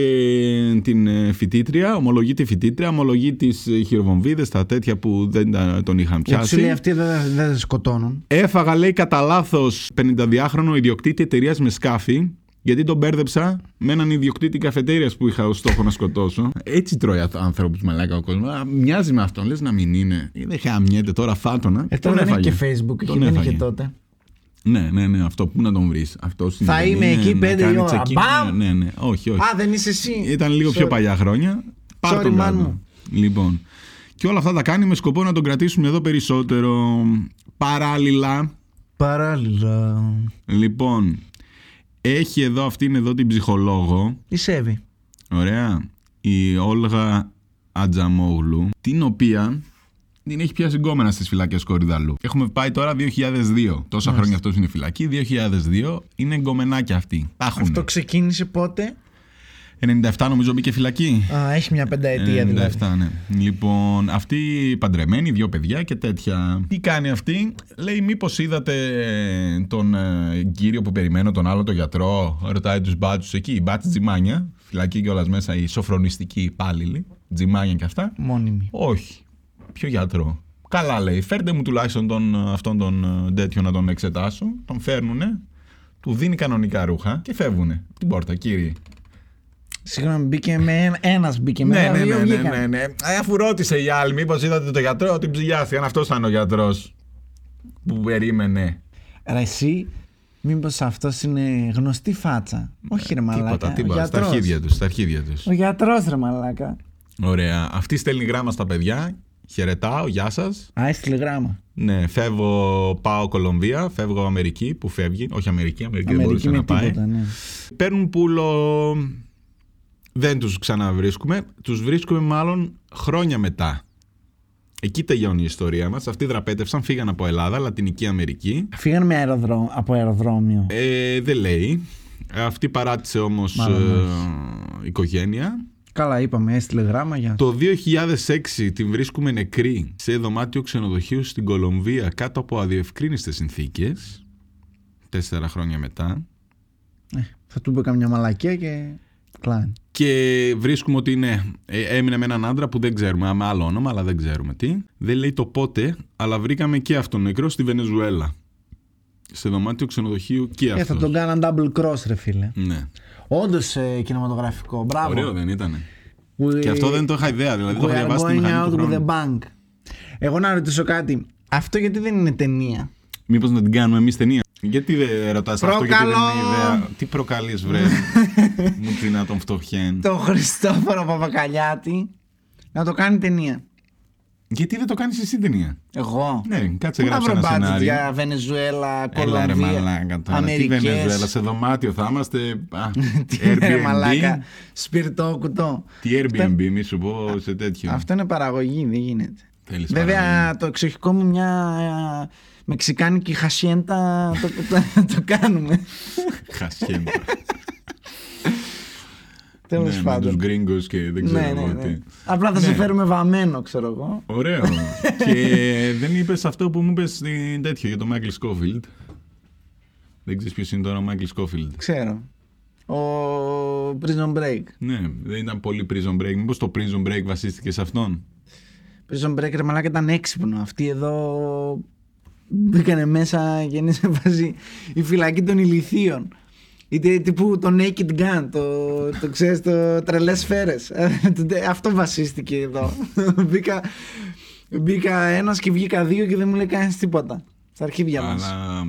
[SPEAKER 1] την ε, φοιτήτρια, ομολογεί τη φοιτήτρια, ομολογεί τις χειροβομβίδες, τα τέτοια που δεν τα- τον είχαν
[SPEAKER 2] Γιατί
[SPEAKER 1] πιάσει.
[SPEAKER 2] σου λέει αυτοί δεν δεν σε σκοτώνουν.
[SPEAKER 1] Έφαγα, λέει, κατά λάθος 52χρονο ιδιοκτήτη εταιρείας με σκάφη, γιατί τον μπέρδεψα με έναν ιδιοκτήτη καφετέρια που είχα ως στόχο να σκοτώσω. Έτσι τρώει ανθρώπου μαλάκα ο κόσμος. Α, Μοιάζει με αυτόν, λες να μην είναι. Ε, Δεν χαμιέται τώρα, φάτονα.
[SPEAKER 2] Ε, τώρα δεν είχε και Facebook,
[SPEAKER 1] Τον
[SPEAKER 2] είχε, δεν είχε
[SPEAKER 1] έφαγε.
[SPEAKER 2] τότε.
[SPEAKER 1] Ναι, ναι, ναι, αυτό πού να τον βρεις. Αυτό
[SPEAKER 2] Θα
[SPEAKER 1] είναι,
[SPEAKER 2] είμαι
[SPEAKER 1] ναι,
[SPEAKER 2] εκεί
[SPEAKER 1] να
[SPEAKER 2] πέντε η
[SPEAKER 1] κάνει
[SPEAKER 2] ώρα.
[SPEAKER 1] τσεκίν.
[SPEAKER 2] Μπαμ!
[SPEAKER 1] Ναι, ναι, ναι, όχι, Ε, όχι.
[SPEAKER 2] Α, δεν είσαι εσύ.
[SPEAKER 1] Ήταν λίγο πιο
[SPEAKER 2] Sorry.
[SPEAKER 1] παλιά χρόνια. Πάρ'
[SPEAKER 2] Sorry,
[SPEAKER 1] τον
[SPEAKER 2] man
[SPEAKER 1] κάτω.
[SPEAKER 2] μου.
[SPEAKER 1] Λοιπόν. Και όλα αυτά τα κάνει με σκοπό να τον κρατήσουμε εδώ περισσότερο. Παράλληλα,
[SPEAKER 2] Παράλληλα.
[SPEAKER 1] Λοιπόν, έχει εδώ αυτήν εδώ την ψυχολόγο,
[SPEAKER 2] Η Σέβη.
[SPEAKER 1] ωραία, η Όλγα Ατζαμόγλου, την οποία την έχει πιάσει γκόμενα στις φυλακές Κορυδαλού. Έχουμε πάει τώρα 2002. Τόσα χρόνια αυτός είναι φυλακή. 2002 είναι γκομενάκια αυτή. Τα έχουν.
[SPEAKER 2] Το ξεκίνησε πότε.
[SPEAKER 1] 97 νομίζω μπήκε φυλακή.
[SPEAKER 2] Α, έχει μια πενταετία δηλαδή.
[SPEAKER 1] 97, Ε, ναι. Λοιπόν, αυτή παντρεμένη, δύο παιδιά και τέτοια. Τι κάνει αυτή, λέει, μήπως είδατε ε, τον ε, κύριο που περιμένω, τον άλλο, τον γιατρό, ρωτάει τους μπάτσους εκεί, οι μπάτσοι τζιμάνια, φυλακή κιόλας μέσα, οι σοφρονιστικοί υπάλληλοι, τζιμάνια και αυτά.
[SPEAKER 2] Μόνιμη.
[SPEAKER 1] Όχι. Ποιο γιατρό. Καλά λέει. Φέρτε μου τουλάχιστον τον, ε, αυτόν τον ε, τέτοιο να τον εξετάσω. Τον φέρνουνε. Του δίνει κανονικά ρούχα και φεύγουνε. Την πόρτα, κύριε.
[SPEAKER 2] Συγγνώμη, μπήκε με ένα μπήκε με
[SPEAKER 1] Ναι,
[SPEAKER 2] ένα.
[SPEAKER 1] ναι, ναι,
[SPEAKER 2] δύο
[SPEAKER 1] ναι,
[SPEAKER 2] βγήκαν.
[SPEAKER 1] ναι, ναι. Ε, Αφού ρώτησε η άλλη, μήπως είδατε το γιατρό, την ψυγιάστηκαν. Αυτός ήταν ο γιατρός που περίμενε.
[SPEAKER 2] Ρε εσύ, μήπως αυτός είναι γνωστή φάτσα. Όχι ρε μαλάκα.
[SPEAKER 1] τίποτα,
[SPEAKER 2] ο
[SPEAKER 1] τίποτα. Στα
[SPEAKER 2] γιατρός.
[SPEAKER 1] αρχίδια τους. Στα αρχίδια τους.
[SPEAKER 2] Ο γιατρός ρε μαλάκα.
[SPEAKER 1] Ωραία. Αυτή στέλνει γράμμα στα παιδιά. Χαιρετάω, γεια σας.
[SPEAKER 2] Α, έστειλε γράμμα.
[SPEAKER 1] Ναι, φεύγω, πάω Κολομβία, φεύγω Αμερική που φεύγει. Όχι Αμερική, Αμερική, δεν
[SPEAKER 2] Αμερική
[SPEAKER 1] μπορούσε
[SPEAKER 2] με
[SPEAKER 1] να πάει.
[SPEAKER 2] τίποτα, ναι.
[SPEAKER 1] Παίρνουν πουλο. Δεν τους ξαναβρίσκουμε. Τους βρίσκουμε μάλλον χρόνια μετά. Εκεί τελειώνει η ιστορία μας. Αυτοί δραπέτευσαν, φύγαν από Ελλάδα, Λατινική Αμερική.
[SPEAKER 2] Φύγανε με αεροδρό... από αεροδρόμιο.
[SPEAKER 1] Ε, δεν λέει. Αυτή παράτησε όμως
[SPEAKER 2] Μάλλον
[SPEAKER 1] ε, οικογένεια.
[SPEAKER 2] Καλά, είπαμε, έστειλε γράμμα για.
[SPEAKER 1] Το 2006 την βρίσκουμε νεκρή σε δωμάτιο ξενοδοχείου στην Κολομβία κάτω από αδιευκρίνιστες συνθήκες. Τέσσερα χρόνια μετά.
[SPEAKER 2] Θα του είπε καμιά μαλακία και. Κλάιν.
[SPEAKER 1] Και βρίσκουμε ότι ναι, ε, έμεινε με έναν άντρα που δεν ξέρουμε, με άλλο όνομα, αλλά δεν ξέρουμε τι. Δεν λέει το πότε, αλλά βρήκαμε και αυτόν νεκρό στη Βενεζουέλα. Σε δωμάτιο ξενοδοχείου και
[SPEAKER 2] Ε,
[SPEAKER 1] αυτό.
[SPEAKER 2] θα τον κάναν double cross, ρε φίλε.
[SPEAKER 1] Ναι.
[SPEAKER 2] Όντως κινηματογραφικό. Μπράβο.
[SPEAKER 1] Ωραίο δεν ήταν.
[SPEAKER 2] We-
[SPEAKER 1] Και αυτό δεν το είχα ιδέα, δηλαδή το
[SPEAKER 2] We
[SPEAKER 1] είχα
[SPEAKER 2] are
[SPEAKER 1] διαβάσει τη
[SPEAKER 2] going
[SPEAKER 1] μηχανή
[SPEAKER 2] out
[SPEAKER 1] του
[SPEAKER 2] with
[SPEAKER 1] χρόνου.
[SPEAKER 2] a bang. Εγώ να ρωτήσω κάτι. Αυτό γιατί δεν είναι ταινία.
[SPEAKER 1] Μήπως να την κάνουμε εμείς ταινία. Γιατί δεν ρωτάς αυτό, γιατί δεν
[SPEAKER 2] Προκαλώ!
[SPEAKER 1] είναι ιδέα. Τι προκαλείς
[SPEAKER 2] [LAUGHS]
[SPEAKER 1] βρε, μου κοινά τον φτωχέν.
[SPEAKER 2] Το Χριστόφορο Παπακαλιάτη να το κάνει ταινία.
[SPEAKER 1] Γιατί δεν το κάνεις εσύ ταινία.
[SPEAKER 2] Εγώ.
[SPEAKER 1] Ναι, κάτσε
[SPEAKER 2] Πού να
[SPEAKER 1] γράψε
[SPEAKER 2] βρω
[SPEAKER 1] ένα
[SPEAKER 2] budget
[SPEAKER 1] σενάριο.
[SPEAKER 2] για Βενεζουέλα,
[SPEAKER 1] Έλα ρε
[SPEAKER 2] Κολομβία,
[SPEAKER 1] μαλάκα τώρα. Τι Βενεζουέλα,
[SPEAKER 2] Αμερικές.
[SPEAKER 1] σε δωμάτιο θα είμαστε. Α,
[SPEAKER 2] [LAUGHS] Τι είναι, ρε
[SPEAKER 1] Airbnb.
[SPEAKER 2] μαλάκα. Σπιρτό κουτό.
[SPEAKER 1] Τι Airbnb, μη σου πω σε τέτοιο.
[SPEAKER 2] Αυτό είναι παραγωγή, δεν γίνεται.
[SPEAKER 1] Θέλεις
[SPEAKER 2] Βέβαια,
[SPEAKER 1] παραγωγή.
[SPEAKER 2] το εξοχικό μου μια α, μεξικάνικη χασιέντα το, το, το κάνουμε.
[SPEAKER 1] Ναι,
[SPEAKER 2] [LAUGHS]
[SPEAKER 1] Χασιέμπα.
[SPEAKER 2] Τέλος
[SPEAKER 1] Ναι, με
[SPEAKER 2] πάντων.
[SPEAKER 1] τους γκρίγκους και δεν ξέρω
[SPEAKER 2] ναι,
[SPEAKER 1] εγώ
[SPEAKER 2] ναι, ναι.
[SPEAKER 1] τι.
[SPEAKER 2] Απλά θα
[SPEAKER 1] Ναι.
[SPEAKER 2] σε φέρουμε βαμμένο, ξέρω εγώ. [LAUGHS]
[SPEAKER 1] Ωραίο. και δεν είπες αυτό που μου είπες τέτοιο για τον Μάικλ Σκόφιλντ. Δεν ξέρεις ποιος είναι τώρα ο Μάικλ Σκόφιλντ.
[SPEAKER 2] Ξέρω. Ο Prison Break.
[SPEAKER 1] Ναι, δεν ήταν πολύ prison break. Μήπως το prison break βασίστηκε σε αυτόν.
[SPEAKER 2] Prison Break ρε μαλάκα ήταν έξυπνο. Αυτή εδώ μπήκανε μέσα και είναι σε βάση η φυλακή των ηλιθείων. Είτε τύπου το Naked Gun, το, το ξέρεις, το τρελές σφαίρες. [LAUGHS] Αυτό βασίστηκε εδώ. [LAUGHS] μπήκα, μπήκα ένας και βγήκα δύο και δεν μου λέει κανείς τίποτα. Στα αρχίδια μας.
[SPEAKER 1] Αλλά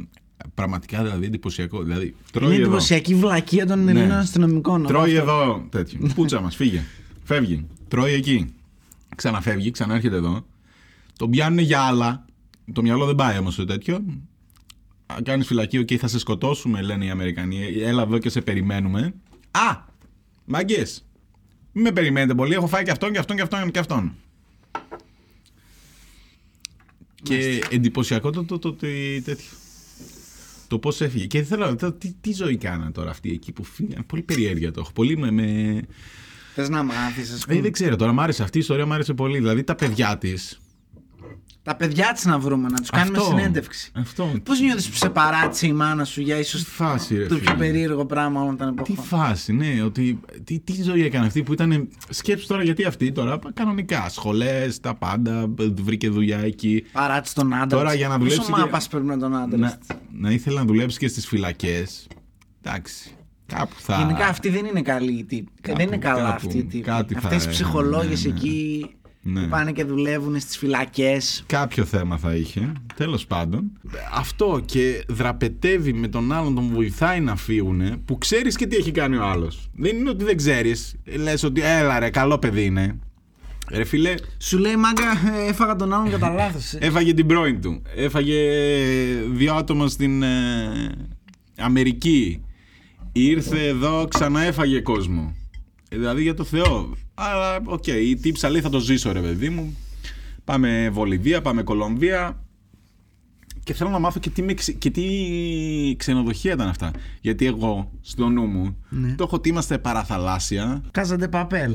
[SPEAKER 1] πραγματικά δηλαδή εντυπωσιακό. Δηλαδή,
[SPEAKER 2] Είναι
[SPEAKER 1] τρώει εδώ. Ναι.
[SPEAKER 2] εντυπωσιακή βλακεία των Ελλήνων αστυνομικών. αυτό.
[SPEAKER 1] Τρώει εδώ τέτοιο. Πούτσα μας, φύγε. Φεύγει. Τρώει εκεί. Ξαναφεύγει, ξανάρχεται εδώ. Τον πιάνουν για άλλα. Το μυαλό δεν πάει όμως το τέτοιο. Κάνεις φυλακή, οκ, θα σε σκοτώσουμε, λένε οι Αμερικανοί. Έλα εδώ και σε περιμένουμε. Α! Μαγκέ! Μην με περιμένετε πολύ. Έχω φάει και αυτόν και αυτόν και αυτόν και αυτόν. Και εντυπωσιακό το, το, το, το τέτοιο. Το πώς έφυγε. Και θέλω να ρωτάω τι, τι ζωή κάνανε τώρα αυτοί εκεί που φύγανε. Πολύ περιέργεια το έχω. Πολύ με. με...
[SPEAKER 2] Θες να μάθεις, ας
[SPEAKER 1] Ε,
[SPEAKER 2] πούμε.
[SPEAKER 1] δεν ξέρω τώρα, μ' άρεσε αυτή η ιστορία, μ' άρεσε πολύ. Δηλαδή τα παιδιά της.
[SPEAKER 2] Τα παιδιά της να βρούμε, να τους κάνουμε συνέντευξη.
[SPEAKER 1] Αυτό.
[SPEAKER 2] Πώς νιώθεις που σε παράτησε η μάνα σου για ίσως
[SPEAKER 1] Τι φάση, ρε,
[SPEAKER 2] το
[SPEAKER 1] φίλε.
[SPEAKER 2] πιο περίεργο πράγμα όλων των
[SPEAKER 1] Τι
[SPEAKER 2] εποχών.
[SPEAKER 1] φάση, ναι, ότι. Τι, τι ζωή έκανε αυτή που ήταν. Σκέψου τώρα γιατί αυτή τώρα. Κανονικά. Σχολές, τα πάντα. μπ, Βρήκε δουλειά εκεί.
[SPEAKER 2] Παράτησε τον άντρα.
[SPEAKER 1] Τώρα
[SPEAKER 2] της.
[SPEAKER 1] για να δουλέψει
[SPEAKER 2] Πόσο
[SPEAKER 1] και- Ναι.
[SPEAKER 2] μάπας πρέπει να τον άντρα.
[SPEAKER 1] Να,
[SPEAKER 2] της.
[SPEAKER 1] να ήθελε να δουλέψει και στις φυλακές. Εντάξει. Κάπου θα.
[SPEAKER 2] Γενικά αυτή δεν είναι καλή η τύπη.
[SPEAKER 1] Κάπου-
[SPEAKER 2] δεν είναι καλά
[SPEAKER 1] κάπου-
[SPEAKER 2] αυτή η τύπη.
[SPEAKER 1] κάτι θα
[SPEAKER 2] Αυτές οι
[SPEAKER 1] είναι,
[SPEAKER 2] ψυχολόγε
[SPEAKER 1] ναι, ναι.
[SPEAKER 2] εκεί
[SPEAKER 1] Ναι.
[SPEAKER 2] που πάνε και δουλεύουν στις φυλακές.
[SPEAKER 1] Κάποιο θέμα θα είχε, τέλος πάντων. Αυτό και δραπετεύει με τον άλλον, τον βοηθάει να φύγουνε, που ξέρεις και τι έχει κάνει ο άλλος. Δεν είναι ότι δεν ξέρεις, λες ότι έλα ρε, καλό παιδί είναι. Ρε φίλε,
[SPEAKER 2] Σου λέει μάγκα, «Ε, έφαγα τον άλλον κατά λάθος.
[SPEAKER 1] έφαγε την πρώην του, έφαγε δύο άτομα στην ε, Αμερική, ήρθε εδώ, ξανά έφαγε κόσμο. Ε, Δηλαδή για το Θεό. Αλλά οκ, η τύψα λέει θα το ζήσω ρε παιδί μου. Πάμε Βολιβία, πάμε Κολομβία. Και θέλω να μάθω και τι, με ξε- και τι ξενοδοχεία ήταν αυτά. Γιατί εγώ, στο νου μου, το έχω ότι είμαστε παραθαλάσσια.
[SPEAKER 2] Κάζαντε παπέλ.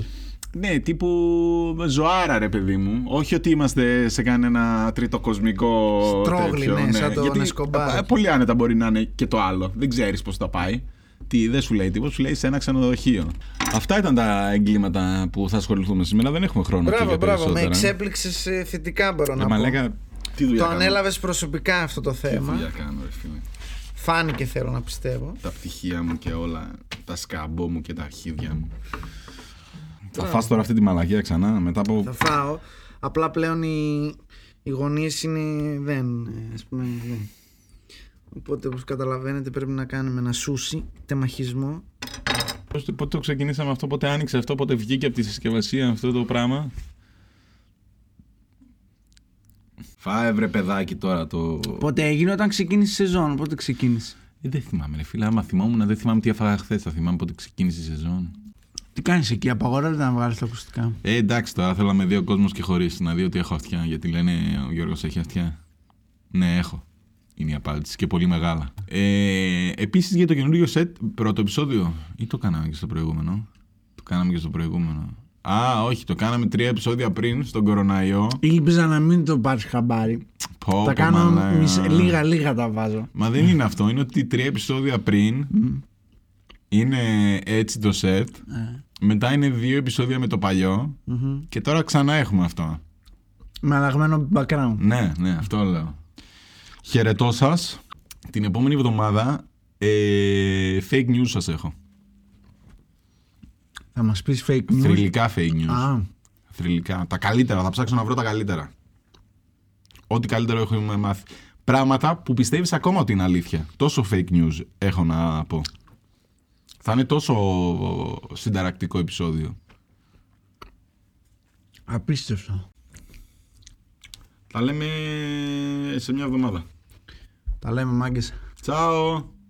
[SPEAKER 1] Ναι, τύπου ζωάρα ρε παιδί μου. Όχι ότι είμαστε σε κανένα τριτοκοσμικό
[SPEAKER 2] Στρόγγυλοι,
[SPEAKER 1] τέτοιο.
[SPEAKER 2] ναι, σαν τον Εσκομπάρ.
[SPEAKER 1] ε, Πολύ άνετα μπορεί να είναι και το άλλο. Δεν ξέρεις πώς θα πάει. Τι δεν σου λέει τίποτα, σου λέει σε ένα ξενοδοχείο. Αυτά ήταν τα εγκλήματα που θα ασχοληθούμε σήμερα. Δεν έχουμε χρόνο και για περισσότερα. ναι. Ε,
[SPEAKER 2] εξέπληξες ε, θετικά μπορώ
[SPEAKER 1] Ρε μαλάκα, τι δουλειά κάνω.
[SPEAKER 2] προσωπικά αυτό το
[SPEAKER 1] Τι δουλειά κάνω, ρε φίλε.
[SPEAKER 2] Φάνηκε θέλω να πιστεύω.
[SPEAKER 1] Τα πτυχία μου και όλα. Τα σκαμπό μου και τα αρχίδια μου. Θα φας τώρα αυτή τη μαλαγία ξανά μετά από
[SPEAKER 2] Θα φάω. Απλά πλέον οι, οι γονείς είναι. δεν. ε, Ας πούμε, δεν. Οπότε όπως καταλαβαίνετε πρέπει να κάνουμε ένα σούσι, τεμαχισμό.
[SPEAKER 1] Πώς- Πότε το ξεκινήσαμε αυτό, πότε άνοιξε αυτό, πότε βγήκε από τη συσκευασία αυτό το πράγμα. Φάε βρε παιδάκι τώρα το...
[SPEAKER 2] Πότε έγινε όταν ξεκίνησε η σεζόν, πότε ξεκίνησε.
[SPEAKER 1] Ε, δεν θυμάμαι ρε φίλε, άμα θυμόμουν δεν θυμάμαι τι έφαγα χθες, θα θυμάμαι πότε ξεκίνησε η σεζόν.
[SPEAKER 2] Τι κάνεις εκεί, απαγορεύεται να βγάλεις τα ακουστικά.
[SPEAKER 1] Ε, εντάξει τώρα, θέλω να με δει ο κόσμος και χωρίς, να δει ότι έχω αυτιά, γιατί λένε ο Γιώργος έχει αυτιά. Ναι, έχω. Είναι η απάντηση και πολύ μεγάλα. Ε, επίσης για το καινούριο σετ, πρώτο επεισόδιο, ή το κάναμε και στο προηγούμενο. Το κάναμε και στο προηγούμενο. Α, όχι, το κάναμε τρία επεισόδια πριν στον κοροναϊό.
[SPEAKER 2] Ήλπιζα να μην το πάρεις χαμπάρι.
[SPEAKER 1] Πω, πω,
[SPEAKER 2] τα κάνω
[SPEAKER 1] μαλάκα.
[SPEAKER 2] μισ- λίγα λίγα τα βάζω.
[SPEAKER 1] Μα δεν είναι αυτό, είναι ότι τρία επεισόδια πριν είναι έτσι το σετ.
[SPEAKER 2] Ε.
[SPEAKER 1] Μετά είναι δύο επεισόδια με το παλιο Και τώρα ξανά έχουμε αυτό.
[SPEAKER 2] Με αλλαγμένο background.
[SPEAKER 1] Ναι, ναι, αυτό λέω. Χαιρετώ σας. Την επόμενη εβδομάδα ε, fake news σας έχω.
[SPEAKER 2] Θα μας πεις fake news.
[SPEAKER 1] Θρηλυκά fake news.
[SPEAKER 2] Α,
[SPEAKER 1] Θρηλυκά. Τα καλύτερα. Θα ψάξω να βρω τα καλύτερα. Ό,τι καλύτερο έχουμε μάθει. Πράγματα που πιστεύεις ακόμα ότι είναι αλήθεια. Τόσο fake news έχω να πω. Θα είναι τόσο συνταρακτικό επεισόδιο.
[SPEAKER 2] απίστευτο. Τα λέμε σε μια εβδομάδα.
[SPEAKER 1] Τα λέμε μάγκες.
[SPEAKER 2] Τσάω!